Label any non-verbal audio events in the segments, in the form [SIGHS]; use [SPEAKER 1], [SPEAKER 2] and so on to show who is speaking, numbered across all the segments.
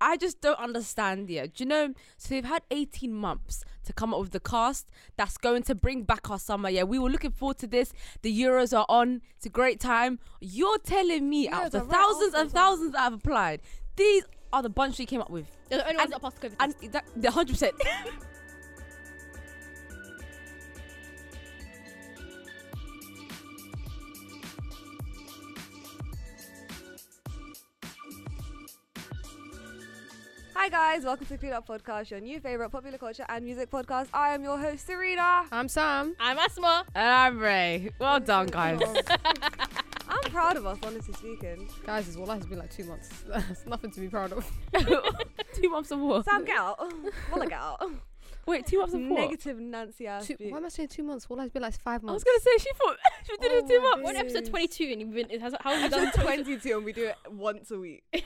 [SPEAKER 1] I just don't understand yeah. Do you know? So we've had 18 months to come up with the cast that's going to bring back our summer. Yeah, we were looking forward to this. The Euros are on. It's a great time. You're telling me
[SPEAKER 2] Yeah,
[SPEAKER 1] out of the
[SPEAKER 2] they're right
[SPEAKER 1] thousands and
[SPEAKER 2] articles on.
[SPEAKER 1] thousands that have applied, these are the bunch we came up with.
[SPEAKER 2] They're the only ones
[SPEAKER 1] And-
[SPEAKER 2] that passed COVID.
[SPEAKER 1] And that, the 100%.
[SPEAKER 3] Hi guys, welcome to Clean Up Podcast, your new favorite popular culture and music podcast. I am your host Serena.
[SPEAKER 4] I'm Sam.
[SPEAKER 2] I'm Asma.
[SPEAKER 4] And I'm Ray.
[SPEAKER 1] well done, guys.
[SPEAKER 3] [LAUGHS] I'm proud of us, honestly speaking.
[SPEAKER 4] Guys, his wallah has been like two months. [LAUGHS] That's nothing to be proud of.
[SPEAKER 1] two months of war.
[SPEAKER 3] Sam, get out. Wanna get out?
[SPEAKER 1] Wait, two months of war.
[SPEAKER 3] Negative Nancy ass.
[SPEAKER 4] Two,
[SPEAKER 3] bitch. [LAUGHS]
[SPEAKER 4] why am I saying two months? Wallah has been like five
[SPEAKER 1] I was
[SPEAKER 4] months.
[SPEAKER 1] gonna say she thought [LAUGHS] she did it
[SPEAKER 4] Oh
[SPEAKER 1] two
[SPEAKER 4] my
[SPEAKER 1] months.
[SPEAKER 2] Oh. We're on episode
[SPEAKER 4] Yes.
[SPEAKER 2] 22 and you've been. It has, how have you done
[SPEAKER 3] Episode 22 and we do it once a week.
[SPEAKER 2] [LAUGHS]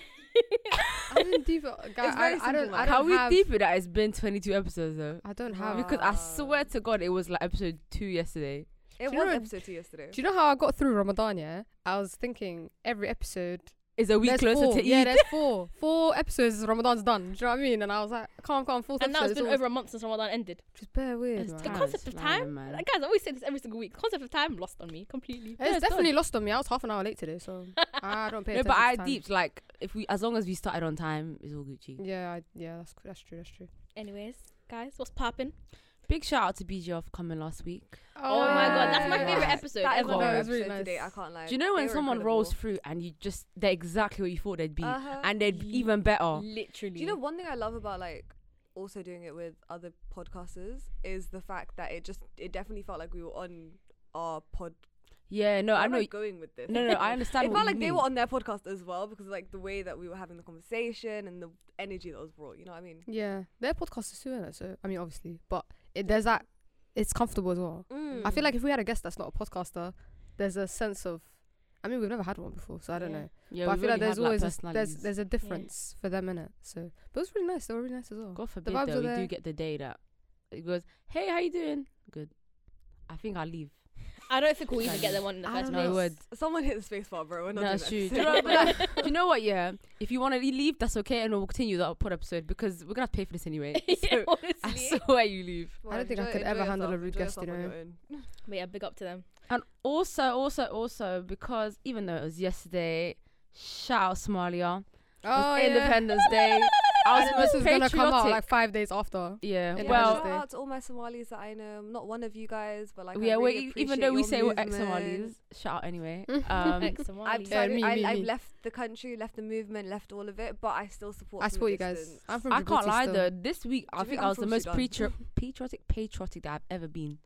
[SPEAKER 4] I didn't deep it. Guy,
[SPEAKER 3] It's very
[SPEAKER 4] I, I don't.
[SPEAKER 3] simple,
[SPEAKER 4] I
[SPEAKER 3] like,
[SPEAKER 4] don't
[SPEAKER 1] Can we
[SPEAKER 4] have,
[SPEAKER 1] deep it that it's been 22 episodes though?
[SPEAKER 4] I don't have.
[SPEAKER 3] Wow.
[SPEAKER 1] Because I swear to God, it was like episode two yesterday.
[SPEAKER 3] It
[SPEAKER 4] Do you
[SPEAKER 3] was
[SPEAKER 4] know-
[SPEAKER 3] episode two yesterday.
[SPEAKER 4] Do you know how I got through Ramadan? Yeah, I was thinking every episode.
[SPEAKER 1] Is a week
[SPEAKER 4] there's
[SPEAKER 1] closer
[SPEAKER 4] four.
[SPEAKER 1] to
[SPEAKER 4] yeah,
[SPEAKER 1] Eid.
[SPEAKER 4] there's four. Four episodes. Ramadan's done. Do you know what I mean? And I was like, calm, calm. Fourth
[SPEAKER 2] And now it's
[SPEAKER 4] episode.
[SPEAKER 2] been
[SPEAKER 4] it's
[SPEAKER 2] over a month since Ramadan ended.
[SPEAKER 4] all- Just bear with.
[SPEAKER 2] It's the
[SPEAKER 4] man.
[SPEAKER 2] concept of
[SPEAKER 1] Man,
[SPEAKER 2] time.
[SPEAKER 1] man.
[SPEAKER 2] Like, guys, I always say this every single week. The concept of time lost on me completely.
[SPEAKER 4] It's
[SPEAKER 1] Yeah, it's
[SPEAKER 4] definitely lost on me. I was half an hour late today, so I don't pay
[SPEAKER 1] No,
[SPEAKER 4] attention.
[SPEAKER 1] but I
[SPEAKER 4] to time.
[SPEAKER 1] deeped like if we as long as we started on time, it's all Gucci.
[SPEAKER 4] Yeah, I, yeah, that's that's true. That's true.
[SPEAKER 2] Anyways, guys, what's popping?
[SPEAKER 1] Big shout out to BJ for coming last week.
[SPEAKER 2] Oh, my god, that's my
[SPEAKER 1] yeah.
[SPEAKER 2] favorite episode
[SPEAKER 3] That is
[SPEAKER 2] ever.
[SPEAKER 3] my
[SPEAKER 1] No,
[SPEAKER 3] favorite
[SPEAKER 4] it was
[SPEAKER 3] episode
[SPEAKER 4] really
[SPEAKER 3] today, I
[SPEAKER 4] nice.
[SPEAKER 3] can't lie.
[SPEAKER 1] Do you know when
[SPEAKER 3] They were
[SPEAKER 1] someone
[SPEAKER 3] incredible.
[SPEAKER 1] rolls through and you just they're exactly what you thought they'd be,
[SPEAKER 4] Uh,
[SPEAKER 3] Uh-huh.
[SPEAKER 1] and they'd be even better.
[SPEAKER 2] Literally.
[SPEAKER 3] Do you know one thing I love about like also doing it with other podcasters is the fact that it just it definitely felt like we were on our pod.
[SPEAKER 1] Yeah,
[SPEAKER 4] Oh
[SPEAKER 1] no,
[SPEAKER 3] Where
[SPEAKER 1] I
[SPEAKER 3] am
[SPEAKER 1] know.
[SPEAKER 3] going with this.
[SPEAKER 1] No, no,
[SPEAKER 3] [LAUGHS]
[SPEAKER 4] [LAUGHS]
[SPEAKER 1] I understand.
[SPEAKER 3] it
[SPEAKER 1] what
[SPEAKER 3] felt
[SPEAKER 1] you
[SPEAKER 3] like they
[SPEAKER 1] mean.
[SPEAKER 3] were on their podcast as well because like the way that we were having the conversation and the energy that was brought. You know what I mean?
[SPEAKER 4] Yeah, their podcast is too, innit? So I mean, obviously, but it, there's that. It's comfortable as well.
[SPEAKER 1] Mm.
[SPEAKER 4] I feel like if we had a guest that's not a podcaster, there's a sense of. I mean, we've never had one before, so I don't
[SPEAKER 2] Yeah.
[SPEAKER 4] know.
[SPEAKER 1] Yeah,
[SPEAKER 4] but I
[SPEAKER 1] we've
[SPEAKER 4] feel like
[SPEAKER 1] already
[SPEAKER 4] there's
[SPEAKER 1] had,
[SPEAKER 4] always a s-
[SPEAKER 1] personalities.
[SPEAKER 4] there's there's a difference for them in it. So, but it was really nice. They were really nice as well.
[SPEAKER 1] God forbid
[SPEAKER 4] vibes
[SPEAKER 1] though,
[SPEAKER 4] are
[SPEAKER 1] we do
[SPEAKER 4] there.
[SPEAKER 1] get the day that it goes, "Hey, how you doing? Good. I think I'll leave."
[SPEAKER 2] I don't think we'll even get them on in the
[SPEAKER 4] I
[SPEAKER 2] first
[SPEAKER 4] don't know.
[SPEAKER 2] place.
[SPEAKER 1] No [LAUGHS] word.
[SPEAKER 3] Someone hit the spacebar, bro. We're not
[SPEAKER 1] No,
[SPEAKER 3] doing
[SPEAKER 1] it's
[SPEAKER 3] that.
[SPEAKER 1] true.
[SPEAKER 3] [LAUGHS]
[SPEAKER 1] Do you,
[SPEAKER 2] [LAUGHS]
[SPEAKER 1] know, but that- do you know
[SPEAKER 4] [LAUGHS]
[SPEAKER 1] what? Yeah, if you want to leave, that's okay, and we'll continue the pod episode because we're gonna have to pay for this anyway.
[SPEAKER 4] [LAUGHS]
[SPEAKER 2] yeah,
[SPEAKER 1] So I [LAUGHS]
[SPEAKER 2] honestly. [LAUGHS]
[SPEAKER 1] swear you leave.
[SPEAKER 3] Well,
[SPEAKER 4] I don't think I
[SPEAKER 3] enjoy-
[SPEAKER 4] could
[SPEAKER 3] enjoy
[SPEAKER 4] ever handle a
[SPEAKER 3] yourself,
[SPEAKER 4] rude
[SPEAKER 3] enjoy
[SPEAKER 4] guest, you
[SPEAKER 3] yourself on
[SPEAKER 4] know.
[SPEAKER 3] your own.
[SPEAKER 2] But yeah, big up to them.
[SPEAKER 1] And also, also, also, because even though it was yesterday, shout out Somalia.
[SPEAKER 4] Oh, yeah.
[SPEAKER 1] Independence Day. I was
[SPEAKER 4] And
[SPEAKER 1] most
[SPEAKER 4] this is gonna come out
[SPEAKER 1] patriotic.
[SPEAKER 4] like five days after.
[SPEAKER 1] Yeah,
[SPEAKER 4] Yeah,
[SPEAKER 1] well,
[SPEAKER 3] shout
[SPEAKER 4] they-
[SPEAKER 3] out to all my Somalis that I know. I'm not one of you guys, but like, I
[SPEAKER 1] yeah,
[SPEAKER 3] really
[SPEAKER 1] we even though
[SPEAKER 3] appreciate
[SPEAKER 1] we say we're
[SPEAKER 3] your
[SPEAKER 1] ex Somalis,
[SPEAKER 3] movement.
[SPEAKER 1] shout out anyway.
[SPEAKER 4] Mhm.
[SPEAKER 1] Um,
[SPEAKER 2] Thanks, Amali.
[SPEAKER 3] I've
[SPEAKER 4] Yeah,
[SPEAKER 3] decided,
[SPEAKER 4] me,
[SPEAKER 3] I,
[SPEAKER 4] me,
[SPEAKER 3] I've
[SPEAKER 4] me.
[SPEAKER 3] left the country, left the movement, left all of it, but I still support.
[SPEAKER 4] I
[SPEAKER 3] from a
[SPEAKER 4] support you guys.
[SPEAKER 3] distance.
[SPEAKER 4] I'm from.
[SPEAKER 1] I can't
[SPEAKER 4] Djibouti
[SPEAKER 1] lie
[SPEAKER 4] still.
[SPEAKER 1] though. This week, I
[SPEAKER 3] Djibouti,
[SPEAKER 1] think
[SPEAKER 3] I'm
[SPEAKER 1] I was the
[SPEAKER 3] from
[SPEAKER 1] most
[SPEAKER 3] Sudan.
[SPEAKER 1] patri- patriotic, patriotic that I've ever been,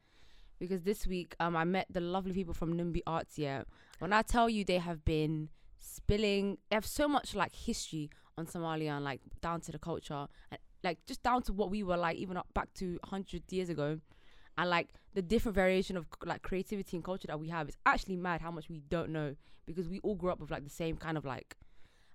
[SPEAKER 1] because this week, um, I met the lovely people from Numbi Arts. Yeah, when I tell you they have been spilling, they have so much like history on Somalia and like down to the culture and like just down to what we were like even up back to hundred years ago, and like the different variation of c- like creativity and culture that we have. It's actually mad how much we don't know because we all grew up with like the same kind of like.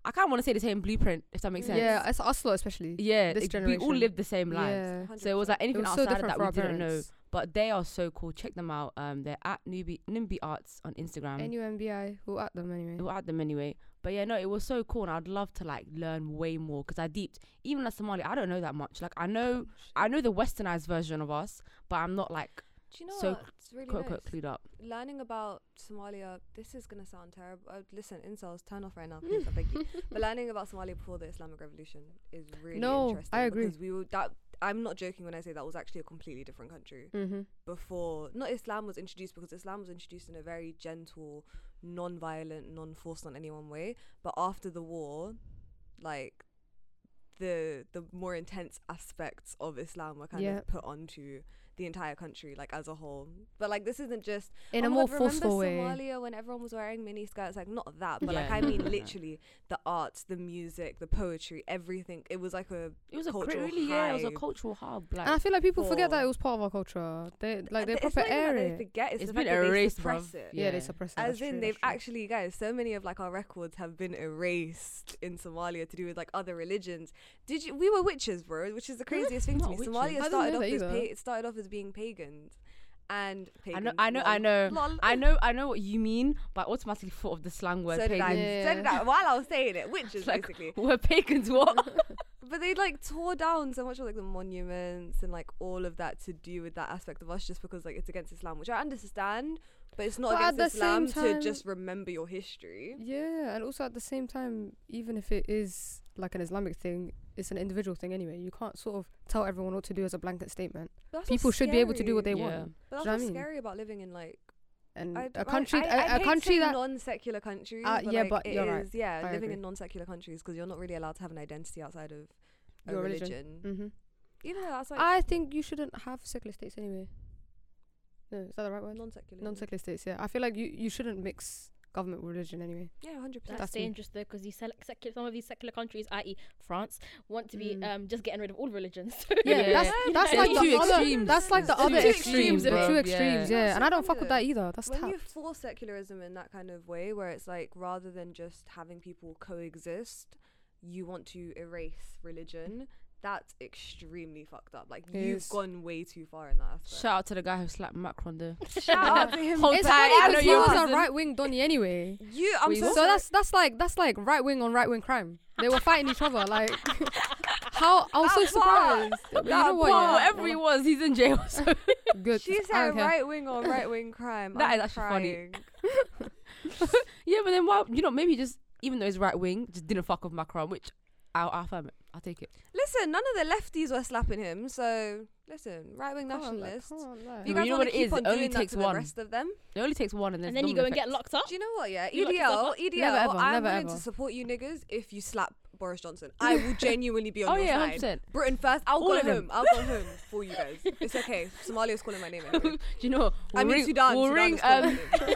[SPEAKER 1] I kind of want to say the same blueprint, if that makes sense.
[SPEAKER 4] Yeah, it's us lot especially.
[SPEAKER 1] Yeah,
[SPEAKER 4] this
[SPEAKER 1] it- we all
[SPEAKER 4] generation.
[SPEAKER 1] lived the same lives.
[SPEAKER 4] Yeah.
[SPEAKER 3] 100%.
[SPEAKER 1] So it was like
[SPEAKER 4] It
[SPEAKER 1] anything
[SPEAKER 4] was so
[SPEAKER 1] outside of
[SPEAKER 4] different
[SPEAKER 1] that
[SPEAKER 4] for
[SPEAKER 1] we
[SPEAKER 4] our
[SPEAKER 1] didn't know.
[SPEAKER 4] parents.
[SPEAKER 1] But they are so cool. Check them out. Um, they're at Newbie Nimby Arts on Instagram.
[SPEAKER 4] NUMBI, who at them anyway?
[SPEAKER 1] we'll add them anyway. But yeah, no, it was so cool, and I'd love to like learn way more because I deeped even as Somali, I don't know that much.
[SPEAKER 4] Oh,
[SPEAKER 1] Like I know, I know the westernized version of us, but I'm not like
[SPEAKER 3] Do you know
[SPEAKER 1] so
[SPEAKER 3] what? It's really
[SPEAKER 1] quote
[SPEAKER 3] nice.
[SPEAKER 1] unquote clued up.
[SPEAKER 3] Learning about Somalia. This is gonna sound terrible. Uh, listen, incels, turn off right now, please. I beg
[SPEAKER 4] [LAUGHS]
[SPEAKER 3] you. But learning about Somalia before the Islamic Revolution is really
[SPEAKER 4] No,
[SPEAKER 3] interesting.
[SPEAKER 4] I agree.
[SPEAKER 3] Because we were that. I'm not joking when I say that was actually a completely different country
[SPEAKER 4] Mm-hmm.
[SPEAKER 3] before. Not Islam was introduced because Islam was introduced in a very gentle, non-violent, non-forced on anyone way. But after the war, like the the more intense aspects of Islam were kind
[SPEAKER 4] Yeah.
[SPEAKER 3] of put onto the entire country, like as a whole. But like this isn't just
[SPEAKER 4] In
[SPEAKER 3] Oh
[SPEAKER 4] a
[SPEAKER 3] my
[SPEAKER 4] more
[SPEAKER 3] God,
[SPEAKER 4] forceful way.
[SPEAKER 3] remember Somalia when everyone was wearing mini skirts, like not that, but like
[SPEAKER 1] Yeah,
[SPEAKER 3] I
[SPEAKER 1] no,
[SPEAKER 4] [LAUGHS]
[SPEAKER 3] mean
[SPEAKER 1] no, no.
[SPEAKER 3] literally the arts, the music, the poetry, everything. It was like a
[SPEAKER 1] It was a great,
[SPEAKER 3] Cultural
[SPEAKER 1] really yeah, it was a
[SPEAKER 3] hive.
[SPEAKER 1] cultural hub. Like
[SPEAKER 4] and I feel like people forget that
[SPEAKER 3] for-
[SPEAKER 4] it was part of our culture. They like they
[SPEAKER 3] Th- it's not
[SPEAKER 4] proper
[SPEAKER 3] even that
[SPEAKER 4] air
[SPEAKER 3] They
[SPEAKER 4] it.
[SPEAKER 3] forget. It's,
[SPEAKER 1] It's
[SPEAKER 3] the fact
[SPEAKER 1] been
[SPEAKER 3] that they
[SPEAKER 1] erased,
[SPEAKER 3] suppress
[SPEAKER 1] bruv.
[SPEAKER 3] it.
[SPEAKER 4] Yeah, they
[SPEAKER 1] Yeah.
[SPEAKER 4] suppress it.
[SPEAKER 3] As
[SPEAKER 4] that's
[SPEAKER 3] in,
[SPEAKER 4] true,
[SPEAKER 3] they've
[SPEAKER 4] that's true.
[SPEAKER 3] actually, guys, so many of like our records have been erased in Somalia to do with like other religions. Did you? We were witches, bro, which is
[SPEAKER 4] [LAUGHS]
[SPEAKER 3] the craziest thing to
[SPEAKER 1] Not
[SPEAKER 3] me.
[SPEAKER 1] witches.
[SPEAKER 3] Somalia
[SPEAKER 4] I didn't
[SPEAKER 3] started
[SPEAKER 4] know
[SPEAKER 3] off
[SPEAKER 4] that
[SPEAKER 3] as
[SPEAKER 4] either.
[SPEAKER 3] pa- it started off as being pagans, and
[SPEAKER 1] I
[SPEAKER 3] pagans,
[SPEAKER 1] know, I know, I
[SPEAKER 3] lol.
[SPEAKER 1] know,
[SPEAKER 3] Lol.
[SPEAKER 1] I know, I know what you mean. But I automatically thought of the slang word [LAUGHS]
[SPEAKER 3] So did I.
[SPEAKER 1] pagan.
[SPEAKER 4] Yeah.
[SPEAKER 3] So did I. While I was saying it, witches
[SPEAKER 1] Like,
[SPEAKER 3] basically.
[SPEAKER 1] Were pagans what?
[SPEAKER 3] but they like tore down so much of like the monuments and like all of that to do with that aspect of us just because like it's against Islam, which I understand, but it's not
[SPEAKER 4] But at
[SPEAKER 3] against
[SPEAKER 4] the same
[SPEAKER 3] Islam to
[SPEAKER 4] time-
[SPEAKER 3] just remember your history.
[SPEAKER 4] Yeah, and also at the same time, even if it is like an Islamic thing, it's an individual thing anyway. You can't sort of tell everyone what to do as a blanket statement.
[SPEAKER 3] But that's
[SPEAKER 4] People
[SPEAKER 3] what's
[SPEAKER 4] should be able to do what they
[SPEAKER 3] scary.
[SPEAKER 1] Yeah.
[SPEAKER 4] want.
[SPEAKER 3] But that's
[SPEAKER 4] Do you know what I
[SPEAKER 3] what's
[SPEAKER 4] mean?
[SPEAKER 3] scary about living in like
[SPEAKER 4] And
[SPEAKER 3] I-
[SPEAKER 4] a
[SPEAKER 3] I-
[SPEAKER 4] country,
[SPEAKER 3] I- I
[SPEAKER 4] a
[SPEAKER 3] hate
[SPEAKER 4] country
[SPEAKER 3] saying
[SPEAKER 4] that
[SPEAKER 3] non-secular countries.
[SPEAKER 4] Uh,
[SPEAKER 3] but,
[SPEAKER 4] yeah,
[SPEAKER 3] like,
[SPEAKER 4] but
[SPEAKER 3] it
[SPEAKER 4] you're right.
[SPEAKER 3] is- Yeah,
[SPEAKER 4] I
[SPEAKER 3] living
[SPEAKER 4] agree.
[SPEAKER 3] in non-secular countries because you're not really allowed to have an identity outside of a
[SPEAKER 4] Your religion.
[SPEAKER 3] religion.
[SPEAKER 4] hmm
[SPEAKER 3] Even though that's like
[SPEAKER 4] I think you shouldn't have secular states anyway. No, is that the right word?
[SPEAKER 3] non-secular.
[SPEAKER 4] Non-secular states. Yeah, I feel like you you shouldn't mix government with religion anyway.
[SPEAKER 3] Yeah, hundred percent.
[SPEAKER 2] That's,
[SPEAKER 4] That's me.
[SPEAKER 2] dangerous though, because these sec- secular, some of these secular countries, i.e., France, want to be
[SPEAKER 4] Mm.
[SPEAKER 2] um just getting rid of all religions. [LAUGHS]
[SPEAKER 4] Yeah,
[SPEAKER 1] Yeah.
[SPEAKER 4] that's
[SPEAKER 3] Yeah,
[SPEAKER 4] that's
[SPEAKER 2] it's
[SPEAKER 4] like
[SPEAKER 2] two
[SPEAKER 4] the other,
[SPEAKER 1] extremes.
[SPEAKER 4] that's like the
[SPEAKER 1] It's
[SPEAKER 4] other
[SPEAKER 2] two
[SPEAKER 4] extremes,
[SPEAKER 2] extremes,
[SPEAKER 4] the
[SPEAKER 2] bro.
[SPEAKER 4] two
[SPEAKER 1] Yeah.
[SPEAKER 4] extremes. Yeah,
[SPEAKER 3] Yeah,
[SPEAKER 4] and I don't fuck
[SPEAKER 3] sometimes
[SPEAKER 4] with that either. That's
[SPEAKER 3] when
[SPEAKER 4] tough.
[SPEAKER 3] you force secularism in that kind of way where it's like rather than just having people coexist you want to erase religion that's extremely fucked up like
[SPEAKER 4] It
[SPEAKER 3] you've
[SPEAKER 4] is.
[SPEAKER 3] gone way too far in that aspect
[SPEAKER 1] Shout out to the guy who slapped Macron there.
[SPEAKER 3] [LAUGHS] Shout out to him
[SPEAKER 1] Hold
[SPEAKER 4] It's
[SPEAKER 1] tight,
[SPEAKER 4] funny
[SPEAKER 1] I know
[SPEAKER 4] because he
[SPEAKER 1] you're in
[SPEAKER 4] was a
[SPEAKER 1] prison.
[SPEAKER 4] right wing Donny anyway.
[SPEAKER 3] you i'm so,
[SPEAKER 4] so
[SPEAKER 3] sorry.
[SPEAKER 4] that's that's like that's like right wing on right wing crime. They were fighting each other. Like [LAUGHS] how I was so
[SPEAKER 3] That part.
[SPEAKER 4] surprised. But you
[SPEAKER 3] That
[SPEAKER 4] know what?
[SPEAKER 3] part.
[SPEAKER 4] yeah,
[SPEAKER 1] Whoever he was, he's in jail. [LAUGHS] So
[SPEAKER 4] good. Ah,
[SPEAKER 3] she
[SPEAKER 4] I
[SPEAKER 3] said
[SPEAKER 4] don't care.
[SPEAKER 3] right wing or right wing crime
[SPEAKER 1] [LAUGHS] That
[SPEAKER 3] I'm
[SPEAKER 1] is actually funny.
[SPEAKER 3] crying.
[SPEAKER 1] yeah, but then why? You know, maybe just even though he's right wing, just didn't fuck with Macron, which I'll, I'll affirm it. I'll take it.
[SPEAKER 3] listen none of the lefties were slapping him so listen right wing
[SPEAKER 4] Can't, like,
[SPEAKER 3] nationalists
[SPEAKER 4] can't, like-
[SPEAKER 3] if
[SPEAKER 1] Well, you
[SPEAKER 3] you guys
[SPEAKER 1] know
[SPEAKER 3] want
[SPEAKER 1] what
[SPEAKER 3] to
[SPEAKER 1] it
[SPEAKER 3] keep
[SPEAKER 1] is,
[SPEAKER 3] on
[SPEAKER 1] it only
[SPEAKER 3] doing that
[SPEAKER 1] takes
[SPEAKER 3] to
[SPEAKER 1] one.
[SPEAKER 3] the rest of them
[SPEAKER 1] It only takes one, and,
[SPEAKER 2] and then you go and get
[SPEAKER 1] locked.
[SPEAKER 2] locked up.
[SPEAKER 3] [LAUGHS] Do you know what? Yeah, E
[SPEAKER 2] You lock yourself
[SPEAKER 3] EDL,
[SPEAKER 2] up.
[SPEAKER 3] EDL.
[SPEAKER 4] Never ever,
[SPEAKER 3] I'm
[SPEAKER 4] never
[SPEAKER 3] willing
[SPEAKER 4] ever.
[SPEAKER 3] to support you niggas if you slap Boris
[SPEAKER 1] [LAUGHS]
[SPEAKER 3] Johnson. I will genuinely be on
[SPEAKER 1] Oh
[SPEAKER 3] your
[SPEAKER 1] yeah, hundred
[SPEAKER 3] side.
[SPEAKER 1] [LAUGHS] percent.
[SPEAKER 3] Britain first. I'll
[SPEAKER 1] All
[SPEAKER 3] go
[SPEAKER 1] of them.
[SPEAKER 3] home. I'll go home for you guys. It's
[SPEAKER 1] [LAUGHS]
[SPEAKER 3] okay. Somalia's calling my name. Anyway.
[SPEAKER 1] Do you know? [LAUGHS] We'll
[SPEAKER 3] I mean,
[SPEAKER 1] ring,
[SPEAKER 3] Sudan.
[SPEAKER 1] We'll
[SPEAKER 3] Sudan
[SPEAKER 1] ring. [LAUGHS]
[SPEAKER 3] is calling
[SPEAKER 1] Um,
[SPEAKER 3] my name.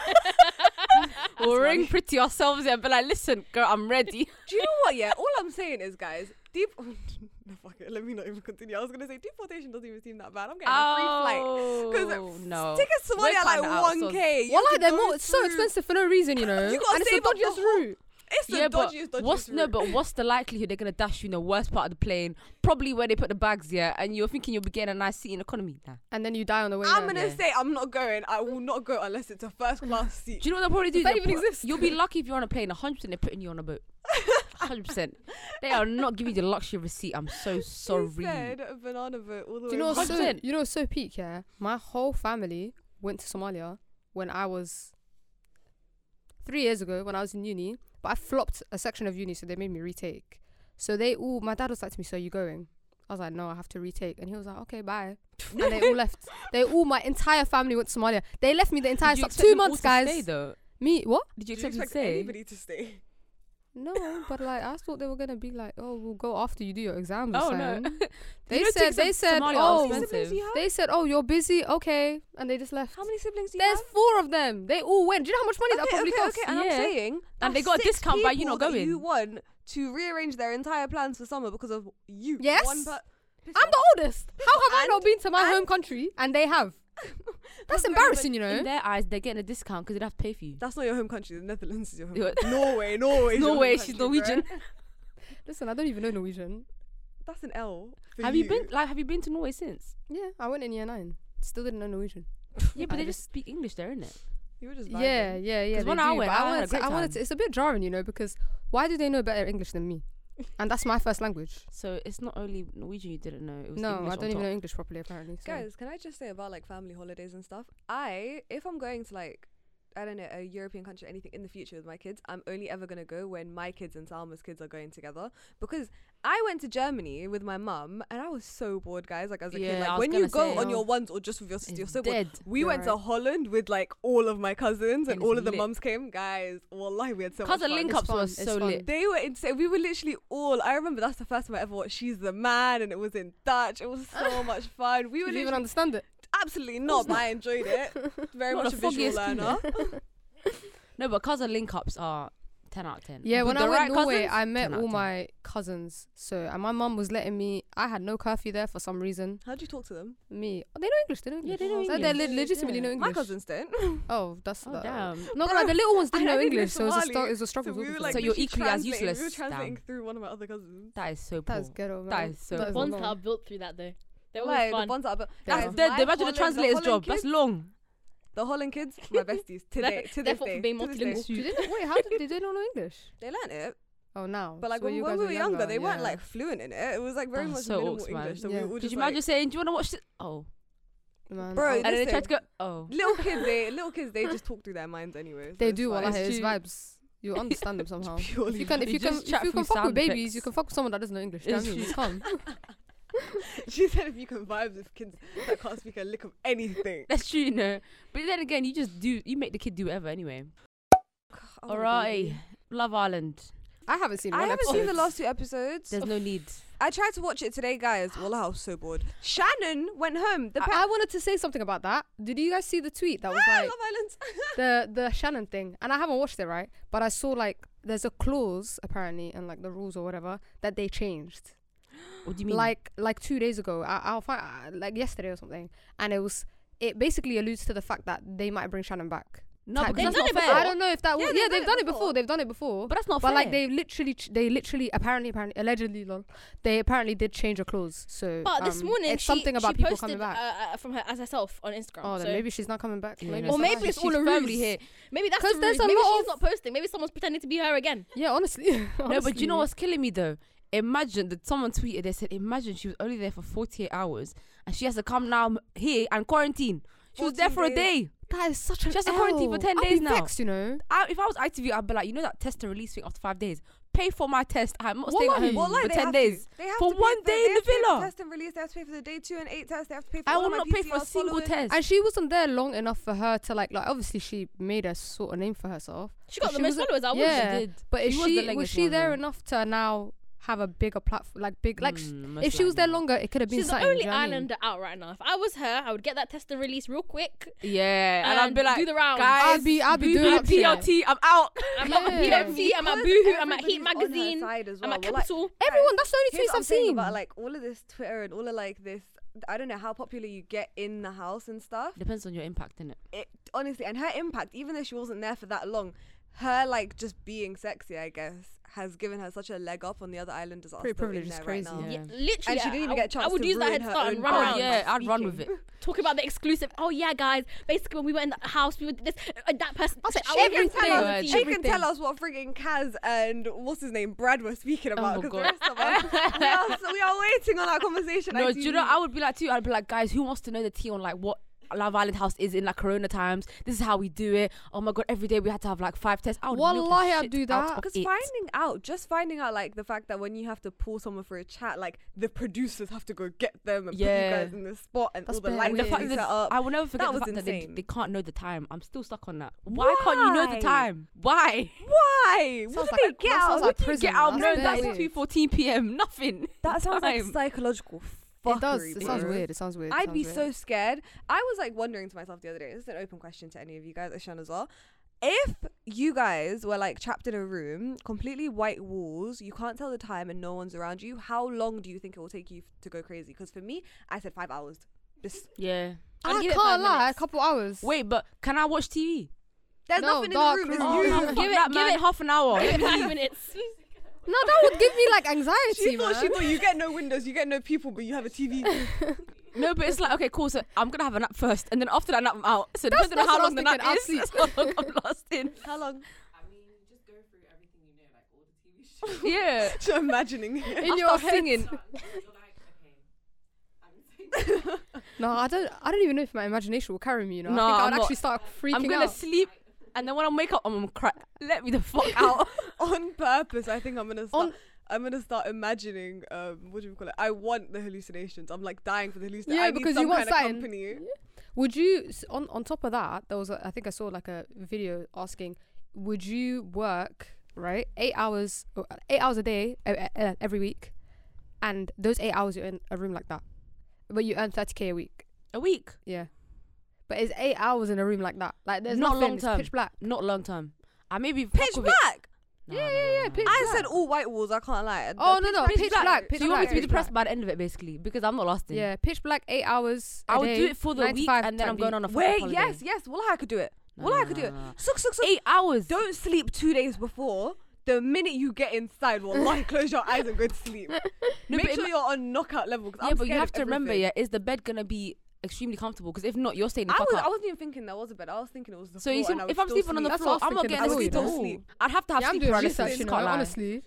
[SPEAKER 1] we'll ring pretty ourselves there, and be like, listen, girl, I'm [LAUGHS] ready.
[SPEAKER 3] Do you know what? Yeah. All I'm saying is, guys, deep. [LAUGHS] no, fuck it. Let me not even continue. I was gonna say deportation doesn't even seem that bad. I'm getting a free flight.
[SPEAKER 1] Oh,
[SPEAKER 3] Because
[SPEAKER 1] no.
[SPEAKER 3] Tickets to
[SPEAKER 1] We're
[SPEAKER 3] Somalia are
[SPEAKER 1] kinda
[SPEAKER 3] like
[SPEAKER 1] outsourced.
[SPEAKER 3] one k.
[SPEAKER 4] Well, like they're more. It's so expensive for no reason, you
[SPEAKER 3] [LAUGHS]
[SPEAKER 4] know.
[SPEAKER 3] You gotta
[SPEAKER 4] and it's
[SPEAKER 3] save
[SPEAKER 4] the
[SPEAKER 3] up the
[SPEAKER 4] dodgiest
[SPEAKER 3] whole-
[SPEAKER 4] route.
[SPEAKER 3] It's the
[SPEAKER 1] yeah, but
[SPEAKER 3] dodgiest, dodgiest
[SPEAKER 1] what's no?
[SPEAKER 3] route.
[SPEAKER 1] But what's the likelihood they're gonna dash you in the worst part of the plane? Probably where they put the bags, yeah. And you're thinking you'll be getting a nice seat in economy. Nah.
[SPEAKER 4] And then you die on the way.
[SPEAKER 3] I'm
[SPEAKER 4] there.
[SPEAKER 3] gonna
[SPEAKER 1] yeah.
[SPEAKER 3] say I'm not going. I will not go unless it's a
[SPEAKER 1] [LAUGHS]
[SPEAKER 3] first class seat.
[SPEAKER 1] Do you know what they'll probably do?
[SPEAKER 4] that
[SPEAKER 1] They'll
[SPEAKER 4] even
[SPEAKER 1] put-
[SPEAKER 4] exist?
[SPEAKER 1] You'll be lucky if you're on a plane. 100 percent they're putting you on a boat.
[SPEAKER 3] [LAUGHS]
[SPEAKER 1] 100.
[SPEAKER 4] [LAUGHS]
[SPEAKER 1] percent They are not giving you the luxury of a seat. I'm so sorry.
[SPEAKER 3] He said a banana boat all the
[SPEAKER 4] Do you
[SPEAKER 3] way
[SPEAKER 4] know what's
[SPEAKER 3] back.
[SPEAKER 4] so?
[SPEAKER 1] 100%.
[SPEAKER 4] You know what's so peak? Yeah, my whole family went to Somalia when I was three years ago when I was in uni. But I flopped a section of uni, so they made me retake. So they all. My dad was like to me, "So you going?" I was like, "No, I have to retake." And he was like,
[SPEAKER 1] [LAUGHS]
[SPEAKER 4] "Okay, bye." and they all left. They all. My entire family went to Somalia. They left me the entire
[SPEAKER 1] Did you
[SPEAKER 4] summer.
[SPEAKER 1] expect
[SPEAKER 4] Two
[SPEAKER 1] them all
[SPEAKER 4] months,
[SPEAKER 1] to
[SPEAKER 4] guys.
[SPEAKER 1] Stay, though?
[SPEAKER 4] Me what?
[SPEAKER 1] Did you
[SPEAKER 3] Did you
[SPEAKER 1] expect,
[SPEAKER 3] expect
[SPEAKER 1] them to stay?
[SPEAKER 3] anybody to stay?
[SPEAKER 4] No, but like I thought they were gonna be like, "Oh, we'll go after you do your exams." or
[SPEAKER 1] Oh no. [LAUGHS]
[SPEAKER 4] something."
[SPEAKER 1] You
[SPEAKER 4] They
[SPEAKER 1] know
[SPEAKER 4] said.
[SPEAKER 1] things
[SPEAKER 4] They
[SPEAKER 1] in
[SPEAKER 4] said.
[SPEAKER 1] Somalia
[SPEAKER 3] How
[SPEAKER 1] are
[SPEAKER 4] Oh,
[SPEAKER 3] many siblings do you have?
[SPEAKER 4] They said, "Oh, you're busy, okay," and they just left.
[SPEAKER 3] How many siblings do you
[SPEAKER 4] There's
[SPEAKER 3] have?
[SPEAKER 4] four of them. They all went. Do you know how much money that
[SPEAKER 3] okay,
[SPEAKER 4] probably
[SPEAKER 3] okay,
[SPEAKER 4] cost?
[SPEAKER 3] okay, and I'm
[SPEAKER 1] yeah.
[SPEAKER 3] saying,
[SPEAKER 1] And they
[SPEAKER 3] that's
[SPEAKER 1] got a
[SPEAKER 3] six
[SPEAKER 1] discount by you not
[SPEAKER 3] people that You
[SPEAKER 1] going.
[SPEAKER 3] won to rearrange their entire plans for summer because of you.
[SPEAKER 4] Yes.
[SPEAKER 3] One per-
[SPEAKER 4] I'm the oldest. How have I not been to my home country and they have? That's
[SPEAKER 3] very
[SPEAKER 4] embarrassing, you
[SPEAKER 1] In
[SPEAKER 4] know.
[SPEAKER 1] their eyes, they're getting a discount because they'd have to pay for you.
[SPEAKER 3] That's not your home country. The Netherlands is your home.
[SPEAKER 1] Yeah.
[SPEAKER 3] country. Norway, Norway.
[SPEAKER 1] Norway, she's Norwegian.
[SPEAKER 4] Listen, I don't even know Norwegian.
[SPEAKER 3] That's an L. for
[SPEAKER 1] Have you been like have you been to Norway
[SPEAKER 4] [LAUGHS]
[SPEAKER 1] since?
[SPEAKER 4] Yeah, I went in year nine. Still didn't know Norwegian.
[SPEAKER 1] Yeah, but
[SPEAKER 4] I
[SPEAKER 1] they
[SPEAKER 4] just-
[SPEAKER 1] just speak English there, innit?
[SPEAKER 3] You were just
[SPEAKER 4] Yeah,
[SPEAKER 3] vibing.
[SPEAKER 4] yeah, yeah.
[SPEAKER 1] 'Cause
[SPEAKER 4] they
[SPEAKER 1] when
[SPEAKER 4] do,
[SPEAKER 1] I
[SPEAKER 4] but
[SPEAKER 1] went, I had a
[SPEAKER 4] wanted to,
[SPEAKER 1] great
[SPEAKER 4] I wanted
[SPEAKER 1] time.
[SPEAKER 4] to. It's a bit jarring, you know, because why do they know better English than me? And that's my first language.
[SPEAKER 1] So it's not only Norwegian you didn't know. It was
[SPEAKER 4] No,
[SPEAKER 1] English
[SPEAKER 4] I
[SPEAKER 1] on
[SPEAKER 4] don't even
[SPEAKER 1] top.
[SPEAKER 4] know English properly apparently. So.
[SPEAKER 3] Guys, can I just say about like family holidays and stuff? I, if I'm going to like, I don't know, a European country, anything in the future with my kids, I'm only ever gonna go when my kids and Salma's kids are going together. Because I went to Germany with my mum and I was so bored, guys. Like as a
[SPEAKER 1] Yeah,
[SPEAKER 3] kid,
[SPEAKER 1] I
[SPEAKER 3] like
[SPEAKER 1] was
[SPEAKER 3] when you
[SPEAKER 1] gonna
[SPEAKER 3] go
[SPEAKER 1] say,
[SPEAKER 3] on
[SPEAKER 1] oh,
[SPEAKER 3] your ones or just with your sister, you're
[SPEAKER 1] It's
[SPEAKER 3] so bored.
[SPEAKER 1] dead.
[SPEAKER 3] We
[SPEAKER 4] You're
[SPEAKER 3] went to
[SPEAKER 4] right.
[SPEAKER 3] Holland with like all of my cousins and,
[SPEAKER 1] And it's
[SPEAKER 3] all of the
[SPEAKER 1] lit.
[SPEAKER 3] mums came, guys. Wallahi, we had so much
[SPEAKER 1] Cousin
[SPEAKER 3] fun.
[SPEAKER 1] link
[SPEAKER 4] It's
[SPEAKER 1] ups
[SPEAKER 4] fun,
[SPEAKER 1] were
[SPEAKER 4] it's
[SPEAKER 1] so
[SPEAKER 4] fun.
[SPEAKER 1] lit.
[SPEAKER 3] They were insane. We were literally all. I remember that's the first time I ever watched She's the Man, and it was in Dutch. It was
[SPEAKER 1] [LAUGHS]
[SPEAKER 3] so much fun. We were
[SPEAKER 4] Did you even
[SPEAKER 3] literally
[SPEAKER 4] understand it?
[SPEAKER 3] Absolutely not, but I enjoyed it. Very
[SPEAKER 1] Not
[SPEAKER 3] much
[SPEAKER 1] the
[SPEAKER 3] a visual
[SPEAKER 1] foggiest clue.
[SPEAKER 3] learner.
[SPEAKER 1] No, but cousin link ups are ten out of ten.
[SPEAKER 4] Yeah,
[SPEAKER 1] With
[SPEAKER 4] when
[SPEAKER 1] the
[SPEAKER 4] I went
[SPEAKER 1] right
[SPEAKER 4] Norway,
[SPEAKER 1] cousins,
[SPEAKER 4] I met
[SPEAKER 1] 10 out
[SPEAKER 4] all
[SPEAKER 1] of 10.
[SPEAKER 4] my cousins. So, and my mum was letting me. I had no curfew there for some reason.
[SPEAKER 3] How'd you talk to them?
[SPEAKER 4] Me, oh, they know English. They know English.
[SPEAKER 1] they know
[SPEAKER 4] So they
[SPEAKER 1] English.
[SPEAKER 4] le- legitimately
[SPEAKER 1] Yeah.
[SPEAKER 4] know
[SPEAKER 3] My
[SPEAKER 4] English.
[SPEAKER 3] cousins didn't.
[SPEAKER 4] Oh, that's
[SPEAKER 1] Oh
[SPEAKER 4] that.
[SPEAKER 1] damn.
[SPEAKER 4] No, but like, the little ones didn't
[SPEAKER 3] I
[SPEAKER 4] know
[SPEAKER 3] didn't know
[SPEAKER 4] English, so it was, a
[SPEAKER 3] Somali,
[SPEAKER 4] sto- it was a struggle.
[SPEAKER 3] So we
[SPEAKER 4] talking
[SPEAKER 3] were
[SPEAKER 4] to
[SPEAKER 3] like,
[SPEAKER 1] So
[SPEAKER 4] them.
[SPEAKER 1] you're
[SPEAKER 3] literally
[SPEAKER 1] equally as
[SPEAKER 3] translating- We were
[SPEAKER 1] useless,
[SPEAKER 3] translating
[SPEAKER 1] damn.
[SPEAKER 3] through one of my other cousins.
[SPEAKER 1] That is so
[SPEAKER 4] that is
[SPEAKER 1] poor.
[SPEAKER 4] ghetto, man.
[SPEAKER 1] That is so
[SPEAKER 4] That
[SPEAKER 1] poor.
[SPEAKER 4] is
[SPEAKER 2] Bonds
[SPEAKER 4] long.
[SPEAKER 2] that are built through that though. They're always
[SPEAKER 3] Like, the
[SPEAKER 2] fun.
[SPEAKER 3] bonds are about.
[SPEAKER 4] Yeah.
[SPEAKER 3] Guys,
[SPEAKER 1] Dead,
[SPEAKER 3] my
[SPEAKER 1] imagine the
[SPEAKER 3] Holland-
[SPEAKER 1] translator's
[SPEAKER 3] Holland
[SPEAKER 1] job.
[SPEAKER 3] Kids,
[SPEAKER 1] That's long.
[SPEAKER 3] the Holland kids, my besties, today, to this
[SPEAKER 2] Therefore,
[SPEAKER 3] day.
[SPEAKER 2] for being
[SPEAKER 3] to this day.
[SPEAKER 2] multilingual.
[SPEAKER 4] Do they, wait, how did they, they don't know English?
[SPEAKER 3] They learn it.
[SPEAKER 4] Oh, now.
[SPEAKER 3] But like
[SPEAKER 4] So
[SPEAKER 3] when,
[SPEAKER 4] you
[SPEAKER 3] when
[SPEAKER 4] guys
[SPEAKER 3] we were younger, they weren't
[SPEAKER 4] yeah.
[SPEAKER 3] like fluent in it. It was like very
[SPEAKER 1] Oh,
[SPEAKER 3] much
[SPEAKER 1] so
[SPEAKER 3] minimal
[SPEAKER 1] awkward, man.
[SPEAKER 3] English. So
[SPEAKER 4] Yeah.
[SPEAKER 3] we were all
[SPEAKER 1] Could
[SPEAKER 3] just
[SPEAKER 1] you
[SPEAKER 3] like,
[SPEAKER 1] imagine saying, "Do you want to watch this?" Oh,
[SPEAKER 4] Man,
[SPEAKER 3] Bro,
[SPEAKER 4] I-
[SPEAKER 1] and then they
[SPEAKER 3] listen.
[SPEAKER 1] tried to go. Oh, [LAUGHS]
[SPEAKER 3] little kids they little kids they just talk through their minds anyway. so
[SPEAKER 4] They
[SPEAKER 3] it's
[SPEAKER 4] do
[SPEAKER 3] fine.
[SPEAKER 4] what
[SPEAKER 1] It's
[SPEAKER 4] I it's
[SPEAKER 1] ju-
[SPEAKER 4] vibes. You understand them somehow. If
[SPEAKER 3] Purely
[SPEAKER 4] you can, if
[SPEAKER 1] They
[SPEAKER 4] you can,
[SPEAKER 1] just
[SPEAKER 4] if
[SPEAKER 1] chat
[SPEAKER 4] you
[SPEAKER 1] through
[SPEAKER 4] can fuck with
[SPEAKER 1] sound
[SPEAKER 4] babies, you
[SPEAKER 1] effects.
[SPEAKER 4] can fuck with someone that doesn't know English. Do you know what I
[SPEAKER 1] It's
[SPEAKER 4] mean? It's calm.
[SPEAKER 3] She said if you can vibe with kids that can't speak a lick of anything.
[SPEAKER 1] that's true, you know. But then again, you just do. You make the kid do whatever anyway.
[SPEAKER 3] Oh,
[SPEAKER 1] All right,
[SPEAKER 3] baby.
[SPEAKER 1] Love Island.
[SPEAKER 4] I haven't seen.
[SPEAKER 3] I
[SPEAKER 4] one
[SPEAKER 3] haven't seen the
[SPEAKER 4] episode.
[SPEAKER 3] last two episodes.
[SPEAKER 1] There's no need.
[SPEAKER 3] I tried to watch it today, guys. Wallah, I was so bored. Shannon went home. The
[SPEAKER 4] I, I wanted to say something about that. Did you guys see the tweet that was
[SPEAKER 3] Ah,
[SPEAKER 4] like
[SPEAKER 3] Love Island. [LAUGHS]
[SPEAKER 4] the the Shannon thing? And I haven't watched it, right? But I saw like there's a clause apparently and like the rules or whatever that they changed.
[SPEAKER 1] What do you mean?
[SPEAKER 4] Like like two days ago, I, I'll find uh, like yesterday or something, and it was it basically alludes to the fact that they might bring Shannon back.
[SPEAKER 1] no,
[SPEAKER 4] Type
[SPEAKER 1] because
[SPEAKER 4] thing.
[SPEAKER 1] that's not
[SPEAKER 2] They've done it
[SPEAKER 1] fair.
[SPEAKER 4] I don't know if that.
[SPEAKER 3] Yeah,
[SPEAKER 4] was,
[SPEAKER 3] they've
[SPEAKER 4] yeah
[SPEAKER 3] done
[SPEAKER 4] they've
[SPEAKER 3] it
[SPEAKER 4] done it before.
[SPEAKER 3] before.
[SPEAKER 4] They've done it before.
[SPEAKER 1] But that's not
[SPEAKER 4] But
[SPEAKER 1] fair.
[SPEAKER 4] like they literally, ch- they literally, apparently, apparently, allegedly, lol, they apparently did change a clause. So,
[SPEAKER 2] But this
[SPEAKER 4] um,
[SPEAKER 2] morning,
[SPEAKER 4] it's
[SPEAKER 2] she,
[SPEAKER 4] something about
[SPEAKER 2] she
[SPEAKER 4] people
[SPEAKER 2] posted
[SPEAKER 4] coming back.
[SPEAKER 2] Uh, uh, from her as herself on Instagram.
[SPEAKER 4] oh,
[SPEAKER 2] so
[SPEAKER 4] then maybe she's not coming back.
[SPEAKER 1] Yeah,
[SPEAKER 4] Maybe
[SPEAKER 1] no,
[SPEAKER 4] it's
[SPEAKER 2] Or
[SPEAKER 4] not
[SPEAKER 2] maybe
[SPEAKER 4] her.
[SPEAKER 2] it's
[SPEAKER 1] she's
[SPEAKER 2] all a
[SPEAKER 1] firmly
[SPEAKER 2] ruse.
[SPEAKER 1] here.
[SPEAKER 2] maybe that's
[SPEAKER 4] 'Cause
[SPEAKER 2] the
[SPEAKER 4] there's
[SPEAKER 2] route.
[SPEAKER 4] a
[SPEAKER 2] Maybe
[SPEAKER 4] lot
[SPEAKER 2] she's
[SPEAKER 4] of-
[SPEAKER 2] not posting. Maybe someone's pretending to be her again.
[SPEAKER 4] yeah, honestly. [LAUGHS]
[SPEAKER 1] No, but do you know
[SPEAKER 4] honestly.
[SPEAKER 1] what's killing me though? Imagine that someone tweeted. They said, "Imagine she was only there for 48 hours, and she has to come now m- here and quarantine. She was there for
[SPEAKER 3] 14
[SPEAKER 1] a day.
[SPEAKER 4] That is such an.
[SPEAKER 1] She has to quarantine for
[SPEAKER 4] L.
[SPEAKER 1] 10
[SPEAKER 4] I'll
[SPEAKER 1] days
[SPEAKER 4] be
[SPEAKER 1] now.
[SPEAKER 4] Vexed, you know.
[SPEAKER 1] I, if I was ITV, I'd be like, you know that test and release thing after five days. Pay for my test. I'm not staying at
[SPEAKER 4] Wallahi.
[SPEAKER 1] home
[SPEAKER 4] Wallahi,
[SPEAKER 1] for
[SPEAKER 3] they
[SPEAKER 1] ten
[SPEAKER 3] have
[SPEAKER 1] days.
[SPEAKER 3] To. They have
[SPEAKER 1] For
[SPEAKER 3] to pay
[SPEAKER 1] one day
[SPEAKER 3] they
[SPEAKER 1] in
[SPEAKER 3] have
[SPEAKER 1] the
[SPEAKER 3] to pay for
[SPEAKER 1] villa.
[SPEAKER 3] Test and release. They have to pay for the day two and eight tests. They have to pay for.
[SPEAKER 1] I
[SPEAKER 3] all
[SPEAKER 1] will
[SPEAKER 3] my
[SPEAKER 1] not pay for a
[SPEAKER 3] PCRs
[SPEAKER 1] single
[SPEAKER 3] following.
[SPEAKER 1] test.
[SPEAKER 4] And she wasn't there long enough for her to like. Like obviously, she made a sort of name for herself.
[SPEAKER 2] She got
[SPEAKER 4] She
[SPEAKER 2] the most followers.
[SPEAKER 4] wasn't-
[SPEAKER 2] I
[SPEAKER 4] yeah.
[SPEAKER 2] yeah.
[SPEAKER 1] did.
[SPEAKER 4] But if
[SPEAKER 1] She
[SPEAKER 4] she
[SPEAKER 1] was the
[SPEAKER 4] was,
[SPEAKER 1] youngest
[SPEAKER 4] she
[SPEAKER 1] one,
[SPEAKER 4] there
[SPEAKER 1] though.
[SPEAKER 4] enough to now have a bigger platform, like big, like sh-
[SPEAKER 1] Mm,
[SPEAKER 4] if
[SPEAKER 1] most
[SPEAKER 4] she was there
[SPEAKER 1] likely.
[SPEAKER 4] longer, it could have been.
[SPEAKER 2] She's the
[SPEAKER 4] something, do
[SPEAKER 2] only
[SPEAKER 4] you know what I mean?
[SPEAKER 2] islander out right now. If I was her, I would get that test and release real quick.
[SPEAKER 1] yeah, and, I'd
[SPEAKER 2] and
[SPEAKER 1] be like,
[SPEAKER 2] do the rounds.
[SPEAKER 1] guys,
[SPEAKER 3] [LAUGHS]
[SPEAKER 4] I'd be- I'd be
[SPEAKER 1] boo-
[SPEAKER 4] doing
[SPEAKER 1] boo-
[SPEAKER 4] that
[SPEAKER 1] PRT.
[SPEAKER 4] shit.
[SPEAKER 1] I'm out.
[SPEAKER 2] I'm at
[SPEAKER 4] Yeah.
[SPEAKER 2] PMT, I'm at
[SPEAKER 3] Because
[SPEAKER 2] Boohoo, I'm at Heat
[SPEAKER 3] everybody's on her
[SPEAKER 2] Magazine,
[SPEAKER 3] side as
[SPEAKER 2] I'm
[SPEAKER 3] well.
[SPEAKER 2] at
[SPEAKER 3] We're like,
[SPEAKER 2] Capital.
[SPEAKER 4] Everyone, that's the only
[SPEAKER 3] Here's
[SPEAKER 4] tweets
[SPEAKER 3] what I'm
[SPEAKER 4] I've
[SPEAKER 3] saying
[SPEAKER 4] seen.
[SPEAKER 3] about like all of this Twitter and all of like this. I don't know how popular you get in the house and stuff.
[SPEAKER 1] Depends on your impact, innit?
[SPEAKER 3] It honestly, and her impact, even though she wasn't there for that long, her like just being sexy, I guess, has given her such a leg up on the other islanders. that are
[SPEAKER 4] Pretty
[SPEAKER 3] still in
[SPEAKER 4] privilege is
[SPEAKER 3] there
[SPEAKER 4] crazy,
[SPEAKER 3] Right now.
[SPEAKER 1] Yeah.
[SPEAKER 2] Yeah, literally.
[SPEAKER 3] And she didn't even
[SPEAKER 2] I,
[SPEAKER 3] get a chance
[SPEAKER 2] I would
[SPEAKER 3] to
[SPEAKER 2] use that
[SPEAKER 3] ruin
[SPEAKER 2] head
[SPEAKER 3] her
[SPEAKER 2] start
[SPEAKER 3] own
[SPEAKER 2] and run
[SPEAKER 3] brand.
[SPEAKER 2] around.
[SPEAKER 1] Oh, yeah, I'd run with it.
[SPEAKER 2] Talk about the exclusive. Oh yeah, guys. Basically, when we were in the house, we were this uh, that person.
[SPEAKER 4] I said,
[SPEAKER 2] I was
[SPEAKER 4] everything.
[SPEAKER 2] getting
[SPEAKER 1] Word.
[SPEAKER 2] tea. [LAUGHS]
[SPEAKER 3] She
[SPEAKER 1] Everything.
[SPEAKER 3] can tell us what frigging Kaz and what's his name Brad were speaking about
[SPEAKER 1] Oh my
[SPEAKER 3] because the
[SPEAKER 1] God.
[SPEAKER 3] rest of us we are, so we are waiting on our conversation.
[SPEAKER 1] No, do you know?
[SPEAKER 3] ITV.
[SPEAKER 1] I would be like too. I'd be like, guys, who wants to know the tea on like what Love Island House is in like Corona times? This is how we do it. Oh my god, every day we had to have like five tests. I would milk the
[SPEAKER 4] Wallahi, I'd
[SPEAKER 1] shit
[SPEAKER 4] do
[SPEAKER 1] out
[SPEAKER 4] that.
[SPEAKER 1] of
[SPEAKER 3] Because
[SPEAKER 1] it.
[SPEAKER 3] finding out, just finding out, like the fact that when you have to pull someone for a chat, like the producers have to go get them and put
[SPEAKER 1] Yeah.
[SPEAKER 3] you guys in the spot and
[SPEAKER 4] That's
[SPEAKER 3] all the
[SPEAKER 4] bare
[SPEAKER 1] And
[SPEAKER 3] lights
[SPEAKER 1] the
[SPEAKER 4] weird.
[SPEAKER 3] are
[SPEAKER 1] fact
[SPEAKER 3] set
[SPEAKER 1] that
[SPEAKER 3] up.
[SPEAKER 1] I will never forget the
[SPEAKER 3] That was
[SPEAKER 1] fact that they,
[SPEAKER 3] insane.
[SPEAKER 1] they can't know the time. I'm still stuck on that. Why, can't you know
[SPEAKER 3] Why?
[SPEAKER 1] the time? Why?
[SPEAKER 3] Why?
[SPEAKER 4] Sounds
[SPEAKER 3] What did
[SPEAKER 4] like a-
[SPEAKER 3] they get
[SPEAKER 4] that
[SPEAKER 3] out?
[SPEAKER 4] sounds
[SPEAKER 3] What
[SPEAKER 4] like
[SPEAKER 3] did-
[SPEAKER 4] prison.
[SPEAKER 1] Get out,
[SPEAKER 4] that's
[SPEAKER 1] no,
[SPEAKER 4] bare
[SPEAKER 1] that's
[SPEAKER 4] weird.
[SPEAKER 1] two fourteen p.m. [LAUGHS] Nothing.
[SPEAKER 3] That sounds like
[SPEAKER 1] Time.
[SPEAKER 3] psychological fuckery.
[SPEAKER 4] It does. It sounds
[SPEAKER 3] bro.
[SPEAKER 4] weird. It sounds weird. it
[SPEAKER 3] I'd
[SPEAKER 4] sounds
[SPEAKER 3] be
[SPEAKER 4] weird.
[SPEAKER 3] so scared. I was like wondering to myself the other day. This is an open question to any of you guys, Ashan as well. If you guys were like trapped in a room, completely white walls, you can't tell the time, and no one's around you, how long do you think it will take you f- to go crazy? Because for me, I said five hours. Just
[SPEAKER 1] Yeah.
[SPEAKER 4] I
[SPEAKER 1] give it
[SPEAKER 4] can't
[SPEAKER 1] five
[SPEAKER 4] lie.
[SPEAKER 1] minutes.
[SPEAKER 4] A couple hours.
[SPEAKER 1] Wait, but can I watch TV?
[SPEAKER 3] there's
[SPEAKER 4] No,
[SPEAKER 3] nothing
[SPEAKER 4] dark
[SPEAKER 3] in the room.
[SPEAKER 4] room.
[SPEAKER 3] It's you.
[SPEAKER 4] Oh, [LAUGHS]
[SPEAKER 1] Fuck
[SPEAKER 2] give it-
[SPEAKER 1] that,
[SPEAKER 2] give
[SPEAKER 1] man.
[SPEAKER 2] it-
[SPEAKER 1] half an hour.
[SPEAKER 2] Give it five minutes.
[SPEAKER 4] No, that would give me like anxiety,
[SPEAKER 3] She thought
[SPEAKER 4] man.
[SPEAKER 3] she thought you get no windows, you get no people, but you have a TV.
[SPEAKER 1] [LAUGHS]
[SPEAKER 4] [LAUGHS]
[SPEAKER 3] [LAUGHS]
[SPEAKER 1] No, but it's like okay, cool. So I'm gonna have a nap first, and then after that nap, I'm out. So
[SPEAKER 4] That's-
[SPEAKER 1] depending on
[SPEAKER 4] that's
[SPEAKER 1] how
[SPEAKER 4] what I
[SPEAKER 1] long
[SPEAKER 4] was
[SPEAKER 1] the nap
[SPEAKER 4] thinking, I'll
[SPEAKER 1] is, [LAUGHS]
[SPEAKER 4] sleep.
[SPEAKER 1] that's how long I'm lasting.
[SPEAKER 3] How long?
[SPEAKER 1] [LAUGHS] Yeah.
[SPEAKER 3] [LAUGHS] So imagining.
[SPEAKER 1] In
[SPEAKER 4] your
[SPEAKER 1] your
[SPEAKER 4] head.
[SPEAKER 1] singing.
[SPEAKER 4] No, I don't. I don't even know if my imagination will carry me. You know,
[SPEAKER 1] No,
[SPEAKER 4] I think I would
[SPEAKER 1] I'm not-
[SPEAKER 4] actually start freaking
[SPEAKER 1] I'm gonna
[SPEAKER 4] out.
[SPEAKER 1] sleep, and then when I wake up, I'm gonna cry. Let me the fuck [LAUGHS] out.
[SPEAKER 3] on purpose i think i'm gonna start
[SPEAKER 4] On-
[SPEAKER 3] i'm gonna start imagining um what do you call it i want the hallucinations i'm like dying for the hallucinations
[SPEAKER 4] Yeah,
[SPEAKER 3] I need
[SPEAKER 4] because you
[SPEAKER 3] some
[SPEAKER 4] want
[SPEAKER 3] kind of
[SPEAKER 4] something.
[SPEAKER 3] company
[SPEAKER 4] Would you s- on on top of that? There was a, I think I saw like a video asking, would you work right eight hours, uh, eight hours a day uh, uh, every week, and those eight hours you're in a room like that, but you earn thirty k a week.
[SPEAKER 1] A week,
[SPEAKER 4] Yeah, but it's eight hours in a room like that. Like there's
[SPEAKER 1] Not
[SPEAKER 4] nothing,
[SPEAKER 1] long
[SPEAKER 4] it's
[SPEAKER 1] term.
[SPEAKER 4] Pitch black.
[SPEAKER 1] not long time. I maybe
[SPEAKER 3] pitch black
[SPEAKER 1] Yeah, yeah, yeah.
[SPEAKER 4] pitch
[SPEAKER 3] i said all white walls i can't lie
[SPEAKER 4] Oh no no,
[SPEAKER 1] pitch
[SPEAKER 4] pitch
[SPEAKER 1] black.
[SPEAKER 4] black. Pitch
[SPEAKER 1] So you want me
[SPEAKER 4] black.
[SPEAKER 1] to be
[SPEAKER 4] pitch
[SPEAKER 1] depressed by the end of it, basically, because I'm not
[SPEAKER 4] black.
[SPEAKER 1] lasting.
[SPEAKER 4] Yeah, pitch black. Eight hours. I
[SPEAKER 1] I would do it for the week, and then I'm going on a fucking
[SPEAKER 3] wait
[SPEAKER 1] holiday.
[SPEAKER 3] yes yes well i could do it
[SPEAKER 1] No,
[SPEAKER 3] well
[SPEAKER 1] no,
[SPEAKER 3] i could
[SPEAKER 1] no,
[SPEAKER 3] do it
[SPEAKER 1] no, no.
[SPEAKER 3] suck suck suck
[SPEAKER 1] Eight hours.
[SPEAKER 3] don't sleep two days before the minute you get inside,
[SPEAKER 1] [LAUGHS]
[SPEAKER 3] well, like close your eyes and go to sleep.
[SPEAKER 1] No,
[SPEAKER 3] Make
[SPEAKER 1] but
[SPEAKER 3] sure
[SPEAKER 1] ima-
[SPEAKER 3] you're on knockout level. 'cause
[SPEAKER 1] yeah,
[SPEAKER 3] I'm
[SPEAKER 1] but you
[SPEAKER 3] scared
[SPEAKER 1] have
[SPEAKER 3] of
[SPEAKER 1] to remember,
[SPEAKER 3] everything.
[SPEAKER 1] yeah, is the bed gonna be extremely comfortable because if not, you're staying the
[SPEAKER 3] I
[SPEAKER 1] fuck
[SPEAKER 3] was,
[SPEAKER 1] up.
[SPEAKER 3] I wasn't even thinking that was a bed. I was thinking it was the
[SPEAKER 1] so
[SPEAKER 3] floor.
[SPEAKER 1] you see,
[SPEAKER 3] and I
[SPEAKER 1] if
[SPEAKER 3] was
[SPEAKER 1] I'm
[SPEAKER 3] still
[SPEAKER 1] sleeping on the
[SPEAKER 4] That's
[SPEAKER 3] sleeping.
[SPEAKER 1] floor,
[SPEAKER 4] what I was
[SPEAKER 1] I'm not
[SPEAKER 4] thinking
[SPEAKER 1] getting
[SPEAKER 3] as
[SPEAKER 1] sleep
[SPEAKER 3] well,
[SPEAKER 1] at
[SPEAKER 3] you know.
[SPEAKER 1] all. I'd have to have
[SPEAKER 4] Yeah, I'm
[SPEAKER 1] sleep
[SPEAKER 4] doing
[SPEAKER 1] paralysis.
[SPEAKER 4] research, you know,
[SPEAKER 1] can't lie.
[SPEAKER 4] honestly.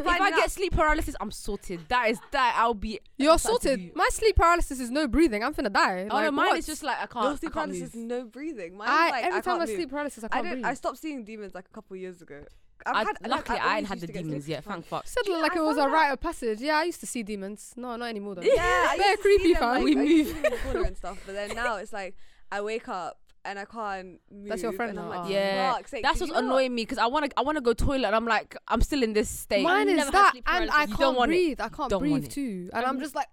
[SPEAKER 1] [LAUGHS] If I
[SPEAKER 3] finding
[SPEAKER 1] get
[SPEAKER 3] out.
[SPEAKER 1] sleep paralysis, I'm sorted. That is that. I'll be.
[SPEAKER 4] You're
[SPEAKER 1] That's actually-
[SPEAKER 4] sorted. My sleep paralysis is no breathing. I'm finna die.
[SPEAKER 1] Oh
[SPEAKER 4] like,
[SPEAKER 1] no, mine
[SPEAKER 4] what?
[SPEAKER 1] is just like I can't.
[SPEAKER 3] Your
[SPEAKER 1] I
[SPEAKER 3] sleep
[SPEAKER 1] can't
[SPEAKER 3] paralysis,
[SPEAKER 1] move.
[SPEAKER 3] no breathing. Mine's
[SPEAKER 4] I,
[SPEAKER 3] like,
[SPEAKER 4] every
[SPEAKER 3] I
[SPEAKER 4] time
[SPEAKER 3] can't
[SPEAKER 4] I
[SPEAKER 3] move.
[SPEAKER 4] sleep paralysis, I
[SPEAKER 3] I
[SPEAKER 4] can't
[SPEAKER 3] didn't.
[SPEAKER 4] breathe.
[SPEAKER 3] I stopped seeing demons like a couple years ago. I've
[SPEAKER 1] I,
[SPEAKER 3] had- like,
[SPEAKER 1] luckily, I
[SPEAKER 3] I've
[SPEAKER 1] ain't
[SPEAKER 3] always
[SPEAKER 1] had the
[SPEAKER 3] used to get
[SPEAKER 1] demons
[SPEAKER 3] sleep
[SPEAKER 1] yet. Thank fuck.
[SPEAKER 4] Said
[SPEAKER 3] Yeah,
[SPEAKER 4] like
[SPEAKER 3] I
[SPEAKER 4] it was a
[SPEAKER 3] found
[SPEAKER 4] rite of passage. Yeah, I used to see demons. No, not
[SPEAKER 1] [LAUGHS]
[SPEAKER 4] anymore though.
[SPEAKER 3] Yeah, I
[SPEAKER 4] [LAUGHS] Bare
[SPEAKER 3] used to see
[SPEAKER 4] creepy,
[SPEAKER 3] them,
[SPEAKER 4] fam.
[SPEAKER 3] Like,
[SPEAKER 1] We
[SPEAKER 3] I used to
[SPEAKER 1] move.
[SPEAKER 3] see them in the
[SPEAKER 4] [LAUGHS]
[SPEAKER 3] corner and stuff, but then now it's like I wake up and I can't move.
[SPEAKER 4] That's your friend
[SPEAKER 3] and I'm
[SPEAKER 4] now.
[SPEAKER 3] like,
[SPEAKER 4] Oh.
[SPEAKER 1] Yeah,
[SPEAKER 3] "Fuck's sake,
[SPEAKER 1] That's
[SPEAKER 3] did
[SPEAKER 1] what's
[SPEAKER 3] you not?"
[SPEAKER 1] annoying me because I wanna I wanna go toilet and I'm like I'm still in this state.
[SPEAKER 4] Mine
[SPEAKER 2] I've never
[SPEAKER 4] is
[SPEAKER 2] had
[SPEAKER 4] that,
[SPEAKER 2] sleep
[SPEAKER 4] and
[SPEAKER 2] paralysis.
[SPEAKER 4] I
[SPEAKER 1] You don't
[SPEAKER 4] can't
[SPEAKER 1] want it.
[SPEAKER 4] breathe. I
[SPEAKER 1] You
[SPEAKER 4] can't
[SPEAKER 1] don't want
[SPEAKER 4] breathe
[SPEAKER 1] it.
[SPEAKER 4] too, and I'm just like,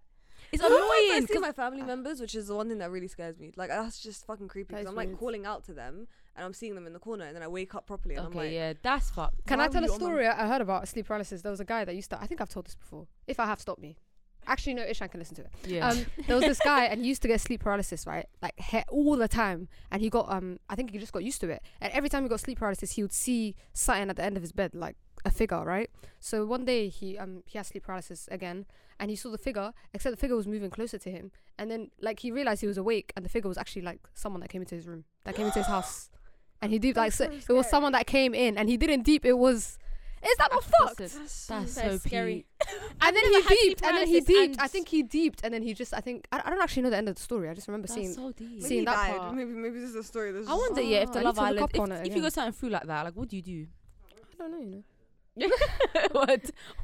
[SPEAKER 1] it's
[SPEAKER 3] I
[SPEAKER 1] annoying.
[SPEAKER 3] see
[SPEAKER 1] 'cause-
[SPEAKER 3] my family members, which is the one thing that really scares me. Like that's just fucking creepy.
[SPEAKER 4] That
[SPEAKER 3] 'cause
[SPEAKER 4] is
[SPEAKER 3] I'm like
[SPEAKER 4] weird.
[SPEAKER 3] calling out to them, and I'm seeing them in the corner, and then I wake up properly, and
[SPEAKER 1] okay,
[SPEAKER 3] I'm like,
[SPEAKER 1] yeah, that's fucked.
[SPEAKER 4] can
[SPEAKER 3] Why
[SPEAKER 4] I
[SPEAKER 3] were
[SPEAKER 4] tell a
[SPEAKER 3] you on my-
[SPEAKER 4] story I I heard about sleep paralysis? There was a guy that used to. I think I've told this before. If I have, stop me. Actually, no, Ishan can listen to it.
[SPEAKER 1] Yeah,
[SPEAKER 4] Um, there was this guy, and he used to get sleep paralysis, right? Like he- all the time, and he got um, I think he just got used to it. And every time he got sleep paralysis, he would see something at the end of his bed, like a figure, right? So one day he um he had sleep paralysis again, and he saw the figure, except the figure was moving closer to him, and then like he realized he was awake, and the figure was actually like someone that came into his room, that came into his house, and he did like
[SPEAKER 3] That's
[SPEAKER 4] so,
[SPEAKER 3] so
[SPEAKER 4] it
[SPEAKER 3] scary.
[SPEAKER 4] was someone that came in, and he didn't deep. It was. Is that not fucked?
[SPEAKER 1] That's,
[SPEAKER 3] That's so
[SPEAKER 1] that's
[SPEAKER 2] so
[SPEAKER 1] so
[SPEAKER 2] scary.
[SPEAKER 1] scary.
[SPEAKER 2] [LAUGHS]
[SPEAKER 4] and then
[SPEAKER 2] never
[SPEAKER 4] he
[SPEAKER 2] had sleep
[SPEAKER 4] deeped, and then he
[SPEAKER 2] paralysis
[SPEAKER 4] deeped.
[SPEAKER 2] and-
[SPEAKER 4] I think he deeped, and then he just. I think I, I don't actually know the end of the story. I just remember seeing.
[SPEAKER 1] That's so deep.
[SPEAKER 3] Maybe
[SPEAKER 4] seeing
[SPEAKER 3] he
[SPEAKER 4] that
[SPEAKER 3] died.
[SPEAKER 4] part.
[SPEAKER 3] Maybe maybe this is a story. That's
[SPEAKER 1] I
[SPEAKER 3] just-
[SPEAKER 1] wonder, yeah, if the
[SPEAKER 4] Ah, I need
[SPEAKER 1] Love
[SPEAKER 4] to look
[SPEAKER 1] Island,
[SPEAKER 4] up
[SPEAKER 1] if,
[SPEAKER 4] on it
[SPEAKER 1] if you
[SPEAKER 4] again.
[SPEAKER 1] got something through like that, like what do you do?
[SPEAKER 4] I don't know, you know.
[SPEAKER 1] what?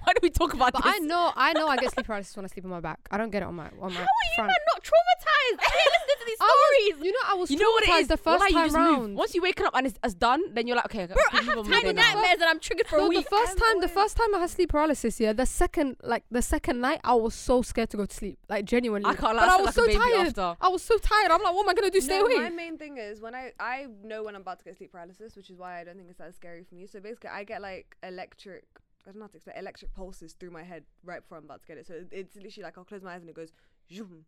[SPEAKER 1] Why do we talk about
[SPEAKER 4] But
[SPEAKER 1] this?
[SPEAKER 4] I know, I know, I get sleep paralysis when I sleep on my back. I don't get it on my on my.
[SPEAKER 2] How are you
[SPEAKER 4] front.
[SPEAKER 2] man not traumatized? I hate listening to these
[SPEAKER 4] [LAUGHS] I
[SPEAKER 2] stories.
[SPEAKER 4] was, you know, I was
[SPEAKER 1] You know what it
[SPEAKER 4] traumatized
[SPEAKER 1] is.
[SPEAKER 4] the first
[SPEAKER 1] Why you
[SPEAKER 4] time
[SPEAKER 1] just move.
[SPEAKER 4] round.
[SPEAKER 1] Once you wake up and it's, it's done, then you're like, okay,
[SPEAKER 2] Bro, I have tiny nightmares and I'm triggered for a
[SPEAKER 4] No, the
[SPEAKER 2] week.
[SPEAKER 4] first
[SPEAKER 3] I'm
[SPEAKER 4] time, the
[SPEAKER 3] always-
[SPEAKER 4] first time I had sleep paralysis, yeah, the second, like the second night, I was so scared to go to sleep, like genuinely.
[SPEAKER 1] I can't.
[SPEAKER 4] but I
[SPEAKER 1] Like,
[SPEAKER 4] was
[SPEAKER 1] like a
[SPEAKER 4] so
[SPEAKER 1] baby
[SPEAKER 4] tired.
[SPEAKER 1] After.
[SPEAKER 4] I was so tired. I'm like, what am I gonna do? Stay
[SPEAKER 3] no,
[SPEAKER 4] awake.
[SPEAKER 3] My main thing is when I I know when I'm about to get sleep paralysis, which is why I don't think it's that scary for me. So basically, I get like electric. I don't know how to explain electric pulses through my head right before I'm about to get it. So it- it's literally like I'll close my eyes and it goes zoom,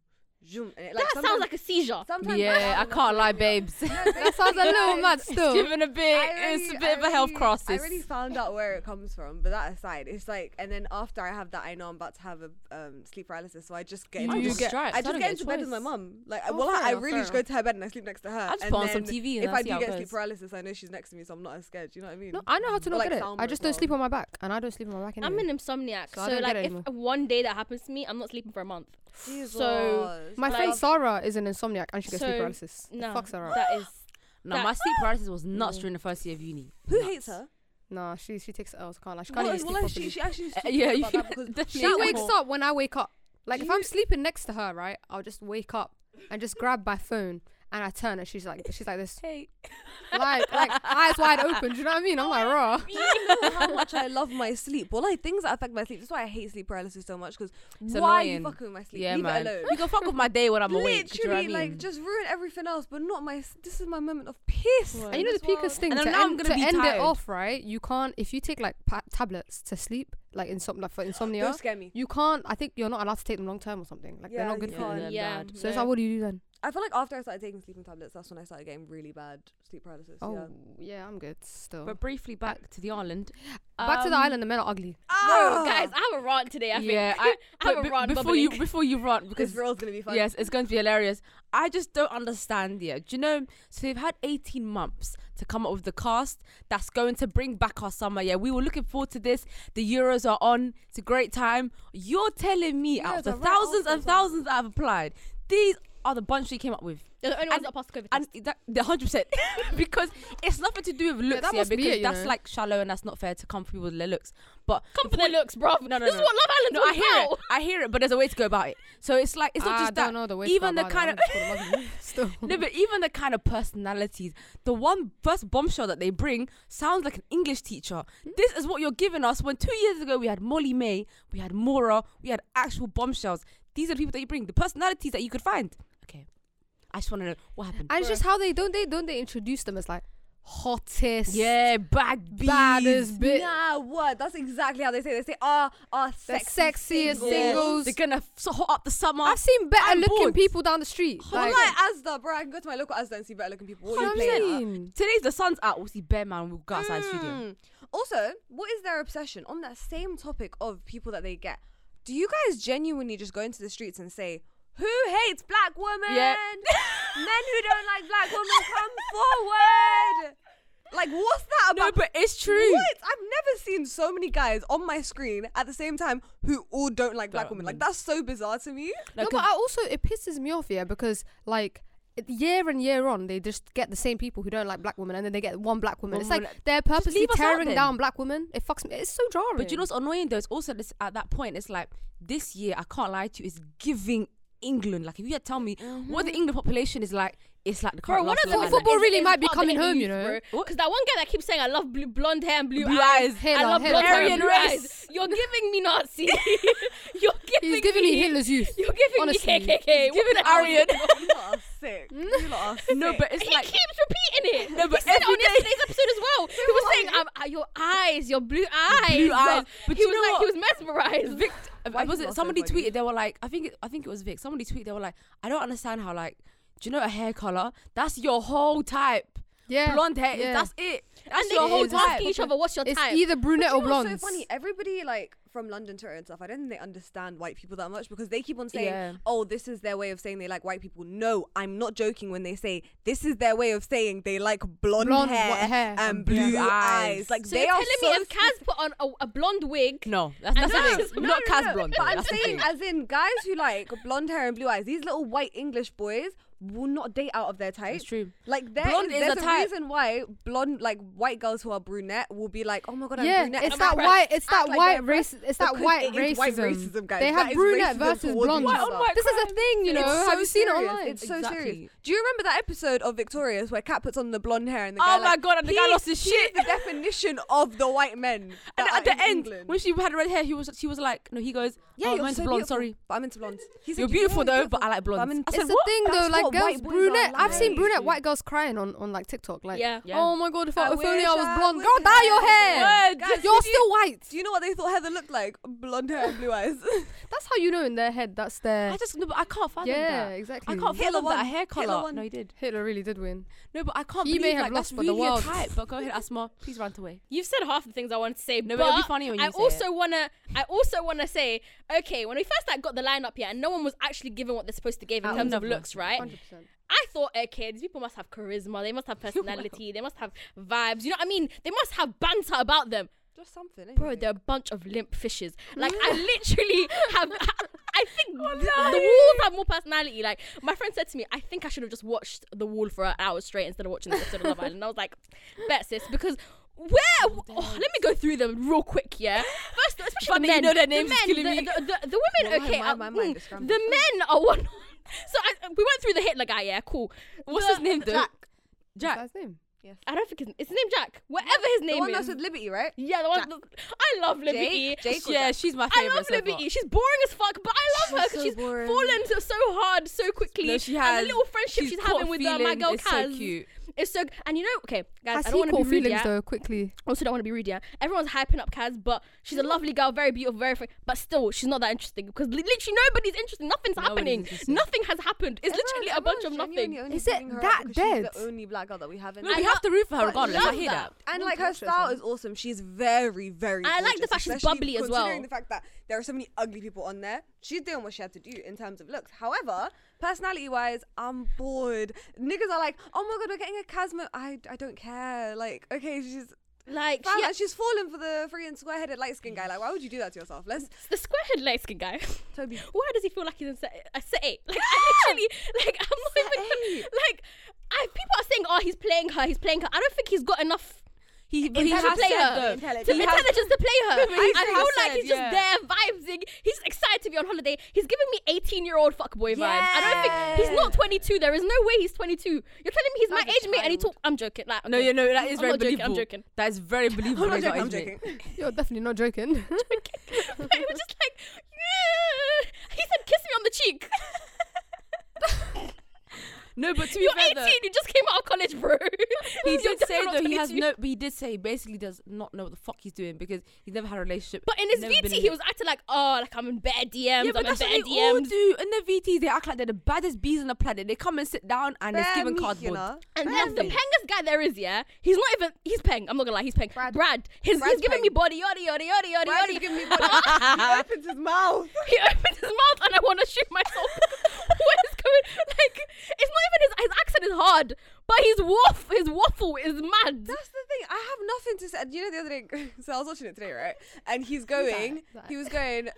[SPEAKER 3] zoom. And it, like,
[SPEAKER 2] that sounds like a seizure.
[SPEAKER 3] sometimes
[SPEAKER 1] Yeah, I
[SPEAKER 3] happens
[SPEAKER 1] can't
[SPEAKER 3] when
[SPEAKER 1] lie,
[SPEAKER 3] I'm young.
[SPEAKER 1] babes.
[SPEAKER 3] No, babe,
[SPEAKER 4] that sounds a
[SPEAKER 3] [LAUGHS]
[SPEAKER 4] little
[SPEAKER 3] guys,
[SPEAKER 4] mad
[SPEAKER 1] It's
[SPEAKER 4] still.
[SPEAKER 1] given a bit.
[SPEAKER 3] I
[SPEAKER 1] it's a
[SPEAKER 3] really-
[SPEAKER 1] bit of a
[SPEAKER 3] I
[SPEAKER 1] health
[SPEAKER 3] really-
[SPEAKER 1] crisis.
[SPEAKER 3] I really found out where it comes from, but that aside, it's like, and then after I have that, I know I'm about to have a um, sleep paralysis, so I just get
[SPEAKER 4] You
[SPEAKER 3] into bed.
[SPEAKER 4] do get-
[SPEAKER 3] I just get into bed with my mum. Like,
[SPEAKER 4] Oh,
[SPEAKER 3] well,
[SPEAKER 4] fair
[SPEAKER 3] I, I
[SPEAKER 4] enough,
[SPEAKER 3] really
[SPEAKER 4] fair
[SPEAKER 3] just go to her bed and I sleep next to her.
[SPEAKER 1] I just
[SPEAKER 3] and
[SPEAKER 1] put on some
[SPEAKER 3] then
[SPEAKER 1] TV and
[SPEAKER 3] If I do
[SPEAKER 1] how
[SPEAKER 3] get
[SPEAKER 1] it
[SPEAKER 3] sleep
[SPEAKER 1] goes.
[SPEAKER 3] paralysis, I know she's next to me, so I'm not as scared. Do you know what I mean?
[SPEAKER 4] No, I know how to
[SPEAKER 3] Or,
[SPEAKER 4] not
[SPEAKER 3] like,
[SPEAKER 4] get it.
[SPEAKER 3] Salma
[SPEAKER 4] I
[SPEAKER 3] as
[SPEAKER 4] just don't sleep
[SPEAKER 3] well.
[SPEAKER 4] on my back, and I don't sleep on my back anymore.
[SPEAKER 2] I'm an insomniac,
[SPEAKER 4] So
[SPEAKER 2] so,
[SPEAKER 4] I don't
[SPEAKER 2] like
[SPEAKER 4] get it
[SPEAKER 2] if
[SPEAKER 4] anymore.
[SPEAKER 2] one day that happens to me, I'm not sleeping for a month.
[SPEAKER 3] Jesus.
[SPEAKER 4] My
[SPEAKER 2] Like-
[SPEAKER 4] friend Sarah is an insomniac and she gets sleep
[SPEAKER 2] So,
[SPEAKER 4] paralysis.
[SPEAKER 2] No,
[SPEAKER 4] Fuck Sarah.
[SPEAKER 2] that is
[SPEAKER 1] No,
[SPEAKER 2] that-
[SPEAKER 1] my sleep paralysis was nuts
[SPEAKER 4] Mm.
[SPEAKER 1] during the first year of uni.
[SPEAKER 3] Who
[SPEAKER 1] Nuts.
[SPEAKER 3] hates her?
[SPEAKER 4] Nah, she she takes L's. Can't lie. She can't
[SPEAKER 3] Well,
[SPEAKER 4] even sleep
[SPEAKER 3] well, like,
[SPEAKER 4] properly.
[SPEAKER 3] she, she actually used
[SPEAKER 1] Uh,
[SPEAKER 3] to
[SPEAKER 1] yeah,
[SPEAKER 3] yeah, about
[SPEAKER 1] you- [LAUGHS]
[SPEAKER 3] that because
[SPEAKER 1] definitely.
[SPEAKER 4] She
[SPEAKER 1] That
[SPEAKER 4] wakes
[SPEAKER 1] was-
[SPEAKER 4] up when I wake up. Like if I'm
[SPEAKER 3] You-
[SPEAKER 4] sleeping next to her, right, I'll just wake up and just grab my phone and I turn and she's like she's like this,
[SPEAKER 2] hey.
[SPEAKER 4] like like eyes wide open. Do you know what I mean? I'm like raw.
[SPEAKER 3] you know how much I love my sleep. Well, like things that affect my sleep. That's why I hate sleep paralysis so much. Because
[SPEAKER 1] It's
[SPEAKER 3] why
[SPEAKER 1] annoying.
[SPEAKER 3] are you fucking with my sleep?
[SPEAKER 1] Yeah,
[SPEAKER 3] Leave
[SPEAKER 1] man.
[SPEAKER 3] it alone.
[SPEAKER 1] You can fuck with my day when I'm awake. do you know
[SPEAKER 3] Literally,
[SPEAKER 1] what I
[SPEAKER 3] like
[SPEAKER 1] mean?
[SPEAKER 3] just ruin everything else, but not my. s- This is my moment of peace.
[SPEAKER 1] Word.
[SPEAKER 4] And you know the
[SPEAKER 3] peakest
[SPEAKER 4] peakest thing
[SPEAKER 1] And
[SPEAKER 4] to
[SPEAKER 1] then now I'm
[SPEAKER 4] end,
[SPEAKER 1] gonna
[SPEAKER 4] to
[SPEAKER 1] be
[SPEAKER 4] end it
[SPEAKER 1] tired.
[SPEAKER 4] off, right? You can't if you take like pa- tablets to sleep, like insom like for insomnia.
[SPEAKER 3] Don't scare me.
[SPEAKER 4] You can't. I think you're not allowed to take them long term or something. Like they're
[SPEAKER 3] Yeah,
[SPEAKER 4] not good
[SPEAKER 3] you
[SPEAKER 4] for you.
[SPEAKER 3] can't.
[SPEAKER 1] they're
[SPEAKER 2] Yeah.
[SPEAKER 1] bad.
[SPEAKER 4] So it's
[SPEAKER 2] yeah.
[SPEAKER 4] like, what do you do then?
[SPEAKER 3] I feel like after I started taking sleeping tablets, that's when I started getting really bad sleep paralysis.
[SPEAKER 4] Oh
[SPEAKER 3] yeah.
[SPEAKER 4] yeah, I'm good still.
[SPEAKER 1] But briefly back to the island.
[SPEAKER 4] Back to the
[SPEAKER 1] Um,
[SPEAKER 4] island. The men are ugly.
[SPEAKER 2] Bro,
[SPEAKER 3] Ah!
[SPEAKER 2] guys, I have a rant today. I
[SPEAKER 1] yeah,
[SPEAKER 2] [LAUGHS] think.
[SPEAKER 1] I,
[SPEAKER 2] I have
[SPEAKER 1] but
[SPEAKER 2] a
[SPEAKER 1] be-
[SPEAKER 2] rant
[SPEAKER 1] before
[SPEAKER 2] bubbling. [LAUGHS]
[SPEAKER 1] you before you
[SPEAKER 3] [LAUGHS]
[SPEAKER 1] run
[SPEAKER 3] this
[SPEAKER 1] because
[SPEAKER 3] role's gonna be fun.
[SPEAKER 1] yes, it's going to be hilarious. I just don't understand yeah. Do you know? So they've had 18 months to come up with the cast that's going to bring back our summer. Yeah, we were looking forward to this. The Euros are on. It's a great time. You're telling me
[SPEAKER 4] Yeah,
[SPEAKER 1] out of the
[SPEAKER 4] they're right
[SPEAKER 1] thousands
[SPEAKER 4] after
[SPEAKER 1] and
[SPEAKER 4] as well.
[SPEAKER 1] thousands that have applied, these are the bunch we came up with.
[SPEAKER 2] They're the only ones
[SPEAKER 1] And-
[SPEAKER 2] that passed the COVID.
[SPEAKER 1] and that the hundred percent [LAUGHS] because it's nothing to do with looks
[SPEAKER 4] that
[SPEAKER 1] yeah,
[SPEAKER 4] must be
[SPEAKER 1] because
[SPEAKER 4] it, you
[SPEAKER 1] that's
[SPEAKER 4] know.
[SPEAKER 1] like shallow and that's not fair to come for people with their looks but
[SPEAKER 2] Come for their looks, bro.
[SPEAKER 1] No, no,
[SPEAKER 2] this
[SPEAKER 1] no.
[SPEAKER 2] is what Love Island's
[SPEAKER 1] no
[SPEAKER 2] all
[SPEAKER 1] I hear
[SPEAKER 2] about.
[SPEAKER 1] it I hear it but there's a way to go about it so it's like it's not
[SPEAKER 4] I
[SPEAKER 1] just
[SPEAKER 4] Ah, don't
[SPEAKER 1] that
[SPEAKER 4] know the way
[SPEAKER 1] even the kind of [LAUGHS]
[SPEAKER 4] still.
[SPEAKER 1] no but even the kind of personalities the one first bombshell that they bring sounds like an English teacher
[SPEAKER 4] Hmm?
[SPEAKER 1] this is what you're giving us when two years ago we had Molly May we had Mora we had actual bombshells these are the people that you bring the personalities that you could find okay I just want to know what happened
[SPEAKER 4] And it's just how they don't they don't they introduce them as like hottest,
[SPEAKER 1] Yeah, bad bees.
[SPEAKER 4] baddest bitch.
[SPEAKER 3] Nah, what? That's exactly how they say. it. They say, "Ah, ah,
[SPEAKER 4] The
[SPEAKER 3] sexy,
[SPEAKER 4] sexiest
[SPEAKER 3] single."
[SPEAKER 4] singles.
[SPEAKER 1] They're gonna f- so hot up the summer.
[SPEAKER 4] I've seen better
[SPEAKER 1] I'm
[SPEAKER 4] looking
[SPEAKER 1] bored.
[SPEAKER 4] people down the street.
[SPEAKER 3] I'm
[SPEAKER 4] Like,
[SPEAKER 3] like Asda, bro. I can go to my local Asda and see better looking people. What are you
[SPEAKER 4] what
[SPEAKER 3] playing
[SPEAKER 4] I
[SPEAKER 3] at?
[SPEAKER 4] mean?
[SPEAKER 1] Today's the sun's out. We'll see Bear Man. We'll go outside studio.
[SPEAKER 3] Mm. Also, what is their obsession on that same topic of people that they get? Do you guys genuinely just go into the streets and say, Who hates black women?
[SPEAKER 1] Yeah.
[SPEAKER 3] [LAUGHS] Men who don't like black women,
[SPEAKER 1] [LAUGHS]
[SPEAKER 3] come forward. Like, what's that
[SPEAKER 1] No,
[SPEAKER 3] about?
[SPEAKER 1] but it's true.
[SPEAKER 3] What? I've never seen so many guys on my screen at the same time who all don't like black
[SPEAKER 1] Black
[SPEAKER 3] women. Like,
[SPEAKER 1] women.
[SPEAKER 3] that's so bizarre to me.
[SPEAKER 1] No,
[SPEAKER 4] No,
[SPEAKER 1] 'cause-
[SPEAKER 4] but I also it pisses me off, yeah, because like it- year and year on, they just get the same people who don't like black women, and then they get one black woman.
[SPEAKER 1] One
[SPEAKER 4] it's like
[SPEAKER 1] woman-
[SPEAKER 4] they're purposely
[SPEAKER 1] leave us out
[SPEAKER 4] tearing
[SPEAKER 1] then.
[SPEAKER 4] down black women. It fucks me. It's so jarring.
[SPEAKER 1] But you know what's annoying though? It's also this at that point, it's like this year, I can't lie to you, it's giving England. Like if you had to tell me what the England population is like, it's like the
[SPEAKER 2] Bro,
[SPEAKER 1] current
[SPEAKER 2] one
[SPEAKER 1] last
[SPEAKER 2] of the
[SPEAKER 1] Love
[SPEAKER 4] Football
[SPEAKER 1] Island.
[SPEAKER 4] football really might be
[SPEAKER 2] about the
[SPEAKER 4] coming home,
[SPEAKER 2] Emmys,
[SPEAKER 4] you know?
[SPEAKER 2] bro. Because that one girl that keeps saying I love blue, blonde hair and blue,
[SPEAKER 1] Blue
[SPEAKER 2] eyes.
[SPEAKER 1] eyes.
[SPEAKER 4] Hitler,
[SPEAKER 2] I love
[SPEAKER 4] Hitler.
[SPEAKER 2] blonde hair
[SPEAKER 1] Aryan
[SPEAKER 2] and blue
[SPEAKER 1] race.
[SPEAKER 2] eyes. You're giving me Nazi. You're giving
[SPEAKER 4] He's giving me Hitler's youth.
[SPEAKER 2] You're giving
[SPEAKER 4] Honestly.
[SPEAKER 2] me KKK.
[SPEAKER 1] Give it
[SPEAKER 2] What the hell is
[SPEAKER 1] Aryan.
[SPEAKER 2] going on?
[SPEAKER 3] Oh You lot are sick. You lot
[SPEAKER 1] [LAUGHS]
[SPEAKER 3] are sick.
[SPEAKER 1] No, but it's
[SPEAKER 2] he
[SPEAKER 1] like
[SPEAKER 2] keeps repeating it.
[SPEAKER 1] No, but
[SPEAKER 2] he said it
[SPEAKER 1] every
[SPEAKER 2] on
[SPEAKER 1] day-
[SPEAKER 2] yesterday's episode as well. he was saying,
[SPEAKER 3] lying.
[SPEAKER 2] um, uh, "Your eyes, your blue eyes."
[SPEAKER 1] blue eyes. But
[SPEAKER 2] he
[SPEAKER 1] you
[SPEAKER 2] was
[SPEAKER 1] know
[SPEAKER 2] like,
[SPEAKER 1] what?
[SPEAKER 2] he was mesmerized.
[SPEAKER 1] Vict-
[SPEAKER 3] Why
[SPEAKER 1] I
[SPEAKER 3] you
[SPEAKER 1] was
[SPEAKER 3] lot
[SPEAKER 1] it,
[SPEAKER 3] so
[SPEAKER 1] somebody
[SPEAKER 3] funny?
[SPEAKER 1] tweeted they were like I think it, I think it was Vic somebody tweeted they were like I don't understand how like do you know a hair color that's your whole type [LAUGHS]
[SPEAKER 4] Yeah,
[SPEAKER 1] blonde hair
[SPEAKER 4] yeah.
[SPEAKER 1] that's it that's
[SPEAKER 2] and they
[SPEAKER 1] your whole
[SPEAKER 2] keep
[SPEAKER 1] type
[SPEAKER 2] asking each other, "What's your
[SPEAKER 4] It's
[SPEAKER 2] type?"
[SPEAKER 4] either brunette
[SPEAKER 3] Do
[SPEAKER 4] or
[SPEAKER 3] you know what's
[SPEAKER 4] blonde.
[SPEAKER 3] so funny. Everybody like from London Twitter and stuff. I don't think they understand white people that much because they keep on saying,
[SPEAKER 1] Yeah.
[SPEAKER 3] "Oh, this is their way of saying they like white people." No, I'm not joking when they say this is their way of saying they like blonde,
[SPEAKER 4] Blonde
[SPEAKER 3] hair,
[SPEAKER 4] wh- hair
[SPEAKER 3] and blue eyes. Like
[SPEAKER 2] so
[SPEAKER 3] they
[SPEAKER 2] you're
[SPEAKER 3] are
[SPEAKER 2] telling
[SPEAKER 3] so
[SPEAKER 2] me if Kaz put on a, a blonde wig,
[SPEAKER 1] no that's, that's
[SPEAKER 2] know.
[SPEAKER 1] the thing not
[SPEAKER 3] no, no,
[SPEAKER 1] Cas blonde
[SPEAKER 3] But
[SPEAKER 1] though,
[SPEAKER 3] I'm
[SPEAKER 1] that's the
[SPEAKER 3] saying,
[SPEAKER 1] thing.
[SPEAKER 3] as in guys who like blonde hair and blue eyes, these little white English boys will not date out of their type.
[SPEAKER 1] it's true
[SPEAKER 3] Like there
[SPEAKER 1] Blonde
[SPEAKER 3] is,
[SPEAKER 1] is
[SPEAKER 3] there's
[SPEAKER 1] a
[SPEAKER 3] a,
[SPEAKER 1] type.
[SPEAKER 3] reason why blonde like white girls who are brunette will be like, oh my god, I'm
[SPEAKER 4] yeah,
[SPEAKER 3] brunette. and
[SPEAKER 4] it's
[SPEAKER 3] I'm
[SPEAKER 4] that
[SPEAKER 3] impressed."
[SPEAKER 4] white. It's
[SPEAKER 3] Act
[SPEAKER 4] that
[SPEAKER 3] like they're
[SPEAKER 4] white
[SPEAKER 3] impressed
[SPEAKER 4] race. It's that
[SPEAKER 3] because
[SPEAKER 4] white
[SPEAKER 3] it
[SPEAKER 4] racism.
[SPEAKER 3] is white racism, guys.
[SPEAKER 4] They
[SPEAKER 3] That
[SPEAKER 4] have
[SPEAKER 3] is
[SPEAKER 4] brunette
[SPEAKER 3] racism
[SPEAKER 4] versus
[SPEAKER 3] towards
[SPEAKER 4] blonde.
[SPEAKER 3] yourself. Why on
[SPEAKER 4] This is a thing, you know.
[SPEAKER 3] It's so
[SPEAKER 4] have you seen it
[SPEAKER 3] serious.
[SPEAKER 4] online?
[SPEAKER 3] It's so
[SPEAKER 1] Exactly.
[SPEAKER 3] serious. Do you remember that episode of Victorious where Kat puts on the blonde hair and the guy
[SPEAKER 1] oh my
[SPEAKER 3] like,
[SPEAKER 1] god and the guy
[SPEAKER 3] he-
[SPEAKER 1] lost his
[SPEAKER 3] he's
[SPEAKER 1] shit
[SPEAKER 3] the definition of the white men
[SPEAKER 1] And
[SPEAKER 3] that
[SPEAKER 1] at
[SPEAKER 3] are
[SPEAKER 1] the
[SPEAKER 3] in
[SPEAKER 1] end,
[SPEAKER 3] England.
[SPEAKER 1] when she had red hair, he was she was like, no, he goes, yeah,
[SPEAKER 3] Yeah,
[SPEAKER 1] oh,
[SPEAKER 3] you're
[SPEAKER 1] mine's
[SPEAKER 3] so
[SPEAKER 1] blonde.
[SPEAKER 3] beautiful."
[SPEAKER 1] Sorry,
[SPEAKER 3] but I'm into blondes. He's
[SPEAKER 1] you're
[SPEAKER 3] like,
[SPEAKER 1] beautiful
[SPEAKER 3] "You're
[SPEAKER 1] though,
[SPEAKER 3] beautiful."
[SPEAKER 1] but I like
[SPEAKER 3] I'm
[SPEAKER 1] blondes.
[SPEAKER 3] in-
[SPEAKER 1] I
[SPEAKER 4] It's
[SPEAKER 1] said,
[SPEAKER 4] the
[SPEAKER 1] what?
[SPEAKER 4] thing
[SPEAKER 3] That's
[SPEAKER 4] though, like
[SPEAKER 3] what
[SPEAKER 4] girls,
[SPEAKER 3] white boys are
[SPEAKER 4] brunette. I've seen
[SPEAKER 3] like.
[SPEAKER 4] brunette white girls crying on, on like TikTok. Like,
[SPEAKER 2] Yeah.
[SPEAKER 1] Yeah.
[SPEAKER 4] oh my god, if,
[SPEAKER 3] I
[SPEAKER 4] I, if only
[SPEAKER 3] wish
[SPEAKER 4] I was
[SPEAKER 3] I
[SPEAKER 4] blonde.
[SPEAKER 3] was
[SPEAKER 4] Girl, dye your hair.
[SPEAKER 1] Word.
[SPEAKER 3] Guys, did
[SPEAKER 4] You're
[SPEAKER 3] you-
[SPEAKER 4] still white.
[SPEAKER 3] Do you know what they thought Heather looked like? Blonde hair and blue eyes.
[SPEAKER 4] That's how you know in their head that's their.
[SPEAKER 1] I just no, but I can't fathom
[SPEAKER 4] Yeah,
[SPEAKER 1] that.
[SPEAKER 4] exactly.
[SPEAKER 1] I can't
[SPEAKER 3] Hitler
[SPEAKER 1] fathom that
[SPEAKER 3] won.
[SPEAKER 1] hair
[SPEAKER 3] Hitler
[SPEAKER 1] color.
[SPEAKER 3] won.
[SPEAKER 1] No, he did.
[SPEAKER 4] Hitler really did win.
[SPEAKER 1] No, but I can't.
[SPEAKER 4] He may
[SPEAKER 1] believe,
[SPEAKER 4] have
[SPEAKER 1] like,
[SPEAKER 4] lost,
[SPEAKER 1] that's
[SPEAKER 4] but the
[SPEAKER 1] really a
[SPEAKER 4] world-
[SPEAKER 1] type. But go ahead, Asma. Please rant away.
[SPEAKER 2] You've said half the things I wanted to say,
[SPEAKER 1] No, but
[SPEAKER 2] but
[SPEAKER 1] it'll be funny when you
[SPEAKER 2] I
[SPEAKER 1] say
[SPEAKER 2] also wanna, I also wanna say, okay, when we first like got the lineup here, and no one was actually given what they're supposed to give in
[SPEAKER 1] Out
[SPEAKER 2] terms
[SPEAKER 1] of
[SPEAKER 2] of looks, right?
[SPEAKER 4] Hundred percent.
[SPEAKER 2] I thought, eh, okay, these people must have charisma,
[SPEAKER 1] [LAUGHS]
[SPEAKER 2] they must have personality, they must have vibes. You know what I mean? They must have banter about them.
[SPEAKER 3] Just something.
[SPEAKER 2] Bro, they're a bunch of limp fishes. Like I literally have. I think th-
[SPEAKER 1] no.
[SPEAKER 2] the walls have more personality. Like my friend said to me, I think I should have just watched the wall for an hour straight instead of watching the episode of Love Island. I was like, bet sis, because where? oh, let me go through them real quick. Yeah, first, especially
[SPEAKER 1] Funny
[SPEAKER 2] the
[SPEAKER 1] you
[SPEAKER 2] men.
[SPEAKER 1] know their names is
[SPEAKER 2] the men,
[SPEAKER 1] killing me.
[SPEAKER 2] the, the, the, the women.
[SPEAKER 3] My-
[SPEAKER 2] okay,
[SPEAKER 3] my-
[SPEAKER 2] uh,
[SPEAKER 3] my mind
[SPEAKER 2] mm,
[SPEAKER 3] is scrambled.
[SPEAKER 2] the men are one. [LAUGHS] So I, we went through the Hitler guy. Yeah, cool.
[SPEAKER 1] What's
[SPEAKER 2] The-
[SPEAKER 1] his name though?
[SPEAKER 4] Jack.
[SPEAKER 1] Jack.
[SPEAKER 4] That's name.
[SPEAKER 2] I don't think his, his name Jack. Whatever his
[SPEAKER 3] The
[SPEAKER 2] name
[SPEAKER 3] one
[SPEAKER 2] is.
[SPEAKER 3] that's with Liberty, right?
[SPEAKER 2] yeah, the one.
[SPEAKER 3] Jack.
[SPEAKER 2] I love Liberty.
[SPEAKER 3] Jake or
[SPEAKER 1] yeah,
[SPEAKER 3] Jack?
[SPEAKER 1] she's my
[SPEAKER 2] I
[SPEAKER 1] favorite.
[SPEAKER 2] love
[SPEAKER 1] so
[SPEAKER 2] Liberty. She's boring as fuck, but I love her 'cause her because
[SPEAKER 3] so
[SPEAKER 2] she's
[SPEAKER 3] boring.
[SPEAKER 2] fallen so, so hard so quickly.
[SPEAKER 1] No, she
[SPEAKER 2] And
[SPEAKER 1] has-
[SPEAKER 2] the little friendship she's, having
[SPEAKER 1] caught
[SPEAKER 2] with uh, my
[SPEAKER 1] feelings,
[SPEAKER 2] girl
[SPEAKER 1] it's
[SPEAKER 2] Kaz.
[SPEAKER 1] so cute.
[SPEAKER 2] It's so. And you know, okay, guys,
[SPEAKER 4] Has
[SPEAKER 2] I
[SPEAKER 4] he
[SPEAKER 2] don't want to be
[SPEAKER 4] caught
[SPEAKER 2] rude.
[SPEAKER 4] feelings
[SPEAKER 2] Yeah?
[SPEAKER 4] though? Quickly.
[SPEAKER 2] Also, don't want to be rude. Yeah, everyone's hyping up Kaz, but she's a lovely girl, very beautiful, very. Fr- but still, she's not that interesting because li- literally nobody's interesting. Nothing's
[SPEAKER 1] Nobody's
[SPEAKER 2] happening.
[SPEAKER 1] interesting.
[SPEAKER 2] Nothing has happened. It's literally a bunch of nothing.
[SPEAKER 4] Is it that dead?
[SPEAKER 3] She's the only black girl that we have in.
[SPEAKER 1] No,
[SPEAKER 2] I
[SPEAKER 1] we
[SPEAKER 3] there.
[SPEAKER 2] love-
[SPEAKER 1] have to root for her
[SPEAKER 3] But
[SPEAKER 1] regardless. I
[SPEAKER 2] love
[SPEAKER 1] hear that.
[SPEAKER 2] that.
[SPEAKER 3] And
[SPEAKER 4] Don't
[SPEAKER 3] like her
[SPEAKER 4] touch her,
[SPEAKER 3] style
[SPEAKER 4] son.
[SPEAKER 3] is awesome. She's very, very.
[SPEAKER 2] I like the
[SPEAKER 3] gorgeous,
[SPEAKER 2] fact she's
[SPEAKER 3] especially
[SPEAKER 2] bubbly as well.
[SPEAKER 3] Considering the fact that there are so many ugly people on there, she's doing what she had to do in terms of looks. However, personality-wise, I'm bored. Niggas are like, oh my god, we're getting a Casmo. I, I don't care. Like, okay, she's
[SPEAKER 2] Like,
[SPEAKER 3] fam,
[SPEAKER 2] she,
[SPEAKER 3] like, she's fallen for the free and square-headed light-skinned guy. Like, why would you do that to yourself? Let's
[SPEAKER 2] the squarehead light skin guy. [LAUGHS]
[SPEAKER 3] Toby.
[SPEAKER 2] Why does he feel like he's in set, uh, set eight? [LAUGHS] Like I literally, like I'm not even
[SPEAKER 3] eight.
[SPEAKER 2] [LAUGHS] like. I, people are saying, oh, he's playing her, he's playing her. I don't think he's got enough
[SPEAKER 1] He, but he has
[SPEAKER 2] intelligence to play
[SPEAKER 1] said
[SPEAKER 2] her,
[SPEAKER 1] though.
[SPEAKER 2] to,
[SPEAKER 3] He has-
[SPEAKER 2] intelligence to play her.
[SPEAKER 1] No, but
[SPEAKER 2] I,
[SPEAKER 1] he's
[SPEAKER 2] I
[SPEAKER 1] really
[SPEAKER 2] feel like
[SPEAKER 1] said,
[SPEAKER 2] he's
[SPEAKER 1] yeah.
[SPEAKER 2] just there vibing. He's excited to be on holiday. He's giving me 18 year old fuckboy vibes. I don't think he's
[SPEAKER 3] Yeah.
[SPEAKER 2] not 22. There is no way he's 22. You're telling me he's my
[SPEAKER 3] That was a
[SPEAKER 2] age mate and he
[SPEAKER 3] child.
[SPEAKER 2] talk. I'm joking. Like,
[SPEAKER 1] No,
[SPEAKER 2] okay.
[SPEAKER 1] you [LAUGHS] know that is very
[SPEAKER 2] I'm not joking,
[SPEAKER 1] believable.
[SPEAKER 2] I'm joking.
[SPEAKER 1] That is very believable.
[SPEAKER 3] [LAUGHS] I'm not
[SPEAKER 1] that he's
[SPEAKER 3] joking. I'm
[SPEAKER 1] not his mate.
[SPEAKER 3] joking.
[SPEAKER 4] You're definitely not joking.
[SPEAKER 2] [LAUGHS]
[SPEAKER 4] [LAUGHS]
[SPEAKER 2] but it was just like, yeah. he said, kiss me on the cheek.
[SPEAKER 1] No, but [LAUGHS] to be
[SPEAKER 2] You're
[SPEAKER 1] fair,
[SPEAKER 2] 18.
[SPEAKER 1] though,
[SPEAKER 2] You just came out of college, bro.
[SPEAKER 1] [LAUGHS] he
[SPEAKER 3] [LAUGHS]
[SPEAKER 2] You're
[SPEAKER 1] did say
[SPEAKER 2] definitely not
[SPEAKER 1] though he has
[SPEAKER 2] 22.
[SPEAKER 1] no. But he did say he basically does not know what the fuck he's doing because he's never had a relationship.
[SPEAKER 2] [LAUGHS] But in his
[SPEAKER 1] never been
[SPEAKER 2] VT, he was acting like, oh, like I'm in bad DMs.
[SPEAKER 1] Yeah, but
[SPEAKER 2] I'm in
[SPEAKER 1] that's what
[SPEAKER 2] bad
[SPEAKER 1] they all
[SPEAKER 2] DMs.
[SPEAKER 1] do. In the VTs, they act like they're the baddest bees on the planet. They come and sit down and it's
[SPEAKER 3] Bare
[SPEAKER 1] given
[SPEAKER 3] meat, you
[SPEAKER 1] cardboard.
[SPEAKER 3] know?
[SPEAKER 2] And that's the pengest guy there is, yeah. He's not even. He's peng. I'm not gonna lie. He's peng. Brad.
[SPEAKER 3] Brad.
[SPEAKER 2] He's, he's
[SPEAKER 3] Brad's
[SPEAKER 2] giving
[SPEAKER 3] peng.
[SPEAKER 2] me body, yada yada yada yada [LAUGHS]
[SPEAKER 3] Why
[SPEAKER 2] yada. [LAUGHS]
[SPEAKER 3] did you give me? He opens his mouth.
[SPEAKER 2] he opened his mouth and I want to shoot myself. [LAUGHS] mad, but his waff his waffle is mad.
[SPEAKER 3] That's the thing. I have nothing to say. And You know the other thing. [LAUGHS] So I was watching it today, right? And he's going.
[SPEAKER 4] that-
[SPEAKER 3] He was going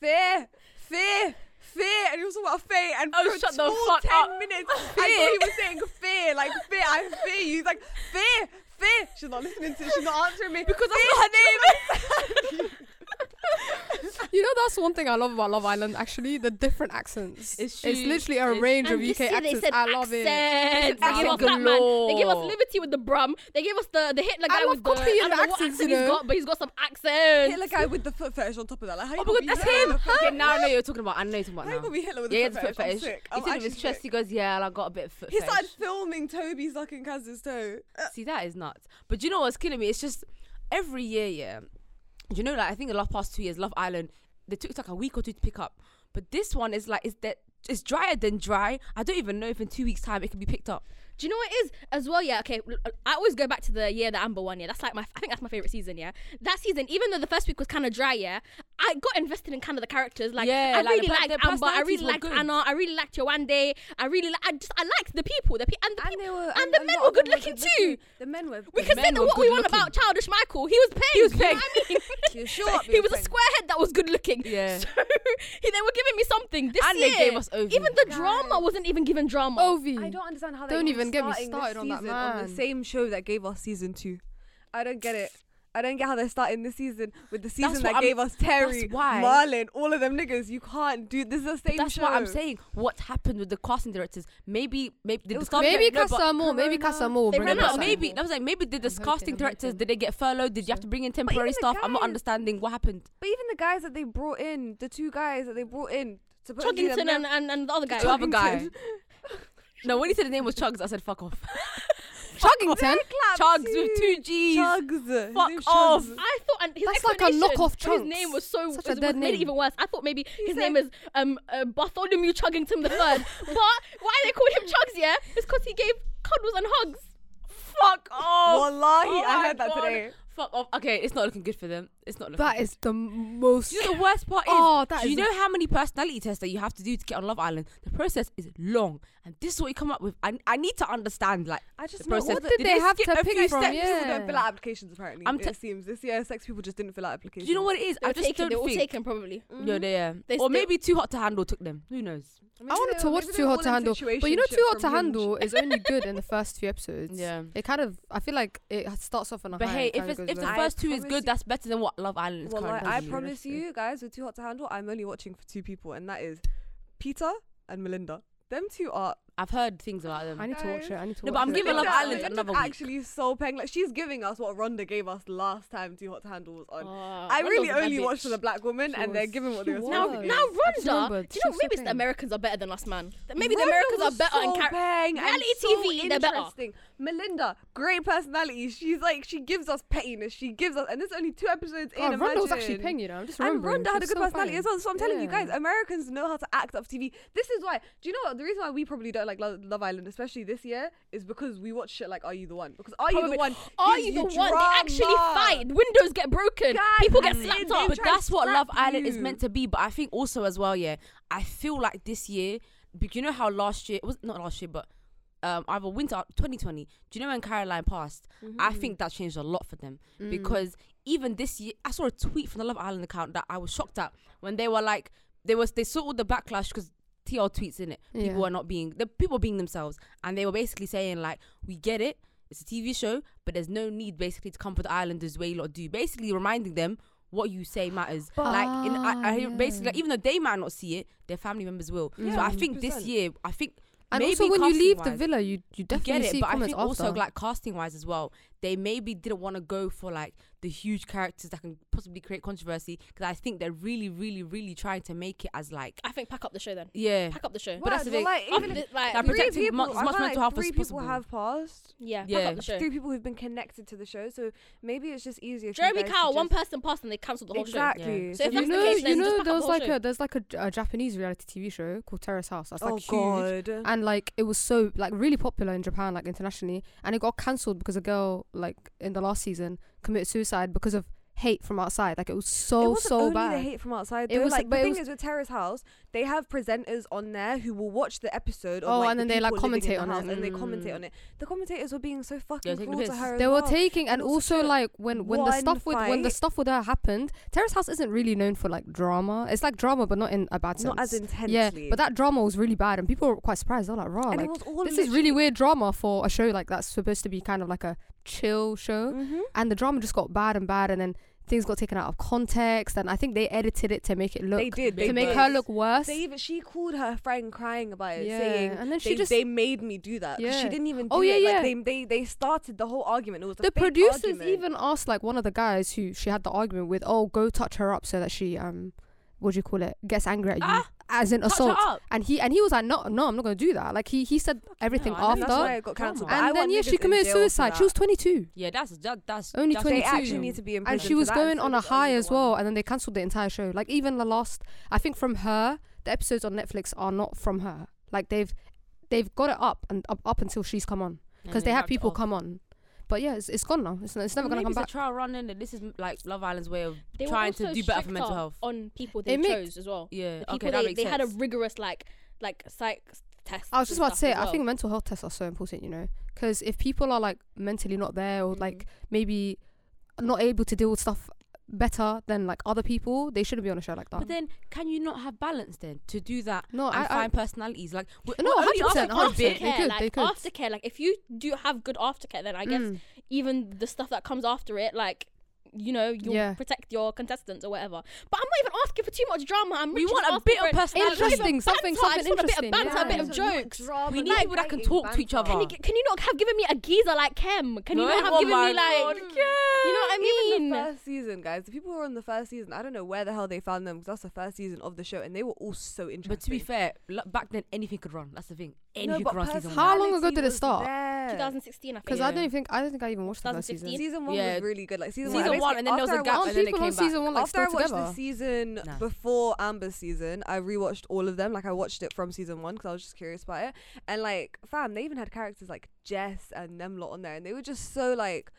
[SPEAKER 3] fear, fear, fear, and he was talking about fear. And
[SPEAKER 2] Oh,
[SPEAKER 3] for
[SPEAKER 2] shut the
[SPEAKER 3] all
[SPEAKER 2] fuck
[SPEAKER 3] ten
[SPEAKER 2] up.
[SPEAKER 3] minutes, I thought he was saying fear, like fear. I fear you. He's like fear, fear. She's not listening to. She's not answering me because that's not her name.
[SPEAKER 4] You know, that's one thing I love about Love Island. Actually, the different accents.
[SPEAKER 1] It's true.
[SPEAKER 4] literally a
[SPEAKER 1] It's-
[SPEAKER 4] range
[SPEAKER 2] And
[SPEAKER 4] of
[SPEAKER 2] you
[SPEAKER 4] UK
[SPEAKER 2] see, they
[SPEAKER 4] accents.
[SPEAKER 2] said
[SPEAKER 4] I love it.
[SPEAKER 2] accents.
[SPEAKER 4] They
[SPEAKER 2] They
[SPEAKER 4] give
[SPEAKER 2] gave
[SPEAKER 4] us
[SPEAKER 2] us that man. They gave us
[SPEAKER 1] galore.
[SPEAKER 2] liberty with the brum. They gave us the the Hitler
[SPEAKER 4] I
[SPEAKER 2] guy
[SPEAKER 4] love
[SPEAKER 2] with the. I
[SPEAKER 4] copying
[SPEAKER 2] don't know what
[SPEAKER 4] accents,
[SPEAKER 2] accent
[SPEAKER 4] you
[SPEAKER 2] he's
[SPEAKER 4] know.
[SPEAKER 2] got, but he's got some accents.
[SPEAKER 3] Hitler guy with the foot fetish on top of that. Like, how
[SPEAKER 2] Oh
[SPEAKER 3] you
[SPEAKER 2] my
[SPEAKER 3] gonna
[SPEAKER 2] God,
[SPEAKER 3] be
[SPEAKER 2] that's
[SPEAKER 3] Hitler
[SPEAKER 2] him.
[SPEAKER 3] with a foot
[SPEAKER 1] Okay,
[SPEAKER 3] fetish?
[SPEAKER 1] now I know you're talking about. I know
[SPEAKER 3] [LAUGHS]
[SPEAKER 1] you're talking about
[SPEAKER 3] How you
[SPEAKER 1] now.
[SPEAKER 3] gonna be Hitler with
[SPEAKER 1] Yeah,
[SPEAKER 3] a
[SPEAKER 1] yeah,
[SPEAKER 3] foot
[SPEAKER 1] the foot
[SPEAKER 3] fetish? I'm
[SPEAKER 1] fetish.
[SPEAKER 3] sick.
[SPEAKER 1] He said
[SPEAKER 3] I'm
[SPEAKER 1] it with
[SPEAKER 3] actually
[SPEAKER 1] his chest. He
[SPEAKER 3] sick.
[SPEAKER 1] goes, "Yeah, I got a bit of foot
[SPEAKER 3] He started
[SPEAKER 1] fetish."
[SPEAKER 3] filming Toby sucking Kaz's toe.
[SPEAKER 1] See, that is nuts. But do you know what's killing me? It's just every year, yeah. Do you know, like I think the last past two years, Love Island, they took like a week or two to pick up. But this one is like, is that it's drier than dry. I don't even know if in two weeks' time it could be picked up.
[SPEAKER 2] Do you know what it is as well? Yeah, okay. l- I always go back to the year that Amber won. Yeah, that's like my. I think that's my favorite season. Yeah, that season, even though the first week was kind of dry. Yeah, I got invested in kind of the characters. Like,
[SPEAKER 1] Yeah,
[SPEAKER 2] I
[SPEAKER 1] like,
[SPEAKER 2] really
[SPEAKER 1] the per-
[SPEAKER 2] liked
[SPEAKER 1] their
[SPEAKER 2] Amber. I
[SPEAKER 1] personalities
[SPEAKER 2] really
[SPEAKER 1] were
[SPEAKER 2] liked
[SPEAKER 1] good.
[SPEAKER 2] Anna. I really liked Yawande. I really, li- I just, I liked the people. The pe- and the
[SPEAKER 3] And
[SPEAKER 2] people.
[SPEAKER 3] they were,
[SPEAKER 2] and the
[SPEAKER 3] a
[SPEAKER 2] men
[SPEAKER 3] lot
[SPEAKER 2] were
[SPEAKER 3] of them
[SPEAKER 2] good looking too.
[SPEAKER 3] The men were.
[SPEAKER 2] We
[SPEAKER 3] the
[SPEAKER 2] can say
[SPEAKER 1] men
[SPEAKER 2] that
[SPEAKER 1] were
[SPEAKER 2] what we
[SPEAKER 1] good
[SPEAKER 2] want
[SPEAKER 1] looking.
[SPEAKER 2] about childish Michael. He was pink. He was pink. I mean,
[SPEAKER 3] He
[SPEAKER 2] [LAUGHS]
[SPEAKER 3] was short,
[SPEAKER 2] He
[SPEAKER 3] he
[SPEAKER 2] was
[SPEAKER 3] was
[SPEAKER 2] a
[SPEAKER 3] pink.
[SPEAKER 2] squarehead that was good looking.
[SPEAKER 1] Yeah.
[SPEAKER 2] [LAUGHS] So he, they were giving me something this
[SPEAKER 1] and
[SPEAKER 2] year.
[SPEAKER 1] they gave us over.
[SPEAKER 2] even the
[SPEAKER 3] Guys.
[SPEAKER 2] drama wasn't even given drama.
[SPEAKER 4] Ovi.
[SPEAKER 3] I don't understand how.
[SPEAKER 4] Don't
[SPEAKER 3] they
[SPEAKER 4] even get me
[SPEAKER 3] starting this
[SPEAKER 4] started on that
[SPEAKER 3] season On
[SPEAKER 4] man.
[SPEAKER 3] the same show that gave us season two. I don't get it. I don't get how they're starting this season with the season
[SPEAKER 1] what
[SPEAKER 3] that
[SPEAKER 1] I'm-
[SPEAKER 3] gave us Terry,
[SPEAKER 1] that's why-
[SPEAKER 3] Marlon, all of them niggas. You can't do this. Is the same
[SPEAKER 1] That's
[SPEAKER 3] show.
[SPEAKER 1] what I'm saying. What happened with the casting directors? Maybe, maybe the
[SPEAKER 3] was
[SPEAKER 1] discovery-
[SPEAKER 4] Maybe
[SPEAKER 1] no, but-
[SPEAKER 4] Casa Amor. Maybe
[SPEAKER 3] Corona,
[SPEAKER 4] Casa Amor. will
[SPEAKER 2] they
[SPEAKER 4] bring
[SPEAKER 1] No,
[SPEAKER 2] ran
[SPEAKER 4] it back.
[SPEAKER 1] no,
[SPEAKER 2] out.
[SPEAKER 4] [LAUGHS]
[SPEAKER 1] maybe that was like maybe did the
[SPEAKER 4] hoping,
[SPEAKER 1] casting
[SPEAKER 4] I'm
[SPEAKER 1] directors
[SPEAKER 4] hoping.
[SPEAKER 1] did they get furloughed? Did you have to bring in temporary
[SPEAKER 3] even the
[SPEAKER 1] staff? I'm not
[SPEAKER 3] guys-
[SPEAKER 1] understanding what happened.
[SPEAKER 3] But even the guys that they brought in, the two guys that they brought in to put into
[SPEAKER 2] Chuggington
[SPEAKER 3] them,
[SPEAKER 2] and, and, and the other guy.
[SPEAKER 1] The other guy.
[SPEAKER 3] Chuggington.
[SPEAKER 1] [LAUGHS] No, when he said the name was Chugs, I said fuck off.
[SPEAKER 4] Chuggington.
[SPEAKER 1] Chugs with two G's.
[SPEAKER 3] Chugs. His
[SPEAKER 1] Fuck
[SPEAKER 3] name's Chugs.
[SPEAKER 1] off.
[SPEAKER 2] I thought and his
[SPEAKER 4] That's like a
[SPEAKER 2] explanation
[SPEAKER 4] knockoff
[SPEAKER 2] for His
[SPEAKER 4] Trunks.
[SPEAKER 2] name was so
[SPEAKER 4] Such
[SPEAKER 2] Such
[SPEAKER 4] a dead
[SPEAKER 2] made it
[SPEAKER 4] name.
[SPEAKER 2] even worse. I thought maybe his
[SPEAKER 3] said-
[SPEAKER 2] name is um uh, Bartholomew Chuggington the third. but why they called him Chugs? Yeah, it's because he gave cuddles and hugs.
[SPEAKER 1] Fuck off.
[SPEAKER 3] Wallahi,
[SPEAKER 1] Oh
[SPEAKER 3] I
[SPEAKER 1] my
[SPEAKER 3] heard that
[SPEAKER 1] God.
[SPEAKER 3] today.
[SPEAKER 1] Fuck off. Okay, it's not looking good for them. It's not looking.
[SPEAKER 4] That
[SPEAKER 1] good.
[SPEAKER 4] is the m- most.
[SPEAKER 1] Do you know the worst part is?
[SPEAKER 4] Oh, that
[SPEAKER 1] do you
[SPEAKER 4] is-
[SPEAKER 1] know how many personality tests that you have to do to get on Love Island? The process is long, and this is what you come up with. I, I need to understand. Like,
[SPEAKER 3] I just
[SPEAKER 1] the
[SPEAKER 3] know all
[SPEAKER 1] process.
[SPEAKER 3] the
[SPEAKER 4] did they have
[SPEAKER 1] skip
[SPEAKER 4] to
[SPEAKER 1] a
[SPEAKER 4] pick
[SPEAKER 1] few
[SPEAKER 4] from?
[SPEAKER 1] steps?
[SPEAKER 3] Sex people
[SPEAKER 4] Yeah.
[SPEAKER 3] don't fill out applications apparently.
[SPEAKER 1] I'm
[SPEAKER 3] it seems this year sex people just didn't fill out
[SPEAKER 1] Do
[SPEAKER 3] applications.
[SPEAKER 1] you know what it is?
[SPEAKER 2] They
[SPEAKER 1] I
[SPEAKER 2] were
[SPEAKER 1] just
[SPEAKER 2] taken. They
[SPEAKER 1] don't
[SPEAKER 2] were
[SPEAKER 1] think.
[SPEAKER 2] taken probably.
[SPEAKER 1] Yeah, they are.
[SPEAKER 2] They
[SPEAKER 1] or
[SPEAKER 2] still-
[SPEAKER 1] maybe too hot to handle took them. Who knows?
[SPEAKER 4] I want to watch Too Hot to Handle, but you know, Too Hot to
[SPEAKER 1] [LAUGHS]
[SPEAKER 4] Handle is only good in the first few episodes.
[SPEAKER 1] Yeah.
[SPEAKER 4] It kind of. I feel like it starts off on a
[SPEAKER 1] But
[SPEAKER 4] high.
[SPEAKER 1] hey,
[SPEAKER 4] and
[SPEAKER 1] if
[SPEAKER 4] kind of
[SPEAKER 1] it's,
[SPEAKER 4] goes
[SPEAKER 1] if the
[SPEAKER 4] low.
[SPEAKER 3] I
[SPEAKER 1] first two is
[SPEAKER 3] promise
[SPEAKER 1] good,
[SPEAKER 3] you-
[SPEAKER 1] that's better than what Love Island is
[SPEAKER 3] Well, like,
[SPEAKER 1] currently.
[SPEAKER 3] I
[SPEAKER 1] doing.
[SPEAKER 3] promise you guys, with Too Hot to Handle, I'm only watching for two people, and that is Peter and Melinda. Them two are.
[SPEAKER 1] I've heard things about them.
[SPEAKER 4] I need to watch
[SPEAKER 3] guys.
[SPEAKER 4] it. I need to.
[SPEAKER 1] No,
[SPEAKER 4] watch
[SPEAKER 1] but I'm
[SPEAKER 4] it.
[SPEAKER 1] giving Love
[SPEAKER 3] Melinda-
[SPEAKER 1] Island
[SPEAKER 3] Melinda's
[SPEAKER 1] another week.
[SPEAKER 3] Actually, so paying like she's giving us what Rhonda gave us last time Too Hot to Handle was on.
[SPEAKER 2] Oh,
[SPEAKER 3] I
[SPEAKER 2] Rhonda
[SPEAKER 3] really
[SPEAKER 2] was a bad
[SPEAKER 3] only
[SPEAKER 2] bitch.
[SPEAKER 3] watch for the black woman,
[SPEAKER 4] She
[SPEAKER 3] and they're
[SPEAKER 4] was-
[SPEAKER 3] giving what
[SPEAKER 4] she
[SPEAKER 3] they were.
[SPEAKER 4] was.
[SPEAKER 2] Now,
[SPEAKER 3] supposed
[SPEAKER 2] now,
[SPEAKER 3] to give.
[SPEAKER 4] Why? I just
[SPEAKER 2] Rhonda.
[SPEAKER 4] remembered.
[SPEAKER 2] Do
[SPEAKER 4] She
[SPEAKER 2] you
[SPEAKER 4] was
[SPEAKER 2] know
[SPEAKER 4] so
[SPEAKER 2] maybe it's the
[SPEAKER 4] pale.
[SPEAKER 2] Americans are better than us, man. That Maybe the
[SPEAKER 3] Rhonda
[SPEAKER 2] Americans are
[SPEAKER 3] was
[SPEAKER 2] better on
[SPEAKER 3] so
[SPEAKER 2] character.
[SPEAKER 3] bang and
[SPEAKER 2] Reality
[SPEAKER 3] so
[SPEAKER 2] TV, they're better.
[SPEAKER 3] interesting. Melinda, great personality. She's like she gives us pettiness. She gives us, and there's only two episodes
[SPEAKER 4] God,
[SPEAKER 3] in.
[SPEAKER 4] Rhonda was actually
[SPEAKER 3] imagine.
[SPEAKER 4] paying you know. I'm just
[SPEAKER 3] And
[SPEAKER 4] remembering.
[SPEAKER 3] Rhonda had a
[SPEAKER 4] She's
[SPEAKER 3] good
[SPEAKER 4] so
[SPEAKER 3] personality
[SPEAKER 4] fine.
[SPEAKER 3] as well. So I'm telling you guys,
[SPEAKER 4] Yeah.
[SPEAKER 3] Americans know how to act off TV. This is why. Do you know what? The reason why we probably don't like Lo- Love Island, especially this year, is because we watch shit like Are You the One? Because Are You
[SPEAKER 2] Probably.
[SPEAKER 3] the One?
[SPEAKER 2] Are
[SPEAKER 3] gives
[SPEAKER 2] you the one? They actually
[SPEAKER 3] drama.
[SPEAKER 2] fight. Windows get broken.
[SPEAKER 3] Guys,
[SPEAKER 2] People get
[SPEAKER 3] and they-
[SPEAKER 2] slapped
[SPEAKER 3] they
[SPEAKER 2] up.
[SPEAKER 1] but
[SPEAKER 3] try to
[SPEAKER 1] that's what
[SPEAKER 3] slap
[SPEAKER 1] Love Island is
[SPEAKER 3] you.
[SPEAKER 1] meant to be. But I think also as well, yeah, I feel like this year, because you know how last year it was not last year, but um, either winter 2020. Do you know when Caroline passed?
[SPEAKER 4] Mm-hmm.
[SPEAKER 3] Mm.
[SPEAKER 1] I think that changed a lot for them
[SPEAKER 4] Mm.
[SPEAKER 1] because even this year, I saw a tweet from the Love Island account that I was shocked at when they were like, they was they saw all the backlash because TL tweets in it. People
[SPEAKER 4] Yeah.
[SPEAKER 1] are not being the people are being themselves, and they were basically saying like, we get it. It's a TV show, but there's no need basically to come for the islanders way you lot do. Basically reminding them what you say matters. like in I, I hear
[SPEAKER 4] Ah,
[SPEAKER 1] basically like,
[SPEAKER 4] yeah.
[SPEAKER 1] even though they might not see it, their family members will. So
[SPEAKER 4] Mm-hmm.
[SPEAKER 1] I think this
[SPEAKER 3] 100%.
[SPEAKER 1] year, I think
[SPEAKER 4] And
[SPEAKER 1] maybe
[SPEAKER 4] also, when you leave the
[SPEAKER 1] casting-wise,
[SPEAKER 4] villa, you you
[SPEAKER 1] you
[SPEAKER 4] definitely
[SPEAKER 1] get
[SPEAKER 4] see
[SPEAKER 1] it, but I
[SPEAKER 4] comments
[SPEAKER 1] think also
[SPEAKER 4] after.
[SPEAKER 1] like casting wise as well, they maybe didn't want to go for like the huge characters that can possibly create controversy because I think they're really, really, really trying to make it as like
[SPEAKER 2] I think pack up the show then.
[SPEAKER 1] yeah,
[SPEAKER 2] Pack up the show.
[SPEAKER 1] But that's the
[SPEAKER 3] Well,
[SPEAKER 1] thing.
[SPEAKER 3] like,
[SPEAKER 2] Up
[SPEAKER 3] even
[SPEAKER 2] the-
[SPEAKER 3] if
[SPEAKER 2] like,
[SPEAKER 1] Like,
[SPEAKER 3] three
[SPEAKER 1] protecting
[SPEAKER 3] people,
[SPEAKER 1] mon- as
[SPEAKER 3] I
[SPEAKER 1] much
[SPEAKER 3] feel
[SPEAKER 1] mental
[SPEAKER 3] like
[SPEAKER 1] health as
[SPEAKER 3] three people
[SPEAKER 1] possible.
[SPEAKER 3] have passed.
[SPEAKER 2] yeah, pack
[SPEAKER 1] Yeah.
[SPEAKER 2] up the show.
[SPEAKER 3] Three people who've been connected to the show, so maybe it's just easier. for you
[SPEAKER 2] Jeremy
[SPEAKER 3] guys to
[SPEAKER 2] Kyle, one
[SPEAKER 3] just-
[SPEAKER 2] person passed and they cancelled the whole
[SPEAKER 3] Exactly.
[SPEAKER 1] Yeah.
[SPEAKER 2] So if
[SPEAKER 4] you
[SPEAKER 2] that's the
[SPEAKER 4] know,
[SPEAKER 2] case,
[SPEAKER 4] you
[SPEAKER 2] then just
[SPEAKER 4] know,
[SPEAKER 2] pack
[SPEAKER 4] there
[SPEAKER 2] up
[SPEAKER 4] was
[SPEAKER 2] the whole
[SPEAKER 4] like
[SPEAKER 2] show.
[SPEAKER 4] a there's like a, a Japanese reality TV show called Terrace House. That's like
[SPEAKER 3] oh
[SPEAKER 4] huge.
[SPEAKER 3] god.
[SPEAKER 4] and like it was so like really popular in Japan, like internationally, and it got cancelled because a girl like in the last season committed suicide because of hate from outside. Like it was
[SPEAKER 3] it
[SPEAKER 4] so
[SPEAKER 3] wasn't
[SPEAKER 4] Oh, so
[SPEAKER 3] only
[SPEAKER 4] bad.
[SPEAKER 3] the hate from outside.
[SPEAKER 4] It
[SPEAKER 3] Though.
[SPEAKER 4] was-
[SPEAKER 3] like the
[SPEAKER 4] but it
[SPEAKER 3] thing
[SPEAKER 4] was-
[SPEAKER 3] is with Terrace House, they have presenters on there who will watch the episode. Of,
[SPEAKER 4] Oh,
[SPEAKER 3] like, the
[SPEAKER 4] and then they, like,
[SPEAKER 3] people living in
[SPEAKER 4] commentate
[SPEAKER 3] the
[SPEAKER 4] on it.
[SPEAKER 3] house and they commentate
[SPEAKER 1] Mm.
[SPEAKER 3] on it. The commentators were being so fucking
[SPEAKER 1] taking
[SPEAKER 3] cruel
[SPEAKER 1] the
[SPEAKER 3] to
[SPEAKER 1] piss.
[SPEAKER 3] her. as
[SPEAKER 4] they were
[SPEAKER 3] well.
[SPEAKER 4] taking and
[SPEAKER 3] It was such a
[SPEAKER 4] also like when when the
[SPEAKER 3] one
[SPEAKER 4] stuff with when the
[SPEAKER 3] fight.
[SPEAKER 4] stuff with her happened terrace house isn't really known for like drama it's like drama but not in a bad sense
[SPEAKER 3] not as intensely.
[SPEAKER 4] yeah but that drama was really bad and people were quite surprised they were like raw
[SPEAKER 3] and
[SPEAKER 4] like
[SPEAKER 3] it was all
[SPEAKER 4] this is really weird drama for a show like that's supposed to be kind of like a chill show
[SPEAKER 3] Mm-hmm.
[SPEAKER 4] and the drama just got bad and bad and then things got taken out of context and i think they edited it to make it look
[SPEAKER 3] they did
[SPEAKER 4] to
[SPEAKER 3] they
[SPEAKER 4] make
[SPEAKER 3] did.
[SPEAKER 4] her look worse
[SPEAKER 3] They even she called her friend crying about it,
[SPEAKER 4] yeah
[SPEAKER 3] saying
[SPEAKER 4] and then she
[SPEAKER 3] they,
[SPEAKER 4] just
[SPEAKER 3] they made me do that. 'cause
[SPEAKER 4] Yeah.
[SPEAKER 3] She didn't even. Do
[SPEAKER 4] Oh, yeah,
[SPEAKER 3] it.
[SPEAKER 4] yeah.
[SPEAKER 3] Like, they, they they started the whole argument. It was a
[SPEAKER 4] the
[SPEAKER 3] fake
[SPEAKER 4] producers
[SPEAKER 3] argument.
[SPEAKER 4] even asked like one of the guys who she had the argument with oh go touch her up so that she um what do you call it gets angry at you
[SPEAKER 1] Ah,
[SPEAKER 4] as an
[SPEAKER 1] Touch her
[SPEAKER 4] assault
[SPEAKER 1] up.
[SPEAKER 4] and he and he was like no no i'm not gonna do that like he he said everything
[SPEAKER 1] hell, I
[SPEAKER 3] And
[SPEAKER 1] mean,
[SPEAKER 4] after
[SPEAKER 3] That's why it got cancelled.
[SPEAKER 1] But
[SPEAKER 4] and then yeah she committed suicide she was 22
[SPEAKER 1] Yeah, that's that, that's
[SPEAKER 4] Only
[SPEAKER 1] that's
[SPEAKER 3] They
[SPEAKER 4] 22.
[SPEAKER 3] actually need to be in prison.
[SPEAKER 4] and she
[SPEAKER 3] for
[SPEAKER 4] was
[SPEAKER 3] that,
[SPEAKER 4] going
[SPEAKER 3] and so
[SPEAKER 4] on a
[SPEAKER 3] was
[SPEAKER 4] high
[SPEAKER 3] only
[SPEAKER 4] as
[SPEAKER 3] the one.
[SPEAKER 4] well and then they cancelled the entire show like even the last i think from her the episodes on netflix are not from her like they've they've got it up and up, up until she's come on
[SPEAKER 1] And
[SPEAKER 4] because
[SPEAKER 1] they
[SPEAKER 4] they had
[SPEAKER 1] wrapped it
[SPEAKER 4] people
[SPEAKER 1] off.
[SPEAKER 4] come on but yeah it's, it's gone now it's, it's never gonna
[SPEAKER 1] Maybe
[SPEAKER 4] come
[SPEAKER 1] it's
[SPEAKER 4] back
[SPEAKER 1] a trial run in this is like Love Island's way of
[SPEAKER 2] They were
[SPEAKER 1] trying to
[SPEAKER 2] also
[SPEAKER 1] do better for
[SPEAKER 2] stricter
[SPEAKER 1] mental health.
[SPEAKER 2] on people they
[SPEAKER 4] It makes-
[SPEAKER 2] chose as well.
[SPEAKER 1] Yeah,
[SPEAKER 2] The
[SPEAKER 1] okay,
[SPEAKER 2] people
[SPEAKER 1] that
[SPEAKER 2] they,
[SPEAKER 1] makes
[SPEAKER 2] they
[SPEAKER 1] sense.
[SPEAKER 2] had a rigorous like like psych test.
[SPEAKER 4] I was just
[SPEAKER 2] and
[SPEAKER 4] about to
[SPEAKER 2] stuff
[SPEAKER 4] say,
[SPEAKER 2] as
[SPEAKER 4] I
[SPEAKER 2] well.
[SPEAKER 4] think mental health tests are so important, you know, because if people are like mentally not there or like maybe not able to deal with stuff better than like other people, they shouldn't be on a show like that.
[SPEAKER 1] But then, can you not have balance then to do that
[SPEAKER 4] no,
[SPEAKER 1] and
[SPEAKER 4] I, I
[SPEAKER 1] find personalities? Like, we-
[SPEAKER 4] No,
[SPEAKER 1] we're only
[SPEAKER 4] 100%,
[SPEAKER 1] asking for a
[SPEAKER 4] They
[SPEAKER 1] bit.
[SPEAKER 4] could,
[SPEAKER 2] aftercare,
[SPEAKER 4] they
[SPEAKER 2] like
[SPEAKER 4] could.
[SPEAKER 2] aftercare, like if you do have good aftercare, then I guess
[SPEAKER 4] Mm.
[SPEAKER 2] even the stuff that comes after it, like you know, you'll
[SPEAKER 4] Yeah.
[SPEAKER 2] protect your contestants or whatever. But I'm not even asking for too much drama. I'm
[SPEAKER 1] We
[SPEAKER 2] really
[SPEAKER 1] want
[SPEAKER 2] just
[SPEAKER 1] a
[SPEAKER 2] asking
[SPEAKER 1] bit of
[SPEAKER 2] for it.
[SPEAKER 1] personality.
[SPEAKER 4] Interesting, something,
[SPEAKER 2] Banter, I
[SPEAKER 4] something
[SPEAKER 2] just want a bit of
[SPEAKER 4] interesting.
[SPEAKER 2] banter, a bit
[SPEAKER 4] yeah.
[SPEAKER 2] of jokes.
[SPEAKER 1] We need people that can talk to each other.
[SPEAKER 2] Can you, can you not have given me a geezer like Kem? Can you
[SPEAKER 1] No,
[SPEAKER 2] not have
[SPEAKER 1] oh
[SPEAKER 2] given
[SPEAKER 1] my
[SPEAKER 2] me like,
[SPEAKER 1] God, Kem.
[SPEAKER 2] you know what I
[SPEAKER 3] Even
[SPEAKER 2] mean?
[SPEAKER 3] the first season, guys. The people who were on the first season. I don't know where the hell they found them because that's the first season of the show, and they were all so interesting.
[SPEAKER 1] But to be fair, lo- back then anything could run. That's the thing.
[SPEAKER 3] No,
[SPEAKER 1] Anything
[SPEAKER 3] but
[SPEAKER 1] could run season
[SPEAKER 4] How
[SPEAKER 1] one.
[SPEAKER 4] long ago
[SPEAKER 3] personality
[SPEAKER 4] did it
[SPEAKER 3] was
[SPEAKER 4] start?
[SPEAKER 3] there.
[SPEAKER 2] 2016, I think.
[SPEAKER 4] because I don't think I don't think I even watched the first
[SPEAKER 2] 2015.
[SPEAKER 4] season.
[SPEAKER 3] Season one
[SPEAKER 1] Yeah.
[SPEAKER 3] was really good. Like season,
[SPEAKER 1] Season
[SPEAKER 3] one,
[SPEAKER 1] one,
[SPEAKER 3] I basically-
[SPEAKER 1] and then there was a
[SPEAKER 3] after I
[SPEAKER 1] gap,
[SPEAKER 3] watched-
[SPEAKER 1] and then it
[SPEAKER 4] people on
[SPEAKER 1] came back.
[SPEAKER 4] season one like
[SPEAKER 3] after I
[SPEAKER 4] still
[SPEAKER 3] watched the
[SPEAKER 4] together?
[SPEAKER 3] season
[SPEAKER 1] Nah.
[SPEAKER 3] before Amber's season, I rewatched all of them. Like I watched it from season one because I was just curious about it. And like, fam, they even had characters like Jess and Nemlot on there, and they were just so like.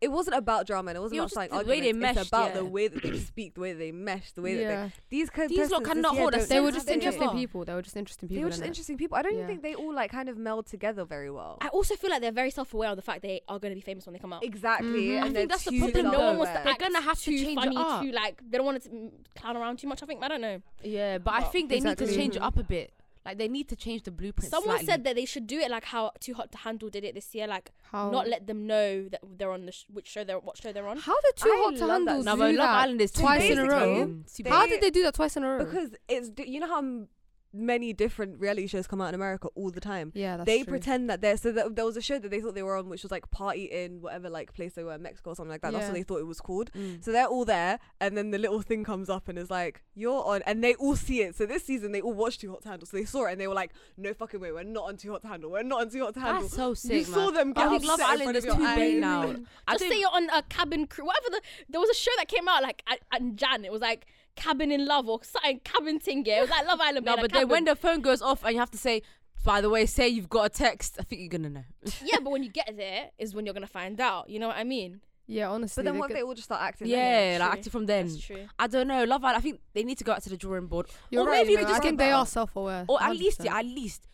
[SPEAKER 3] It wasn't about drama and it wasn't
[SPEAKER 1] It
[SPEAKER 3] about
[SPEAKER 1] was
[SPEAKER 3] like
[SPEAKER 1] just the way they meshed,
[SPEAKER 3] It's about the
[SPEAKER 1] yeah.
[SPEAKER 3] way that they [COUGHS] speak, the way that they mesh, the way that
[SPEAKER 4] yeah,
[SPEAKER 3] they these
[SPEAKER 1] These
[SPEAKER 3] contestants
[SPEAKER 1] lot
[SPEAKER 3] this
[SPEAKER 1] cannot
[SPEAKER 3] year
[SPEAKER 1] hold a They
[SPEAKER 3] don't
[SPEAKER 4] they
[SPEAKER 1] sense
[SPEAKER 4] were
[SPEAKER 1] were
[SPEAKER 4] just
[SPEAKER 1] just together.
[SPEAKER 4] interesting
[SPEAKER 1] interesting
[SPEAKER 4] people. They were just interesting people.
[SPEAKER 3] They were just
[SPEAKER 4] innit?
[SPEAKER 3] interesting people. I don't
[SPEAKER 4] Yeah.
[SPEAKER 3] even think they all like kind of meld together very well.
[SPEAKER 2] I also feel like they're very self-aware of the fact they are going to be famous when they come out.
[SPEAKER 3] Exactly.
[SPEAKER 4] Mhm. I
[SPEAKER 3] And
[SPEAKER 1] Mm-hmm. think
[SPEAKER 3] they're
[SPEAKER 1] that's the
[SPEAKER 3] too
[SPEAKER 1] problem,
[SPEAKER 2] No one wants
[SPEAKER 3] self-aware.
[SPEAKER 2] to
[SPEAKER 1] They're
[SPEAKER 2] act
[SPEAKER 1] gonna have to
[SPEAKER 2] too
[SPEAKER 1] change it
[SPEAKER 2] funny,
[SPEAKER 1] up.
[SPEAKER 2] too like they don't want to mm, clown around too much. I think I don't know.
[SPEAKER 1] Yeah, but I
[SPEAKER 2] Well,
[SPEAKER 1] think they need
[SPEAKER 4] exactly.
[SPEAKER 1] to change it
[SPEAKER 3] Mhm.
[SPEAKER 1] up a bit. Like they need to change the blueprint.
[SPEAKER 2] Someone
[SPEAKER 1] slightly.
[SPEAKER 2] said that they should do it like how Too Hot to Handle did it this year, like
[SPEAKER 3] Oh.
[SPEAKER 4] How
[SPEAKER 2] not let them know that they're on the sh- which show they're what show they're on.
[SPEAKER 3] [SIGHS]
[SPEAKER 4] how did Too
[SPEAKER 3] I
[SPEAKER 4] Hot to
[SPEAKER 3] love that.
[SPEAKER 4] Handle
[SPEAKER 1] No,
[SPEAKER 4] do
[SPEAKER 1] but Love
[SPEAKER 4] that?
[SPEAKER 1] Island is too
[SPEAKER 4] twice in a
[SPEAKER 1] basic.
[SPEAKER 4] row?
[SPEAKER 1] Um, too
[SPEAKER 3] They-
[SPEAKER 4] How
[SPEAKER 1] basic.
[SPEAKER 4] did they do that twice in a
[SPEAKER 1] Mm.
[SPEAKER 4] row?
[SPEAKER 3] because it's d- you know how m- many different reality shows come out in America all the time.
[SPEAKER 4] yeah, that's
[SPEAKER 3] they
[SPEAKER 4] true.
[SPEAKER 3] pretend that they're so that there was a show that they thought they were on, which was like party in whatever like place they were in Mexico or something like that. That's
[SPEAKER 4] Yeah.
[SPEAKER 3] what they thought it was called.
[SPEAKER 1] Mm.
[SPEAKER 3] So they're all there, and then the little thing comes up and is like, "You're on," and they all see it. So this season they all watched Too Hot to Handle, so they saw it and they were like, "No fucking way, we're not on Too Hot to Handle. We're not on Too Hot to Handle."
[SPEAKER 1] That's so sick,
[SPEAKER 3] you
[SPEAKER 1] man.
[SPEAKER 3] saw them get
[SPEAKER 1] I think
[SPEAKER 3] upset
[SPEAKER 1] Love
[SPEAKER 3] in
[SPEAKER 1] Island
[SPEAKER 3] front
[SPEAKER 1] is
[SPEAKER 3] of your
[SPEAKER 1] too big
[SPEAKER 3] eyes. [LAUGHS]
[SPEAKER 1] now. I
[SPEAKER 2] Just
[SPEAKER 1] don't
[SPEAKER 2] say you're on a cabin crew, whatever the there was a show that came out like at, at Jan. It was like Cabin in Love or something Cabin Ting. Yeah, it was like Love Island.
[SPEAKER 1] No,
[SPEAKER 2] in a
[SPEAKER 1] but then when
[SPEAKER 2] cabin.
[SPEAKER 1] the phone goes off and you have to say, by the way, say you've got a text, I think you're gonna know.
[SPEAKER 2] yeah,
[SPEAKER 3] [LAUGHS]
[SPEAKER 2] but when you get there is when you're gonna find out. You know what I mean?
[SPEAKER 4] yeah, honestly.
[SPEAKER 3] But then
[SPEAKER 4] they
[SPEAKER 3] what
[SPEAKER 4] could-
[SPEAKER 3] they all just start acting. don't they?
[SPEAKER 1] yeah,
[SPEAKER 2] that's
[SPEAKER 1] like
[SPEAKER 2] true.
[SPEAKER 1] acting from then.
[SPEAKER 2] That's true.
[SPEAKER 1] I don't know. Love Island. I think they need to go out to the drawing board,
[SPEAKER 4] You're
[SPEAKER 1] Or
[SPEAKER 4] right.
[SPEAKER 1] maybe you
[SPEAKER 4] you know,
[SPEAKER 1] could
[SPEAKER 4] I
[SPEAKER 1] just
[SPEAKER 4] think
[SPEAKER 1] get
[SPEAKER 4] they
[SPEAKER 1] better.
[SPEAKER 4] are self-aware.
[SPEAKER 1] or at least,
[SPEAKER 4] 100%.
[SPEAKER 1] yeah, at least,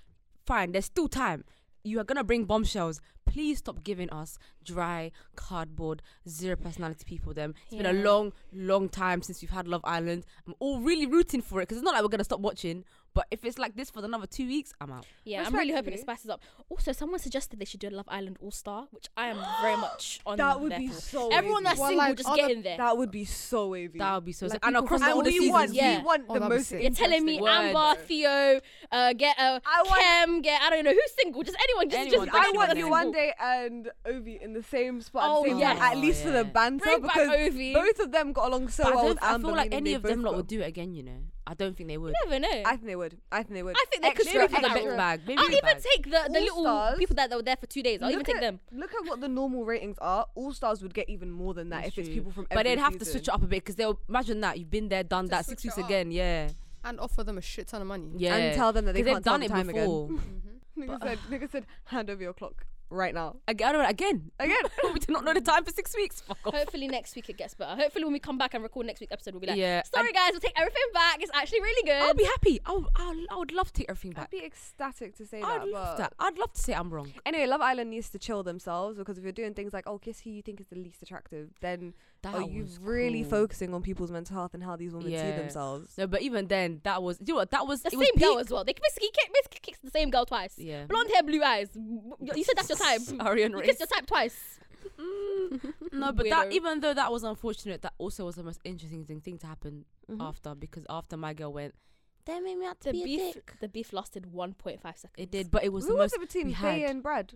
[SPEAKER 1] fine. There's still time. You are gonna bring bombshells. Please stop giving us dry cardboard, zero personality people. Them. It's been a
[SPEAKER 2] Yeah.
[SPEAKER 1] long, long time since we've had Love Island. I'm all really rooting for it because it's not like we're gonna stop watching. But if it's like this for another two weeks, I'm out.
[SPEAKER 2] Yeah, I'm really hoping it spices
[SPEAKER 3] Respectfully.
[SPEAKER 2] up. Also, someone suggested they should do a Love Island All Star, which I am
[SPEAKER 3] [GASPS]
[SPEAKER 2] very much on.
[SPEAKER 3] That would
[SPEAKER 2] there
[SPEAKER 3] be
[SPEAKER 2] for.
[SPEAKER 3] so.
[SPEAKER 2] everyone that's
[SPEAKER 3] wavy.
[SPEAKER 4] Well,
[SPEAKER 2] single
[SPEAKER 4] like,
[SPEAKER 2] just
[SPEAKER 4] all
[SPEAKER 2] get
[SPEAKER 4] the-
[SPEAKER 2] in there.
[SPEAKER 3] that would be so wavy.
[SPEAKER 1] That would be so
[SPEAKER 4] Like
[SPEAKER 1] sick. And
[SPEAKER 4] people
[SPEAKER 1] across
[SPEAKER 4] from
[SPEAKER 1] all
[SPEAKER 3] and
[SPEAKER 1] the
[SPEAKER 3] we
[SPEAKER 1] seasons,
[SPEAKER 3] want,
[SPEAKER 2] Yeah.
[SPEAKER 3] we want
[SPEAKER 4] Oh,
[SPEAKER 3] the
[SPEAKER 4] that'd be
[SPEAKER 3] most.
[SPEAKER 4] sick.
[SPEAKER 2] You're telling me
[SPEAKER 1] Interesting
[SPEAKER 2] Amber,
[SPEAKER 1] word.
[SPEAKER 2] Theo, uh, get a
[SPEAKER 3] I want-
[SPEAKER 2] Cam, get I don't know who's single, just anyone, just
[SPEAKER 1] Anyone,
[SPEAKER 2] just
[SPEAKER 1] I
[SPEAKER 2] bring
[SPEAKER 3] I
[SPEAKER 2] anyone
[SPEAKER 1] want
[SPEAKER 3] want
[SPEAKER 1] you
[SPEAKER 2] that's
[SPEAKER 1] know.
[SPEAKER 3] you one
[SPEAKER 2] single.
[SPEAKER 3] day and Ovi in the same spot.
[SPEAKER 2] Oh,
[SPEAKER 3] at the same
[SPEAKER 2] yes.
[SPEAKER 3] time, at least for the
[SPEAKER 1] Yeah.
[SPEAKER 3] banter
[SPEAKER 2] Bring back
[SPEAKER 3] because
[SPEAKER 2] Ovi.
[SPEAKER 3] both of them got along so
[SPEAKER 1] But I,
[SPEAKER 3] well.
[SPEAKER 1] don't,
[SPEAKER 3] With
[SPEAKER 1] I
[SPEAKER 3] Amber,
[SPEAKER 1] feel like
[SPEAKER 3] meaning
[SPEAKER 1] any
[SPEAKER 3] they
[SPEAKER 1] of them
[SPEAKER 3] both
[SPEAKER 1] lot
[SPEAKER 3] got-
[SPEAKER 1] would do it again. You know, I don't think they would.
[SPEAKER 2] You never know.
[SPEAKER 3] I think they would. I think they would.
[SPEAKER 2] I think they could
[SPEAKER 3] Extra,
[SPEAKER 2] do it for
[SPEAKER 1] Maybe
[SPEAKER 2] that.
[SPEAKER 1] the big
[SPEAKER 3] extra.
[SPEAKER 1] bag. Maybe
[SPEAKER 2] I'll
[SPEAKER 1] the big
[SPEAKER 2] even
[SPEAKER 1] bag.
[SPEAKER 2] take the, the
[SPEAKER 3] All
[SPEAKER 2] little
[SPEAKER 3] Stars.
[SPEAKER 2] people that were there for two days. I'll even
[SPEAKER 3] Look
[SPEAKER 2] take
[SPEAKER 3] at-
[SPEAKER 2] them.
[SPEAKER 3] Look at what the normal ratings are. All stars would get even more than that
[SPEAKER 1] That's
[SPEAKER 3] if it's
[SPEAKER 1] true.
[SPEAKER 3] people from.
[SPEAKER 1] But
[SPEAKER 3] every
[SPEAKER 1] they'd have to
[SPEAKER 3] season.
[SPEAKER 1] switch it up a bit because they'll imagine that you've been there, done
[SPEAKER 4] To
[SPEAKER 1] that six
[SPEAKER 4] switch
[SPEAKER 1] weeks
[SPEAKER 4] it up.
[SPEAKER 1] again. Yeah,
[SPEAKER 4] and offer them a shit ton of money.
[SPEAKER 1] yeah.
[SPEAKER 3] and tell them that they
[SPEAKER 1] Because
[SPEAKER 3] can't
[SPEAKER 1] they've done
[SPEAKER 3] tell
[SPEAKER 1] it
[SPEAKER 3] the time
[SPEAKER 1] before.
[SPEAKER 4] Mhm.
[SPEAKER 3] again. Nigga said, nigga said, hand over your clock.
[SPEAKER 1] [LAUGHS]
[SPEAKER 3] right now.
[SPEAKER 1] [LAUGHS] Again, again,
[SPEAKER 3] Again.
[SPEAKER 1] we did not know the time for six weeks. Fuck off.
[SPEAKER 2] Hopefully next week it gets better. Hopefully when we come back and record next week's episode, we'll be like,
[SPEAKER 1] yeah,
[SPEAKER 2] sorry guys, we'll take everything back. It's actually really good.
[SPEAKER 1] I'll be happy. I'll, I'll, I would love to take everything
[SPEAKER 3] I'd
[SPEAKER 1] back.
[SPEAKER 3] be ecstatic to say
[SPEAKER 1] I'd
[SPEAKER 3] that.
[SPEAKER 1] love
[SPEAKER 3] but
[SPEAKER 1] that. I'd love to say I'm wrong.
[SPEAKER 3] Anyway, Love Island needs to chill themselves because if you're doing things like, oh, kiss who you think is the least attractive, then
[SPEAKER 1] That
[SPEAKER 3] are you
[SPEAKER 1] was
[SPEAKER 3] really
[SPEAKER 1] cruel.
[SPEAKER 3] focusing on people's mental health and how these women
[SPEAKER 1] Yeah.
[SPEAKER 3] see themselves?
[SPEAKER 1] No, but even then, that was. You know what? That was.
[SPEAKER 2] the
[SPEAKER 1] it
[SPEAKER 2] same
[SPEAKER 1] was
[SPEAKER 2] girl
[SPEAKER 1] peak-
[SPEAKER 2] as well. They basically kick, basically kicks the same girl twice.
[SPEAKER 1] Yeah.
[SPEAKER 2] Blonde hair, blue eyes. You said that's your
[SPEAKER 1] [LAUGHS]
[SPEAKER 2] type.
[SPEAKER 1] Aryan
[SPEAKER 2] You
[SPEAKER 1] race.
[SPEAKER 2] kissed your type twice.
[SPEAKER 1] Mm. no, but that
[SPEAKER 2] Weirdo.
[SPEAKER 1] even though that was unfortunate, that also was the most interesting thing, thing to happen after because after my girl went, they made me out to
[SPEAKER 2] The
[SPEAKER 1] be a
[SPEAKER 2] beef,
[SPEAKER 1] dick.
[SPEAKER 2] the beef lasted 1.5 seconds.
[SPEAKER 1] It did, but it was
[SPEAKER 3] Who
[SPEAKER 1] the
[SPEAKER 3] was
[SPEAKER 1] most.
[SPEAKER 3] it between
[SPEAKER 1] we had-
[SPEAKER 3] Faye and Brad?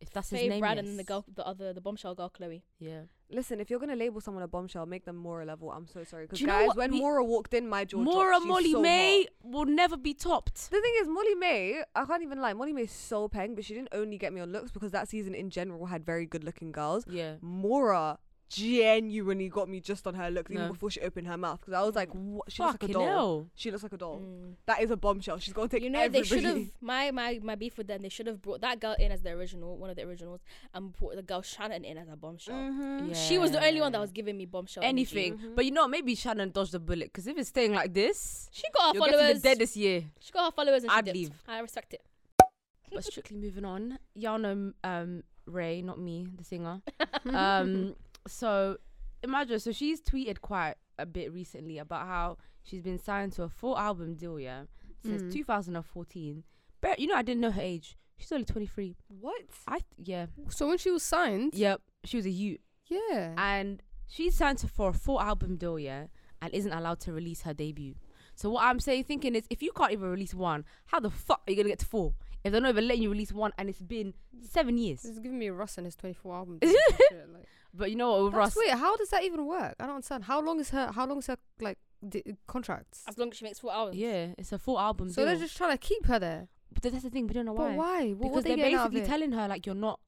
[SPEAKER 1] If that's his
[SPEAKER 2] Faye,
[SPEAKER 1] name,
[SPEAKER 2] Brad,
[SPEAKER 1] yes.
[SPEAKER 2] and then the girl, the other, the bombshell girl, Chloe.
[SPEAKER 1] Yeah.
[SPEAKER 3] Listen, if you're gonna label someone a bombshell, make them Mora level. I'm so sorry, because
[SPEAKER 1] Do you know
[SPEAKER 3] guys,
[SPEAKER 1] what
[SPEAKER 3] when
[SPEAKER 1] we-
[SPEAKER 3] Mora walked in, my jaw
[SPEAKER 1] Mora
[SPEAKER 3] dropped. She's
[SPEAKER 1] Molly
[SPEAKER 3] so
[SPEAKER 1] May
[SPEAKER 3] hot.
[SPEAKER 1] will never be topped.
[SPEAKER 3] The thing is, Molly May, I can't even lie. Molly May is so peng, but she didn't only get me on looks because that season in general had very good-looking girls.
[SPEAKER 1] Yeah.
[SPEAKER 3] Mora genuinely got me just on her looks, even
[SPEAKER 1] No.
[SPEAKER 3] before she opened her mouth, because I was like, what? she looks like
[SPEAKER 1] Fucking
[SPEAKER 3] a doll.
[SPEAKER 1] hell.
[SPEAKER 3] She looks like a
[SPEAKER 1] Oh.
[SPEAKER 3] doll.
[SPEAKER 2] Mm.
[SPEAKER 3] That is a bombshell. She's gonna take
[SPEAKER 2] You know
[SPEAKER 3] everybody.
[SPEAKER 2] they should
[SPEAKER 1] [LAUGHS]
[SPEAKER 2] [LAUGHS] have my my my beef with them. They should have brought that girl in as the original, one of the originals, and brought the girl Shannon in as a bombshell.
[SPEAKER 3] Mhm.
[SPEAKER 2] She was the only one that
[SPEAKER 1] Yeah.
[SPEAKER 2] was giving me bombshell. energy.
[SPEAKER 1] Mm. anything. But you know, what, maybe Shannon dodged the bullet because if it's staying like this,
[SPEAKER 2] She got her
[SPEAKER 1] you're getting the
[SPEAKER 2] followers.
[SPEAKER 1] dead this year.
[SPEAKER 2] She got her followers, and she
[SPEAKER 1] I'd
[SPEAKER 2] dipped.
[SPEAKER 1] leave.
[SPEAKER 2] I respect it.
[SPEAKER 1] [LAUGHS] but strictly moving on, y'all know um, Ray, not me, the [LAUGHS] singer. Um, so imagine, so she's tweeted quite a bit recently about how she's been signed to a full album deal, yeah, since
[SPEAKER 4] Mm.
[SPEAKER 1] 2014. But you know, I didn't know her age. She's only 23.
[SPEAKER 3] What?
[SPEAKER 1] I th- yeah,
[SPEAKER 4] So when she was signed,
[SPEAKER 1] yep. She was a youth,
[SPEAKER 4] yeah.
[SPEAKER 1] and she's signed to for a full album deal, yeah, and isn't allowed to release her debut. So what I'm saying, thinking is, if you can't even release one, how the fuck are you gonna get to four? If they're not even letting you release one, and it's been seven years.
[SPEAKER 4] This is giving me Russ and his 24 album. deal and shit, like.
[SPEAKER 1] But you know what, with Russ,
[SPEAKER 4] That's weird. How does that even work? I don't understand. How long is her? How long is her like d- contracts?
[SPEAKER 2] As long as she makes four hours.
[SPEAKER 1] yeah, it's a full album.
[SPEAKER 4] So they're
[SPEAKER 1] deal.
[SPEAKER 4] just trying to keep her there.
[SPEAKER 1] but that's the thing, we don't know why.
[SPEAKER 4] But why? What,
[SPEAKER 1] Because
[SPEAKER 4] what
[SPEAKER 1] they're
[SPEAKER 4] they getting out of
[SPEAKER 1] basically
[SPEAKER 4] it?
[SPEAKER 1] telling her like you're not.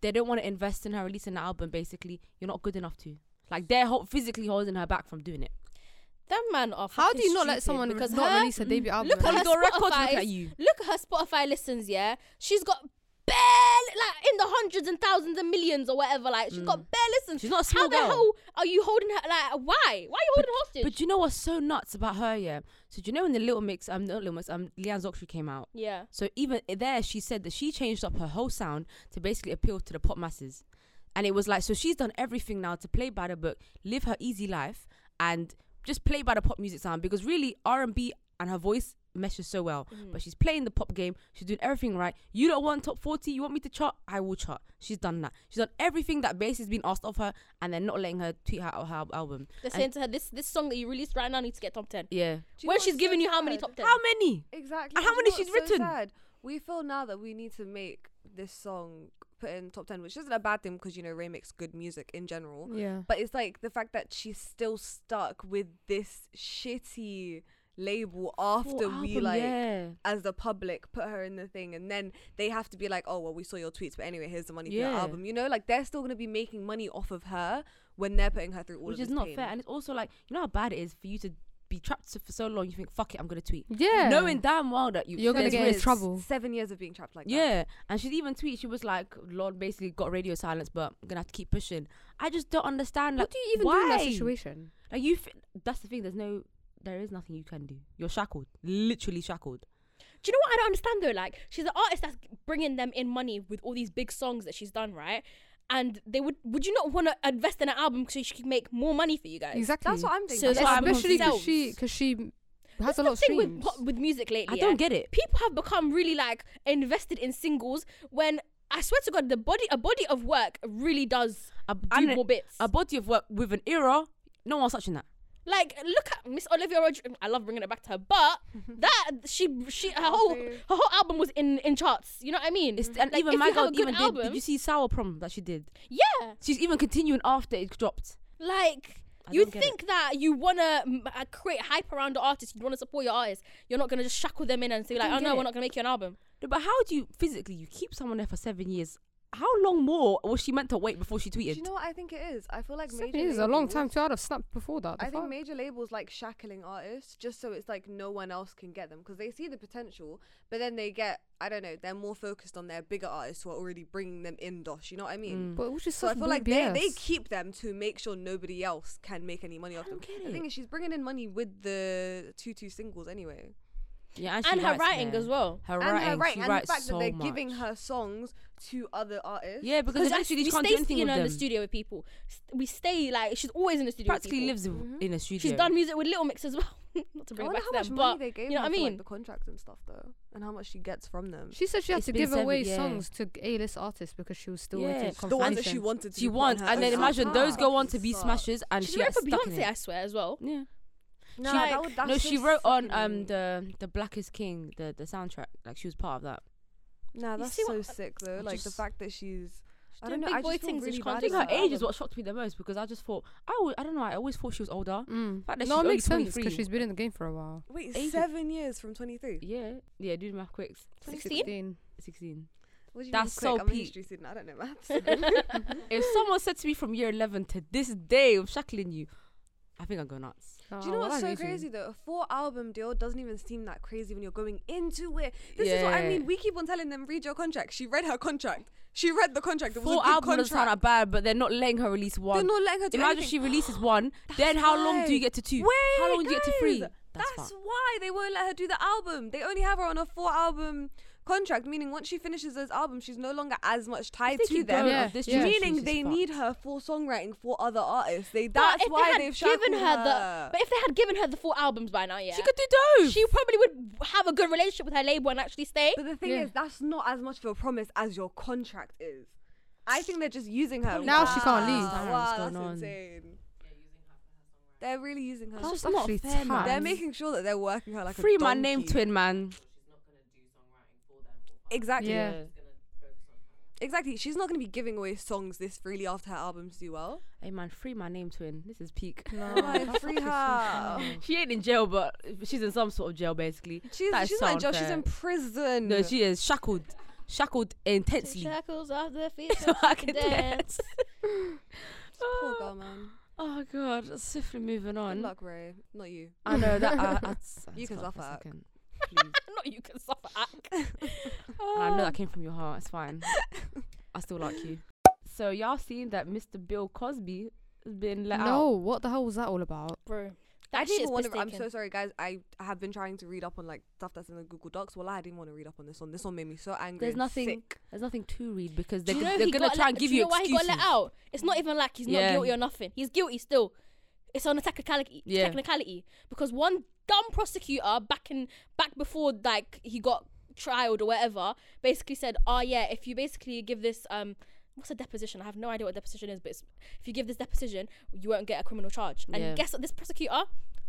[SPEAKER 1] They don't want to invest in her releasing the album. Basically, you're not good enough to. Like they're ho- physically holding her back from doing it.
[SPEAKER 2] That man off.
[SPEAKER 4] How do you not let someone
[SPEAKER 2] because
[SPEAKER 4] not
[SPEAKER 2] her,
[SPEAKER 4] release her debut album?
[SPEAKER 2] Look at her
[SPEAKER 1] Polydor Records look
[SPEAKER 2] Spotify.
[SPEAKER 1] at you.
[SPEAKER 2] Look at her Spotify listens. Yeah, she's got bare like in the hundreds and thousands and millions or whatever. Like she's got bare listens.
[SPEAKER 1] Mm. She's not a
[SPEAKER 2] How
[SPEAKER 1] small
[SPEAKER 2] the
[SPEAKER 1] girl.
[SPEAKER 2] hell are you holding her? Like why? Why are you holding hostage?
[SPEAKER 1] But you know what's so nuts about her, yeah? So do you know when the Little Mix, um, not Little Mix, um, Leanne Zocchi came out?
[SPEAKER 2] yeah.
[SPEAKER 1] So even eh, there, she said that she changed up her whole sound to basically appeal to the pop masses, and it was like so she's done everything now to play by the book, live her easy life, and just play by the pop music sound because really R and B and her voice meshes so well.
[SPEAKER 2] Hmm.
[SPEAKER 1] But she's playing the pop game. She's doing everything right. You don't want top forty. You want me to chart? I will chart. She's done that. She's done everything that bass has been asked of her, and they're not letting her tweet out her album.
[SPEAKER 2] They're
[SPEAKER 1] And-
[SPEAKER 2] saying to her, this this song that you released right now needs to get top ten.
[SPEAKER 1] Yeah.
[SPEAKER 3] Do you know
[SPEAKER 2] When
[SPEAKER 3] what's
[SPEAKER 2] she's
[SPEAKER 3] so
[SPEAKER 2] giving you how many
[SPEAKER 3] sad?
[SPEAKER 2] top ten?
[SPEAKER 1] How many?
[SPEAKER 3] Exactly.
[SPEAKER 1] And how
[SPEAKER 3] Do you
[SPEAKER 1] many
[SPEAKER 3] know
[SPEAKER 1] she's
[SPEAKER 3] what's so
[SPEAKER 1] written?
[SPEAKER 3] sad? We feel now that we need to make this song put in top ten, which isn't a bad thing because you know Ray makes good music in
[SPEAKER 2] Mm.
[SPEAKER 3] general.
[SPEAKER 4] yeah.
[SPEAKER 3] But it's like the fact that she's still stuck with this shitty label after
[SPEAKER 1] Full
[SPEAKER 3] we
[SPEAKER 1] album,
[SPEAKER 3] like
[SPEAKER 1] yeah.
[SPEAKER 3] as the public put her in the thing and then they have to be like oh well we saw your tweets but anyway here's the money for your
[SPEAKER 1] Yeah.
[SPEAKER 3] album you know like they're still going to be making money off of her when they're putting her through all
[SPEAKER 1] which
[SPEAKER 3] of
[SPEAKER 1] is
[SPEAKER 3] this
[SPEAKER 1] not
[SPEAKER 3] pain.
[SPEAKER 1] fair. And it's also like you know how bad it is for you to be trapped for so long. You think fuck it, I'm gonna tweet,
[SPEAKER 4] Yeah.
[SPEAKER 1] knowing damn well that you
[SPEAKER 4] You're gonna
[SPEAKER 1] there's
[SPEAKER 4] get in
[SPEAKER 1] risk.
[SPEAKER 4] trouble.
[SPEAKER 3] seven years of being trapped like that
[SPEAKER 1] Yeah, and she'd even tweet. She was like, "Lord, basically got radio silence, but I'm gonna have to keep pushing." I just don't understand. Like,
[SPEAKER 4] what do you even do in that
[SPEAKER 1] why?
[SPEAKER 4] situation?
[SPEAKER 1] Like you, f- that's the thing. There's no, there is nothing you can do. You're shackled, literally shackled.
[SPEAKER 2] Do you know what I don't understand though? Like, she's an artist that's bringing them in money with all these big songs that she's done, right? And they would would you not want to invest in an album so she could make more money for you guys?
[SPEAKER 4] Exactly.
[SPEAKER 3] that's what i'm thinking
[SPEAKER 2] So
[SPEAKER 1] That's why I'm
[SPEAKER 4] Especially because
[SPEAKER 2] confused.
[SPEAKER 4] she because she m- has
[SPEAKER 2] That's
[SPEAKER 4] a
[SPEAKER 2] the
[SPEAKER 4] lot of
[SPEAKER 2] thing
[SPEAKER 4] streams.
[SPEAKER 2] with pop, with music lately.
[SPEAKER 1] I don't
[SPEAKER 2] yeah?
[SPEAKER 1] get it.
[SPEAKER 2] people have become really like invested in singles when I swear to God, the body a body of work really does
[SPEAKER 1] A,
[SPEAKER 2] do
[SPEAKER 1] and a-
[SPEAKER 2] more bits.
[SPEAKER 1] a body of work with an era, no one's touching that.
[SPEAKER 2] like look at Miss Olivia Rodrigo. I love bringing it back to her, but
[SPEAKER 1] [LAUGHS]
[SPEAKER 2] that she she her whole her
[SPEAKER 3] Obvious.
[SPEAKER 2] whole album was in in charts. You know what I mean?
[SPEAKER 1] It's, and
[SPEAKER 2] Mm-hmm. Like,
[SPEAKER 1] even
[SPEAKER 2] if
[SPEAKER 1] my
[SPEAKER 2] you have
[SPEAKER 1] girl
[SPEAKER 2] a good
[SPEAKER 1] even did. Did
[SPEAKER 2] album-
[SPEAKER 1] you see Sour Prom that she did?
[SPEAKER 2] yeah,
[SPEAKER 1] She's even continuing after it dropped.
[SPEAKER 2] like.
[SPEAKER 1] I
[SPEAKER 2] You
[SPEAKER 1] don't get it.
[SPEAKER 2] think that you wanna mm, uh, create hype around the artist? You wanna support your artist? You're not gonna just shackle them in and say like,
[SPEAKER 1] don't
[SPEAKER 2] "Oh
[SPEAKER 1] get
[SPEAKER 2] no, we're
[SPEAKER 1] it.
[SPEAKER 2] not gonna make you an album."
[SPEAKER 1] No, but how do you physically you keep someone there for seven years How long more was she meant to wait before she tweeted?
[SPEAKER 3] Do you know what I think it is? I feel like
[SPEAKER 4] Seven
[SPEAKER 3] major
[SPEAKER 4] years is a long
[SPEAKER 3] labels-
[SPEAKER 4] time too. I'd have snapped before that. The
[SPEAKER 3] I think
[SPEAKER 4] fuck?
[SPEAKER 3] major labels like shackling artists just so it's like no one else can get them because they see the potential, but then they get I don't know they're more focused on their bigger artists who are already bringing them in. Dosh, you know what I mean?
[SPEAKER 1] Mm.
[SPEAKER 4] but which is
[SPEAKER 3] So
[SPEAKER 4] such
[SPEAKER 3] I feel like they
[SPEAKER 4] BS.
[SPEAKER 3] they keep them to make sure nobody else can make any money off them.
[SPEAKER 1] don't get
[SPEAKER 3] The
[SPEAKER 1] it.
[SPEAKER 3] thing is, she's bringing in money with the two two singles anyway,
[SPEAKER 1] yeah, and, she
[SPEAKER 2] and her
[SPEAKER 1] writes
[SPEAKER 2] writing
[SPEAKER 1] there.
[SPEAKER 2] as well.
[SPEAKER 1] Her
[SPEAKER 3] and
[SPEAKER 1] writing,
[SPEAKER 3] her right,
[SPEAKER 1] she
[SPEAKER 3] and the
[SPEAKER 1] writes
[SPEAKER 3] fact
[SPEAKER 1] so
[SPEAKER 3] that they're
[SPEAKER 1] much.
[SPEAKER 3] giving her songs to other artists.
[SPEAKER 1] yeah, because
[SPEAKER 2] I-
[SPEAKER 1] eventually
[SPEAKER 2] we
[SPEAKER 1] she can't
[SPEAKER 2] stay
[SPEAKER 1] do anything
[SPEAKER 2] you
[SPEAKER 1] with
[SPEAKER 2] know, in
[SPEAKER 1] them.
[SPEAKER 2] the studio with people. S- We stay like she's always in the studio.
[SPEAKER 1] Practically
[SPEAKER 2] with people.
[SPEAKER 1] lives w-
[SPEAKER 3] Mhm.
[SPEAKER 1] in a studio.
[SPEAKER 2] She's done music with Little Mix as well. [LAUGHS] Not to
[SPEAKER 3] I
[SPEAKER 2] bring it
[SPEAKER 3] wonder
[SPEAKER 2] back
[SPEAKER 3] how
[SPEAKER 2] to
[SPEAKER 3] much
[SPEAKER 2] them,
[SPEAKER 3] money
[SPEAKER 2] but
[SPEAKER 3] they gave
[SPEAKER 2] you know
[SPEAKER 3] her
[SPEAKER 2] what I
[SPEAKER 3] for, like,
[SPEAKER 2] mean?
[SPEAKER 3] the contracts and stuff though, and how much she gets from them.
[SPEAKER 4] She said she had
[SPEAKER 1] It's
[SPEAKER 4] to
[SPEAKER 1] been
[SPEAKER 4] give
[SPEAKER 1] seven-
[SPEAKER 4] away
[SPEAKER 1] yeah.
[SPEAKER 4] songs to A-list artists because she was still
[SPEAKER 1] Yeah.
[SPEAKER 4] waiting.
[SPEAKER 1] The
[SPEAKER 4] for
[SPEAKER 3] the ones that she
[SPEAKER 4] confirmation.
[SPEAKER 3] wanted to
[SPEAKER 1] She
[SPEAKER 3] be put on
[SPEAKER 1] wants,
[SPEAKER 3] her
[SPEAKER 1] and then
[SPEAKER 3] own
[SPEAKER 1] imagine
[SPEAKER 3] album.
[SPEAKER 1] those go on to be
[SPEAKER 3] Fucking sucks.
[SPEAKER 1] smashes, and
[SPEAKER 2] She's
[SPEAKER 1] she
[SPEAKER 2] wrote
[SPEAKER 1] gets
[SPEAKER 2] for
[SPEAKER 1] stuck in
[SPEAKER 2] Beyonce, I
[SPEAKER 1] it.
[SPEAKER 2] swear, as well.
[SPEAKER 1] Yeah.
[SPEAKER 3] No,
[SPEAKER 2] Like-
[SPEAKER 3] that would, that's
[SPEAKER 1] no,
[SPEAKER 3] so
[SPEAKER 1] she wrote on
[SPEAKER 3] fucking
[SPEAKER 1] um
[SPEAKER 3] mean.
[SPEAKER 1] the the Blackest King, the the soundtrack. Like she was part of that.
[SPEAKER 3] Nah, that's
[SPEAKER 2] see
[SPEAKER 3] so
[SPEAKER 2] what-
[SPEAKER 3] sick though.
[SPEAKER 1] I
[SPEAKER 3] like the
[SPEAKER 1] just-
[SPEAKER 3] fact that she's.
[SPEAKER 2] She's
[SPEAKER 3] I
[SPEAKER 2] doing
[SPEAKER 3] don't know,
[SPEAKER 2] big
[SPEAKER 3] I
[SPEAKER 2] boy
[SPEAKER 3] just feel
[SPEAKER 2] things and
[SPEAKER 3] really
[SPEAKER 2] she
[SPEAKER 1] I
[SPEAKER 2] can't do
[SPEAKER 3] bad
[SPEAKER 1] think
[SPEAKER 3] about
[SPEAKER 1] her
[SPEAKER 2] that.
[SPEAKER 3] that.
[SPEAKER 1] age is what shocked me the most because I just thought I w- I don't know I always thought she was older.
[SPEAKER 4] Mm.
[SPEAKER 1] fact that she's
[SPEAKER 4] no, it
[SPEAKER 1] only
[SPEAKER 4] makes sense
[SPEAKER 1] 23.
[SPEAKER 4] because she's been in the game for a while.
[SPEAKER 3] Wait,
[SPEAKER 1] Ages.
[SPEAKER 3] seven years from 23.
[SPEAKER 1] Yeah, yeah. Do the math quick.
[SPEAKER 2] 16?
[SPEAKER 4] 16.
[SPEAKER 1] Sixteen.
[SPEAKER 3] What do you
[SPEAKER 1] That's
[SPEAKER 3] mean quick?
[SPEAKER 1] so
[SPEAKER 3] I'm a
[SPEAKER 1] peak.
[SPEAKER 3] history student. I don't know
[SPEAKER 1] [LAUGHS]
[SPEAKER 3] maths.
[SPEAKER 1] If
[SPEAKER 3] Mm.
[SPEAKER 1] someone said to me from year eleven to this day of shackling you, I think I'd go nuts.
[SPEAKER 3] Do
[SPEAKER 4] Oh,
[SPEAKER 3] you know what's so crazy though? A four album deal doesn't even seem that crazy when you're going into it. This is what I
[SPEAKER 1] Yeah.
[SPEAKER 3] mean. We keep on telling them read your contract. She read her contract. She read the contract. It was
[SPEAKER 1] Four
[SPEAKER 3] a good
[SPEAKER 1] albums doesn't sound that
[SPEAKER 3] contract.
[SPEAKER 1] bad, but they're not letting her release
[SPEAKER 3] They're
[SPEAKER 1] one.
[SPEAKER 3] not letting her do
[SPEAKER 1] Imagine
[SPEAKER 3] anything.
[SPEAKER 1] she
[SPEAKER 3] [GASPS]
[SPEAKER 1] releases one, then
[SPEAKER 3] That's
[SPEAKER 1] how long do you
[SPEAKER 3] why.
[SPEAKER 1] get to two?
[SPEAKER 3] Wait,
[SPEAKER 1] how long do you get to three?
[SPEAKER 3] guys,
[SPEAKER 1] That's,
[SPEAKER 3] That's, why they won't let her do the album. They only have her on a four album contract, meaning once she finishes those albums, she's no longer as
[SPEAKER 1] fine. If
[SPEAKER 3] much tied
[SPEAKER 1] they
[SPEAKER 3] to
[SPEAKER 1] keep
[SPEAKER 3] them.
[SPEAKER 1] going
[SPEAKER 4] Yeah,
[SPEAKER 1] on this
[SPEAKER 4] yeah.
[SPEAKER 1] trajectory,
[SPEAKER 3] Meaning
[SPEAKER 1] she's
[SPEAKER 3] they
[SPEAKER 1] fucked.
[SPEAKER 3] need her for songwriting for other artists. They
[SPEAKER 2] But
[SPEAKER 3] that's
[SPEAKER 2] if they
[SPEAKER 3] why
[SPEAKER 2] had
[SPEAKER 3] have
[SPEAKER 2] given her the. But if they had given her the four albums by now, yeah,
[SPEAKER 1] She could do dope.
[SPEAKER 2] she probably would have a good relationship with her label and actually stay.
[SPEAKER 3] But the thing
[SPEAKER 4] Yeah.
[SPEAKER 3] is, that's not as much of a promise as your contract is. I think they're just using her.
[SPEAKER 1] Now
[SPEAKER 4] she can't leave.
[SPEAKER 1] Damn,
[SPEAKER 3] Wow,
[SPEAKER 1] what's
[SPEAKER 3] that's
[SPEAKER 1] going on?
[SPEAKER 3] insane. They're really using her.
[SPEAKER 4] That's
[SPEAKER 1] That's
[SPEAKER 4] just
[SPEAKER 1] not
[SPEAKER 4] actually
[SPEAKER 1] fair, man.
[SPEAKER 4] tax.
[SPEAKER 3] They're making sure that they're working her like a
[SPEAKER 1] Free my name,
[SPEAKER 3] donkey.
[SPEAKER 1] twin man.
[SPEAKER 3] Exactly.
[SPEAKER 4] Yeah.
[SPEAKER 3] Exactly. She's not going to be giving away songs this freely after her albums do well.
[SPEAKER 1] Hey man, free my name, twin. This is peak.
[SPEAKER 4] No,
[SPEAKER 3] [LAUGHS] Like,
[SPEAKER 4] that's
[SPEAKER 3] free
[SPEAKER 4] actually so
[SPEAKER 3] her.
[SPEAKER 4] funny.
[SPEAKER 1] [LAUGHS] She ain't in jail, but she's in some sort of jail, basically.
[SPEAKER 3] She's,
[SPEAKER 1] That is
[SPEAKER 3] she's
[SPEAKER 1] so
[SPEAKER 3] not in jail. She's
[SPEAKER 1] unfair.
[SPEAKER 3] in prison.
[SPEAKER 1] No, she is shackled, shackled intensely.
[SPEAKER 2] Shackles off
[SPEAKER 3] [LAUGHS]
[SPEAKER 2] the feet.
[SPEAKER 1] so I can
[SPEAKER 2] dance.
[SPEAKER 1] dance.
[SPEAKER 3] Poor girl, man.
[SPEAKER 1] Oh god, that's swiftly moving
[SPEAKER 3] Good
[SPEAKER 1] on.
[SPEAKER 3] luck, Ray. Not you.
[SPEAKER 1] I know that. uh, I,
[SPEAKER 3] [LAUGHS]
[SPEAKER 1] that's,
[SPEAKER 3] You can
[SPEAKER 1] laugh
[SPEAKER 3] suffer out.
[SPEAKER 2] [LAUGHS] Not you can suffer.
[SPEAKER 3] [LAUGHS]
[SPEAKER 2] [LAUGHS]
[SPEAKER 1] I know that came from your heart. It's fine. I still like you. So y'all seen that Mr. Bill Cosby has been let
[SPEAKER 4] No,
[SPEAKER 1] out?
[SPEAKER 4] what the hell was that all about?
[SPEAKER 2] bro.
[SPEAKER 3] I
[SPEAKER 2] That
[SPEAKER 3] didn't
[SPEAKER 2] shit's
[SPEAKER 3] even want to. I'm
[SPEAKER 2] mistaken.
[SPEAKER 3] so sorry, guys. I I have been trying to read up on like stuff that's in the Google Docs. Well, I didn't want to read up on this one. This one made me so angry.
[SPEAKER 1] There's
[SPEAKER 3] and
[SPEAKER 1] nothing.
[SPEAKER 3] sick.
[SPEAKER 1] There's nothing to read because
[SPEAKER 2] Do
[SPEAKER 1] they're,
[SPEAKER 2] you
[SPEAKER 1] go-
[SPEAKER 2] know
[SPEAKER 1] they're
[SPEAKER 2] he
[SPEAKER 1] gonna
[SPEAKER 2] got
[SPEAKER 1] try
[SPEAKER 2] let-
[SPEAKER 1] and give
[SPEAKER 2] do
[SPEAKER 1] you,
[SPEAKER 2] you know why he
[SPEAKER 1] excuses.
[SPEAKER 2] got let out? It's not even like he's not
[SPEAKER 1] Yeah.
[SPEAKER 2] guilty or nothing. He's guilty still. It's on a technicality.
[SPEAKER 1] Yeah.
[SPEAKER 2] Technicality. Because one dumb prosecutor back in back before like he got trialed or whatever, basically said, "Oh yeah, if you basically give this um." What's a deposition? I have no idea what a deposition is, but it's, if you give this deposition, you won't get a criminal charge. And
[SPEAKER 1] Yeah.
[SPEAKER 2] guess what? This prosecutor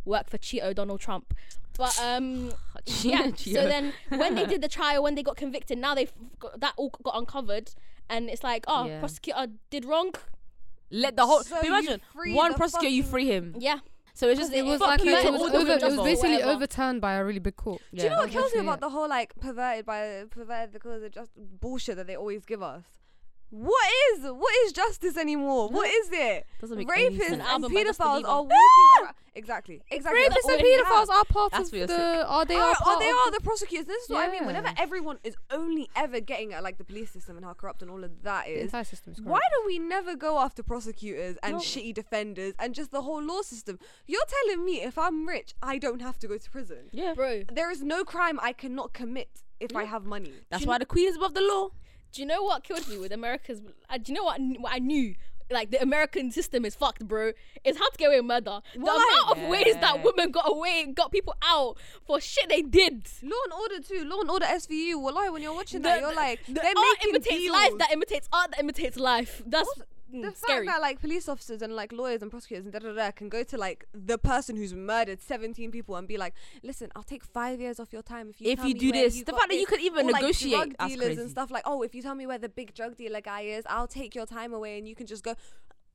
[SPEAKER 2] worked for Cheeto Donald Trump, but um,
[SPEAKER 1] [LAUGHS]
[SPEAKER 2] [LAUGHS] yeah.
[SPEAKER 1] Gee,
[SPEAKER 2] So then, when they did the trial, when they got convicted, now they've got, that all got uncovered, and it's like, oh,
[SPEAKER 1] Yeah.
[SPEAKER 2] prosecutor did wrong.
[SPEAKER 1] let the whole.
[SPEAKER 3] So you
[SPEAKER 1] imagine
[SPEAKER 3] free
[SPEAKER 1] one
[SPEAKER 3] the
[SPEAKER 1] prosecutor, you
[SPEAKER 3] fucking-
[SPEAKER 1] free him.
[SPEAKER 2] Yeah,
[SPEAKER 1] So it's just
[SPEAKER 2] Because
[SPEAKER 1] it
[SPEAKER 2] it
[SPEAKER 1] was
[SPEAKER 2] was
[SPEAKER 1] like
[SPEAKER 2] fucking
[SPEAKER 1] you
[SPEAKER 2] mad.
[SPEAKER 1] to
[SPEAKER 4] it
[SPEAKER 2] Like,
[SPEAKER 1] all
[SPEAKER 4] was,
[SPEAKER 1] the
[SPEAKER 4] over, it was
[SPEAKER 1] women.
[SPEAKER 2] or
[SPEAKER 4] basically
[SPEAKER 2] whatever.
[SPEAKER 4] overturned by a really big court.
[SPEAKER 1] Yeah.
[SPEAKER 3] Do you know what
[SPEAKER 4] That's
[SPEAKER 3] kills me
[SPEAKER 4] literally
[SPEAKER 3] about
[SPEAKER 4] it.
[SPEAKER 3] the whole like perverted by perverted because of just bullshit that they always give us? What is what is
[SPEAKER 1] [LAUGHS]
[SPEAKER 3] justice anymore? What is it?
[SPEAKER 1] Doesn't make any
[SPEAKER 3] Rapists
[SPEAKER 1] sense.
[SPEAKER 3] and,
[SPEAKER 2] An album by Justin
[SPEAKER 3] pedophiles
[SPEAKER 2] Bieber.
[SPEAKER 3] are walking around.
[SPEAKER 1] [LAUGHS]
[SPEAKER 3] Exactly, exactly.
[SPEAKER 4] Rapists
[SPEAKER 3] that's all
[SPEAKER 4] and
[SPEAKER 3] we have.
[SPEAKER 4] pedophiles are part
[SPEAKER 1] That's
[SPEAKER 4] of
[SPEAKER 1] where you're
[SPEAKER 4] the. Are they
[SPEAKER 3] They
[SPEAKER 4] are
[SPEAKER 3] are, oh,
[SPEAKER 4] part
[SPEAKER 3] they
[SPEAKER 4] of-
[SPEAKER 3] are the prosecutors. This is what I mean. Whenever
[SPEAKER 4] Yeah.
[SPEAKER 3] everyone is only ever getting at like the police system and how corrupt and all of that
[SPEAKER 4] the
[SPEAKER 3] is,
[SPEAKER 4] entire system? Is
[SPEAKER 3] Why
[SPEAKER 4] corrupt.
[SPEAKER 3] do we never go after prosecutors and
[SPEAKER 1] No.
[SPEAKER 3] shitty defenders and just the whole law system? You're telling me if I'm rich, I don't have to go to prison.
[SPEAKER 1] Yeah.
[SPEAKER 2] bro.
[SPEAKER 3] There is no crime I cannot commit if I have money.
[SPEAKER 1] That's
[SPEAKER 2] you
[SPEAKER 1] why the queen is above the law.
[SPEAKER 2] Do you know what killed me with America's? Uh, do you know what, I kn- what I knew? Like the American system is fucked, bro. It's how to get away with murder.
[SPEAKER 3] Well,
[SPEAKER 2] the amount
[SPEAKER 1] yeah.
[SPEAKER 2] of ways that women got away, got people out for shit they did.
[SPEAKER 3] Law and Order too. Law and Order SVU. Well, like when you're watching
[SPEAKER 2] The-
[SPEAKER 3] that, you're like
[SPEAKER 2] the
[SPEAKER 3] they're
[SPEAKER 2] art
[SPEAKER 3] making
[SPEAKER 2] imitates
[SPEAKER 3] deals.
[SPEAKER 2] life. That imitates art. That imitates life. That's
[SPEAKER 3] Also,
[SPEAKER 2] mm,
[SPEAKER 3] the fact
[SPEAKER 2] scary.
[SPEAKER 3] that like police officers and like lawyers and prosecutors and da da da can go to like the person who's murdered 17 people and be like, listen, I'll take five years off your time if you
[SPEAKER 1] If
[SPEAKER 3] tell
[SPEAKER 1] you
[SPEAKER 3] me
[SPEAKER 1] do
[SPEAKER 3] where
[SPEAKER 1] this." The
[SPEAKER 3] got
[SPEAKER 1] fact that you
[SPEAKER 3] this."
[SPEAKER 1] could even
[SPEAKER 3] Or, like,
[SPEAKER 1] negotiate,
[SPEAKER 3] drug
[SPEAKER 1] that's
[SPEAKER 3] dealers
[SPEAKER 1] crazy.
[SPEAKER 3] and stuff like, oh, if you tell me where the big drug dealer guy is, I'll take your time away and you can just go.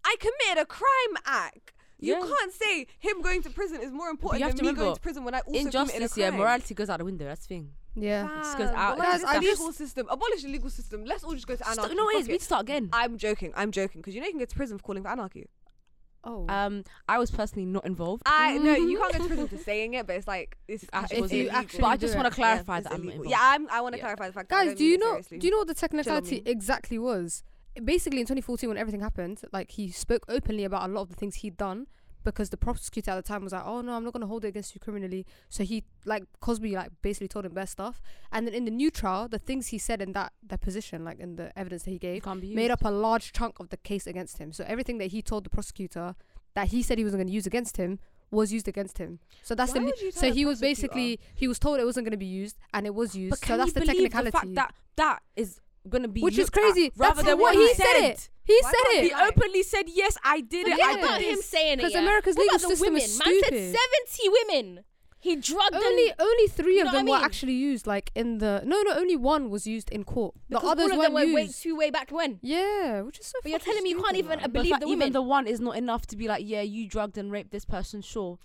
[SPEAKER 3] I committed a crime act. You
[SPEAKER 1] Yeah.
[SPEAKER 3] can't say him going to prison is more important
[SPEAKER 1] have
[SPEAKER 3] than
[SPEAKER 1] to
[SPEAKER 3] me going
[SPEAKER 1] remember,
[SPEAKER 3] to prison when I also committed a
[SPEAKER 1] Injustice, yeah,
[SPEAKER 3] crime.
[SPEAKER 1] morality goes out the window. That's the thing.
[SPEAKER 4] Yeah.
[SPEAKER 1] This
[SPEAKER 3] Fam,
[SPEAKER 1] goes out.
[SPEAKER 3] abolish
[SPEAKER 4] Guys, I
[SPEAKER 3] the
[SPEAKER 4] just-
[SPEAKER 3] legal system. Abolish the legal system. Let's all just go to
[SPEAKER 1] Stop-
[SPEAKER 3] anarchy.
[SPEAKER 1] you know what it is?
[SPEAKER 3] Fuck
[SPEAKER 1] We need to start again.
[SPEAKER 3] I'm joking. I'm joking. Because you know you can get to prison for calling for anarchy.
[SPEAKER 4] Oh.
[SPEAKER 3] Uh,
[SPEAKER 1] Um, I was personally not involved.
[SPEAKER 3] I no, you can't get
[SPEAKER 1] [LAUGHS]
[SPEAKER 3] to prison for saying it, but it's like it's
[SPEAKER 1] actually
[SPEAKER 3] it's
[SPEAKER 1] was
[SPEAKER 3] illegal.
[SPEAKER 4] actually
[SPEAKER 1] but I
[SPEAKER 4] do
[SPEAKER 1] just
[SPEAKER 4] it.
[SPEAKER 1] want to clarify
[SPEAKER 3] it's
[SPEAKER 1] that I'm not
[SPEAKER 3] illegal.
[SPEAKER 1] involved.
[SPEAKER 3] Yeah, I'm, I want to
[SPEAKER 1] Yeah.
[SPEAKER 3] clarify the fact. that I
[SPEAKER 4] guys
[SPEAKER 3] don't
[SPEAKER 4] do
[SPEAKER 3] mean
[SPEAKER 4] you
[SPEAKER 3] it
[SPEAKER 4] know
[SPEAKER 3] seriously.
[SPEAKER 4] do you know what the
[SPEAKER 3] what I
[SPEAKER 4] technicality
[SPEAKER 3] mean?
[SPEAKER 4] exactly was basically in 2014 when everything happened like he spoke openly about a lot of the things he'd done because the prosecutor at the time was like oh no i'm not going to hold it against you criminally so he like cosby like basically told him bad stuff and then in the new trial the things he said in that deposition like in the evidence that he
[SPEAKER 1] It
[SPEAKER 4] gave
[SPEAKER 1] can't be
[SPEAKER 4] made up a large chunk of the case against him so everything that he told the prosecutor that he said he wasn't going to use against him was used against him so that's
[SPEAKER 3] Why
[SPEAKER 4] the
[SPEAKER 3] would you tell
[SPEAKER 4] so
[SPEAKER 3] the
[SPEAKER 4] he was
[SPEAKER 3] prosecutor?
[SPEAKER 4] basically he was told it wasn't going to be used and it was used
[SPEAKER 1] But
[SPEAKER 4] so
[SPEAKER 1] can
[SPEAKER 4] that's
[SPEAKER 1] you
[SPEAKER 4] the
[SPEAKER 1] believe
[SPEAKER 4] technicality
[SPEAKER 1] the fact that that is gonna be
[SPEAKER 4] Which is
[SPEAKER 1] looked at
[SPEAKER 4] crazy. That's
[SPEAKER 1] rather than what
[SPEAKER 4] what he
[SPEAKER 1] he
[SPEAKER 4] said
[SPEAKER 1] said.
[SPEAKER 4] it. He
[SPEAKER 3] Why
[SPEAKER 4] said
[SPEAKER 3] can't
[SPEAKER 4] it
[SPEAKER 1] He
[SPEAKER 3] He lied.
[SPEAKER 1] openly said yes, I did it.
[SPEAKER 4] Yeah.
[SPEAKER 1] I
[SPEAKER 2] Forget
[SPEAKER 1] did
[SPEAKER 2] about him
[SPEAKER 1] this."
[SPEAKER 2] saying it.
[SPEAKER 4] because
[SPEAKER 2] yeah.
[SPEAKER 4] America's
[SPEAKER 2] What
[SPEAKER 4] legal
[SPEAKER 2] about the
[SPEAKER 4] system
[SPEAKER 2] women?
[SPEAKER 4] is
[SPEAKER 2] Man
[SPEAKER 4] stupid.
[SPEAKER 2] said 70 women. He drugged
[SPEAKER 4] only
[SPEAKER 2] and
[SPEAKER 4] only three
[SPEAKER 2] You
[SPEAKER 4] of
[SPEAKER 2] know what I
[SPEAKER 4] them were
[SPEAKER 2] mean?
[SPEAKER 4] actually used like in the no no only one was used in court the
[SPEAKER 2] because
[SPEAKER 4] others
[SPEAKER 2] all of them were
[SPEAKER 4] weren't
[SPEAKER 2] way
[SPEAKER 4] used
[SPEAKER 2] too way back when.
[SPEAKER 4] yeah which is so
[SPEAKER 2] But you're
[SPEAKER 4] fucking
[SPEAKER 2] telling me you can't
[SPEAKER 4] stupid,
[SPEAKER 2] even
[SPEAKER 4] man.
[SPEAKER 1] But
[SPEAKER 2] believe
[SPEAKER 1] fact
[SPEAKER 2] the
[SPEAKER 1] even
[SPEAKER 2] women.
[SPEAKER 1] the one is not enough to be like, yeah, you drugged and raped this person. Sure,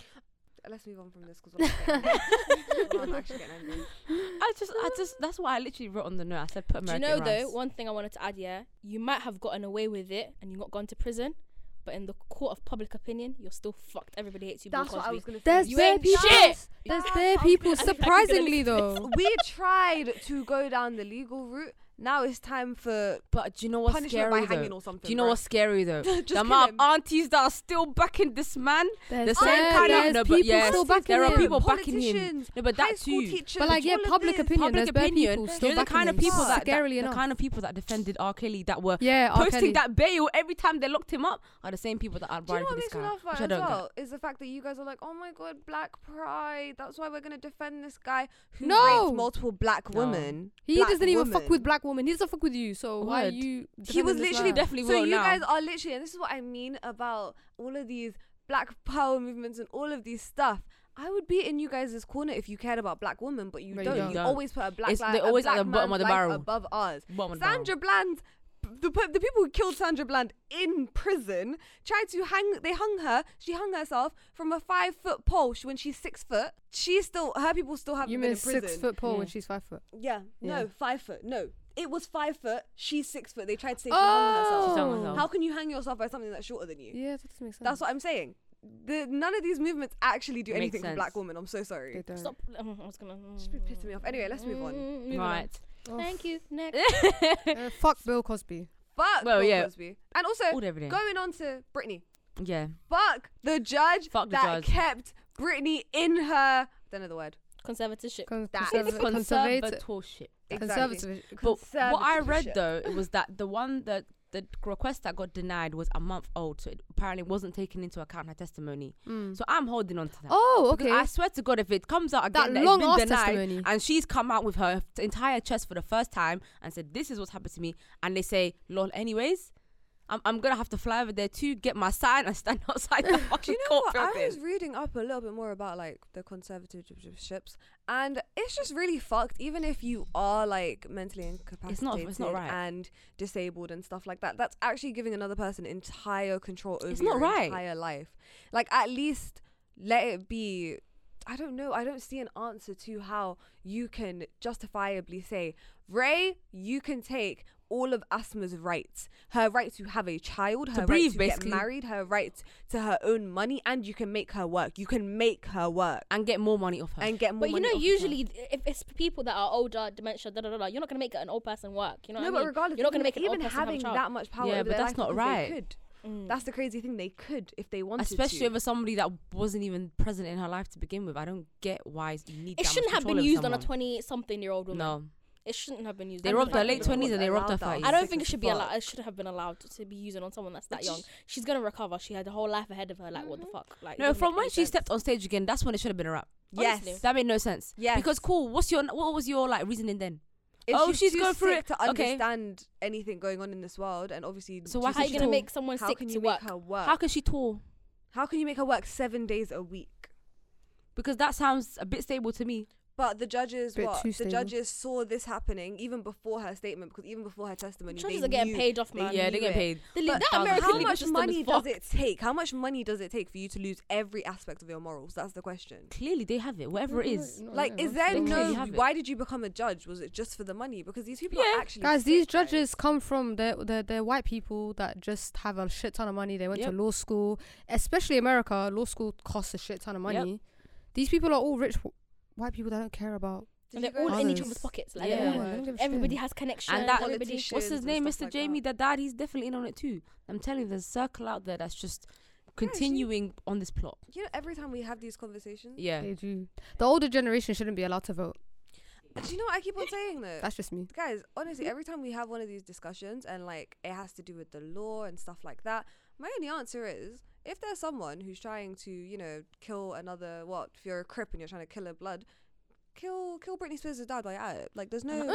[SPEAKER 3] Let's move on from this
[SPEAKER 1] [LAUGHS]
[SPEAKER 3] because
[SPEAKER 2] [LAUGHS]
[SPEAKER 3] I'm, [LAUGHS] getting- I'm actually getting angry.
[SPEAKER 1] I just, I just, that's what I literally wrote on the note. I said, put
[SPEAKER 2] Do you
[SPEAKER 1] American
[SPEAKER 2] know
[SPEAKER 1] rice.
[SPEAKER 2] though? One thing I wanted to add, yeah, you might have gotten away with it and you got gone to prison, but in the court of public opinion, you're still fucked. Everybody hates you. Bill
[SPEAKER 3] That's what I
[SPEAKER 2] Cosby.
[SPEAKER 3] was gonna say.
[SPEAKER 4] there's
[SPEAKER 2] You
[SPEAKER 4] their
[SPEAKER 2] ain't
[SPEAKER 4] people
[SPEAKER 2] shit.
[SPEAKER 4] there's
[SPEAKER 3] That's
[SPEAKER 4] their
[SPEAKER 3] how-
[SPEAKER 4] people
[SPEAKER 3] I think
[SPEAKER 2] I can
[SPEAKER 4] surprisingly
[SPEAKER 2] listen to
[SPEAKER 4] though
[SPEAKER 3] [LAUGHS] we tried to go down the legal route. Now it's time for
[SPEAKER 1] But do you know what's
[SPEAKER 3] punishment
[SPEAKER 1] scary
[SPEAKER 3] by hanging
[SPEAKER 1] though?
[SPEAKER 3] or something.
[SPEAKER 1] Do you know
[SPEAKER 3] bro.
[SPEAKER 1] what's scary though?
[SPEAKER 3] [LAUGHS] Just
[SPEAKER 1] the
[SPEAKER 3] kill
[SPEAKER 1] amount
[SPEAKER 3] him.
[SPEAKER 1] of aunties that are still backing this man.
[SPEAKER 4] there's
[SPEAKER 2] Ah,
[SPEAKER 1] same
[SPEAKER 4] their-
[SPEAKER 1] kind of-
[SPEAKER 4] there's
[SPEAKER 1] no, but
[SPEAKER 4] people
[SPEAKER 1] yes,
[SPEAKER 4] still backing
[SPEAKER 1] there are
[SPEAKER 4] him.
[SPEAKER 1] people backing him.
[SPEAKER 3] politicians,
[SPEAKER 1] No, but
[SPEAKER 3] high
[SPEAKER 1] that
[SPEAKER 3] school
[SPEAKER 1] too.
[SPEAKER 3] teachers,
[SPEAKER 4] but like yeah
[SPEAKER 3] all of
[SPEAKER 4] public
[SPEAKER 3] this.
[SPEAKER 4] opinion
[SPEAKER 1] Public
[SPEAKER 4] there's bare
[SPEAKER 1] opinion.
[SPEAKER 4] people
[SPEAKER 3] There's
[SPEAKER 4] still
[SPEAKER 1] You're the
[SPEAKER 4] backing
[SPEAKER 1] kind of
[SPEAKER 4] him.
[SPEAKER 1] people
[SPEAKER 3] Fuck.
[SPEAKER 1] that, that
[SPEAKER 4] Scarily
[SPEAKER 1] the
[SPEAKER 4] enough.
[SPEAKER 1] kind of people that defended R. Kelly that were
[SPEAKER 4] yeah R.
[SPEAKER 1] posting
[SPEAKER 4] Kelly.
[SPEAKER 1] that bail every time they locked him up are the same people that are
[SPEAKER 3] Do you know
[SPEAKER 1] riding for
[SPEAKER 3] what
[SPEAKER 1] this
[SPEAKER 3] makes
[SPEAKER 1] guy.
[SPEAKER 3] me laugh about
[SPEAKER 1] which
[SPEAKER 3] it
[SPEAKER 1] I
[SPEAKER 3] as
[SPEAKER 1] don't get.
[SPEAKER 3] well is the fact that you guys are like, oh my god, black pride. That's why we're gonna defend this guy who
[SPEAKER 4] No.
[SPEAKER 3] raped multiple black
[SPEAKER 1] No.
[SPEAKER 3] women.
[SPEAKER 4] he
[SPEAKER 3] Black
[SPEAKER 4] doesn't even fuck
[SPEAKER 3] woman.
[SPEAKER 4] with black women he doesn't fuck with you so why are
[SPEAKER 1] Word.
[SPEAKER 4] you
[SPEAKER 3] He was
[SPEAKER 4] defending this
[SPEAKER 3] literally
[SPEAKER 4] man?
[SPEAKER 1] def- definitely
[SPEAKER 3] so
[SPEAKER 1] will
[SPEAKER 3] you
[SPEAKER 1] now.
[SPEAKER 3] guys are literally, and this is what I mean about all of these black [LAUGHS] power movements and all of these stuff. I would be in you guys' corner if you cared about black women, but you
[SPEAKER 4] But you
[SPEAKER 3] don't. You,
[SPEAKER 4] don't.
[SPEAKER 3] always put a black.
[SPEAKER 1] It's-
[SPEAKER 3] li-
[SPEAKER 1] they're
[SPEAKER 3] a
[SPEAKER 1] always at
[SPEAKER 3] black
[SPEAKER 1] the bottom of
[SPEAKER 3] man's
[SPEAKER 1] the
[SPEAKER 3] life
[SPEAKER 1] barrel.
[SPEAKER 3] above ours.
[SPEAKER 1] Bottom of the barrel.
[SPEAKER 3] Sandra Bland, the, pe- the people who killed Sandra Bland in prison tried to hang. They hung her. She hung herself from a five foot pole sh- when she's six foot. She's still her people still haven't
[SPEAKER 4] you
[SPEAKER 3] been in
[SPEAKER 4] mean
[SPEAKER 3] prison.
[SPEAKER 4] six foot pole when
[SPEAKER 1] Yeah.
[SPEAKER 4] she's five foot
[SPEAKER 3] Yeah,
[SPEAKER 4] Yeah.
[SPEAKER 3] no, five foot. No, it was five foot. She's six foot. They tried to say she hung herself.
[SPEAKER 1] She's hung
[SPEAKER 4] oh
[SPEAKER 1] herself.
[SPEAKER 3] How can you hang yourself by something that's shorter than you?
[SPEAKER 4] yeah that doesn't make sense
[SPEAKER 3] That's what I'm saying. The, none of these movements actually do
[SPEAKER 1] Makes
[SPEAKER 3] anything for black
[SPEAKER 1] sense.
[SPEAKER 3] women. I'm so
[SPEAKER 4] they
[SPEAKER 3] sorry.
[SPEAKER 4] don't
[SPEAKER 2] Stop. Um, I was gonna.
[SPEAKER 3] She's been pissing me off. Anyway, let's move on.
[SPEAKER 2] Mm, moving on.
[SPEAKER 1] Right.
[SPEAKER 4] Oh,
[SPEAKER 2] Thank you. Next.
[SPEAKER 3] [LAUGHS]
[SPEAKER 2] [LAUGHS]
[SPEAKER 4] Uh, [LAUGHS] fuck Bill Cosby.
[SPEAKER 3] Fuck
[SPEAKER 1] Well,
[SPEAKER 3] Bill
[SPEAKER 1] yeah.
[SPEAKER 3] Cosby. And also,
[SPEAKER 1] All every day.
[SPEAKER 3] going on to Britney.
[SPEAKER 1] Yeah.
[SPEAKER 3] Fuck the judge
[SPEAKER 1] Fuck the
[SPEAKER 3] that
[SPEAKER 1] judge.
[SPEAKER 3] kept Britney in her. Don't know the word.
[SPEAKER 2] Conservatorship.
[SPEAKER 4] Con-
[SPEAKER 3] That
[SPEAKER 4] conserva-
[SPEAKER 3] is
[SPEAKER 4] conservati-
[SPEAKER 1] Conservatorship.
[SPEAKER 4] Conservative.
[SPEAKER 1] But what I
[SPEAKER 3] Conservatorship.
[SPEAKER 1] read though it was that the one that the request that got denied was a month old, so it apparently wasn't taken into account her testimony.
[SPEAKER 4] Mm.
[SPEAKER 1] So I'm holding on to that.
[SPEAKER 4] oh,
[SPEAKER 1] Because
[SPEAKER 4] okay.
[SPEAKER 1] I swear to God, if it comes out
[SPEAKER 4] that
[SPEAKER 1] again that,
[SPEAKER 4] long
[SPEAKER 1] it's
[SPEAKER 4] ass
[SPEAKER 1] been denied,
[SPEAKER 4] testimony.
[SPEAKER 1] and she's come out with her t- entire chest for the first time and said, "This is what's happened to me," and they say, "Lol, anyways." I'm, I'm gonna have to fly over there to get my sign and stand [LAUGHS] outside
[SPEAKER 2] [LAUGHS]
[SPEAKER 1] the
[SPEAKER 3] Do
[SPEAKER 1] fucking
[SPEAKER 3] you know
[SPEAKER 1] court
[SPEAKER 3] what? I was
[SPEAKER 1] building.
[SPEAKER 3] reading up a little bit more about like the conservatorships, and it's just really fucked. Even if you are like mentally incapacitated
[SPEAKER 1] not- it's not right.
[SPEAKER 3] and disabled and stuff like that, that's actually giving another person entire control over
[SPEAKER 1] It's not
[SPEAKER 3] your
[SPEAKER 1] right.
[SPEAKER 3] entire life. Like at least let it be. I don't know. I don't see an answer to how you can justifiably say, Ray, you can take all of Asma's rights, her right to have a child, her
[SPEAKER 1] breathe,
[SPEAKER 3] right to
[SPEAKER 1] basically.
[SPEAKER 3] get married, her right to her own money, and you can make her work. You can make her work
[SPEAKER 1] and get more money off her.
[SPEAKER 3] and get more.
[SPEAKER 2] But you
[SPEAKER 3] money
[SPEAKER 2] know,
[SPEAKER 3] off her.
[SPEAKER 2] usually if it's people that are older, dementia, da da da da, you're not gonna make an old person work. You know
[SPEAKER 3] no,
[SPEAKER 2] what I
[SPEAKER 3] but
[SPEAKER 2] mean?
[SPEAKER 3] regardless,
[SPEAKER 2] you're not gonna
[SPEAKER 3] even-
[SPEAKER 2] make an old
[SPEAKER 3] even
[SPEAKER 2] person have a
[SPEAKER 3] having
[SPEAKER 2] child.
[SPEAKER 3] that much power.
[SPEAKER 1] Yeah,
[SPEAKER 3] over
[SPEAKER 1] but
[SPEAKER 3] their
[SPEAKER 1] that's
[SPEAKER 3] life
[SPEAKER 1] not
[SPEAKER 3] because
[SPEAKER 1] right.
[SPEAKER 3] They could.
[SPEAKER 2] Mm.
[SPEAKER 3] That's the crazy thing. They could if they wanted
[SPEAKER 1] especially
[SPEAKER 3] to.
[SPEAKER 1] over somebody that wasn't even present in her life to begin with. I don't get why you need.
[SPEAKER 2] it
[SPEAKER 1] that
[SPEAKER 2] shouldn't
[SPEAKER 1] much
[SPEAKER 2] have
[SPEAKER 1] control
[SPEAKER 2] been
[SPEAKER 1] over
[SPEAKER 2] used on a
[SPEAKER 1] someone.
[SPEAKER 2] 20 something year old woman.
[SPEAKER 1] No,
[SPEAKER 2] It shouldn't have been used.
[SPEAKER 1] they
[SPEAKER 2] on
[SPEAKER 3] And
[SPEAKER 1] robbed
[SPEAKER 3] the
[SPEAKER 1] her
[SPEAKER 2] someone
[SPEAKER 1] late
[SPEAKER 3] fact that
[SPEAKER 2] that
[SPEAKER 3] the
[SPEAKER 1] twenties
[SPEAKER 3] court
[SPEAKER 1] and they robbed her
[SPEAKER 3] allowed that
[SPEAKER 1] thirties.
[SPEAKER 3] was
[SPEAKER 2] I don't
[SPEAKER 3] sick
[SPEAKER 2] think it
[SPEAKER 3] as
[SPEAKER 2] should be
[SPEAKER 3] fuck.
[SPEAKER 2] allowed. It should have been allowed to be used on someone that's that
[SPEAKER 3] Which
[SPEAKER 2] young.
[SPEAKER 3] is-
[SPEAKER 2] She's gonna recover. She had a whole life ahead of her. Like what the fuck? Like
[SPEAKER 1] Mm-hmm.
[SPEAKER 2] it
[SPEAKER 1] No,
[SPEAKER 2] doesn't
[SPEAKER 1] from
[SPEAKER 2] make
[SPEAKER 1] when
[SPEAKER 2] any
[SPEAKER 1] she
[SPEAKER 2] sense.
[SPEAKER 1] stepped on stage again, that's when it should have been a wrap.
[SPEAKER 3] Yes.
[SPEAKER 2] Honestly.
[SPEAKER 1] That made no sense.
[SPEAKER 3] Yes.
[SPEAKER 1] Because cool, what's your what was your like reasoning then?
[SPEAKER 3] If
[SPEAKER 1] Oh, she's
[SPEAKER 3] too
[SPEAKER 1] going through
[SPEAKER 3] sick
[SPEAKER 1] it.
[SPEAKER 3] to
[SPEAKER 1] Okay.
[SPEAKER 3] understand anything going on in this world, and obviously.
[SPEAKER 1] So why
[SPEAKER 3] she's
[SPEAKER 2] How are you
[SPEAKER 1] she
[SPEAKER 2] gonna
[SPEAKER 1] tall?
[SPEAKER 2] make someone
[SPEAKER 3] How
[SPEAKER 2] sick
[SPEAKER 3] can
[SPEAKER 2] to
[SPEAKER 3] you
[SPEAKER 2] work?
[SPEAKER 3] make her work?
[SPEAKER 1] How can she tour?
[SPEAKER 3] How can you make her work seven days a week?
[SPEAKER 1] Because that sounds a bit stable to me.
[SPEAKER 3] But the judges,
[SPEAKER 4] Bit
[SPEAKER 3] what
[SPEAKER 4] too
[SPEAKER 3] the
[SPEAKER 4] stable.
[SPEAKER 3] judges saw this happening even before her statement, because even before her testimony,
[SPEAKER 2] Judges
[SPEAKER 3] they
[SPEAKER 2] are getting
[SPEAKER 3] knew-
[SPEAKER 2] paid off,
[SPEAKER 3] they
[SPEAKER 2] man.
[SPEAKER 1] yeah, they
[SPEAKER 3] knew
[SPEAKER 1] get
[SPEAKER 3] it.
[SPEAKER 1] paid.
[SPEAKER 2] The le-
[SPEAKER 1] But
[SPEAKER 2] that
[SPEAKER 1] thousands.
[SPEAKER 2] American
[SPEAKER 3] How
[SPEAKER 2] legal
[SPEAKER 3] much
[SPEAKER 2] system
[SPEAKER 3] money
[SPEAKER 2] is
[SPEAKER 3] does
[SPEAKER 2] fucked.
[SPEAKER 3] it take? How much money does it take for you to lose every aspect of your morals? That's the question.
[SPEAKER 1] Clearly, they have it. Whatever it
[SPEAKER 4] Mm-hmm.
[SPEAKER 3] Mm-hmm.
[SPEAKER 1] is.
[SPEAKER 4] Oh,
[SPEAKER 3] Like, is there
[SPEAKER 1] They
[SPEAKER 3] no?
[SPEAKER 1] clearly have it.
[SPEAKER 3] Why did you become a judge? Was it just for the money? Because these people
[SPEAKER 2] Yeah.
[SPEAKER 3] are actually
[SPEAKER 4] Guys, these
[SPEAKER 3] sick, like-
[SPEAKER 4] judges come from they're, they're, they're white people that just have a shit ton of money. They went
[SPEAKER 1] Yep.
[SPEAKER 4] to law school, especially America. Law school costs a shit ton of
[SPEAKER 1] Yep.
[SPEAKER 4] money. These people are all rich wh- white people that don't care about.
[SPEAKER 2] And
[SPEAKER 3] Did
[SPEAKER 2] they're
[SPEAKER 3] you
[SPEAKER 2] all
[SPEAKER 3] guys-
[SPEAKER 2] in each
[SPEAKER 4] Others.
[SPEAKER 2] other's pockets. Like
[SPEAKER 1] Yeah.
[SPEAKER 2] they're all-
[SPEAKER 1] Yeah.
[SPEAKER 2] everybody has connections.
[SPEAKER 1] And that-
[SPEAKER 2] everybody.
[SPEAKER 3] Politicians
[SPEAKER 1] What's his
[SPEAKER 3] and
[SPEAKER 1] name,
[SPEAKER 3] stuff
[SPEAKER 1] Mr.
[SPEAKER 3] like
[SPEAKER 1] Jamie?
[SPEAKER 3] that.
[SPEAKER 1] The dad, he's definitely in on it too. I'm telling you, there's a circle out there that's just continuing on this plot.
[SPEAKER 3] You know, every time we have these conversations,
[SPEAKER 1] Yeah.
[SPEAKER 4] They do. The older generation shouldn't be allowed to vote.
[SPEAKER 3] do you know what I keep on saying though?
[SPEAKER 4] That's just me.
[SPEAKER 3] Guys, honestly,
[SPEAKER 4] Mm-hmm.
[SPEAKER 3] every time we have one of these discussions and like it has to do with the law and stuff like that, my only answer is if there's someone who's trying to, you know, kill another what, if you're a crip and you're trying to kill her blood, kill kill Britney Spears' dad like at it. Like there's
[SPEAKER 4] [LAUGHS]
[SPEAKER 3] no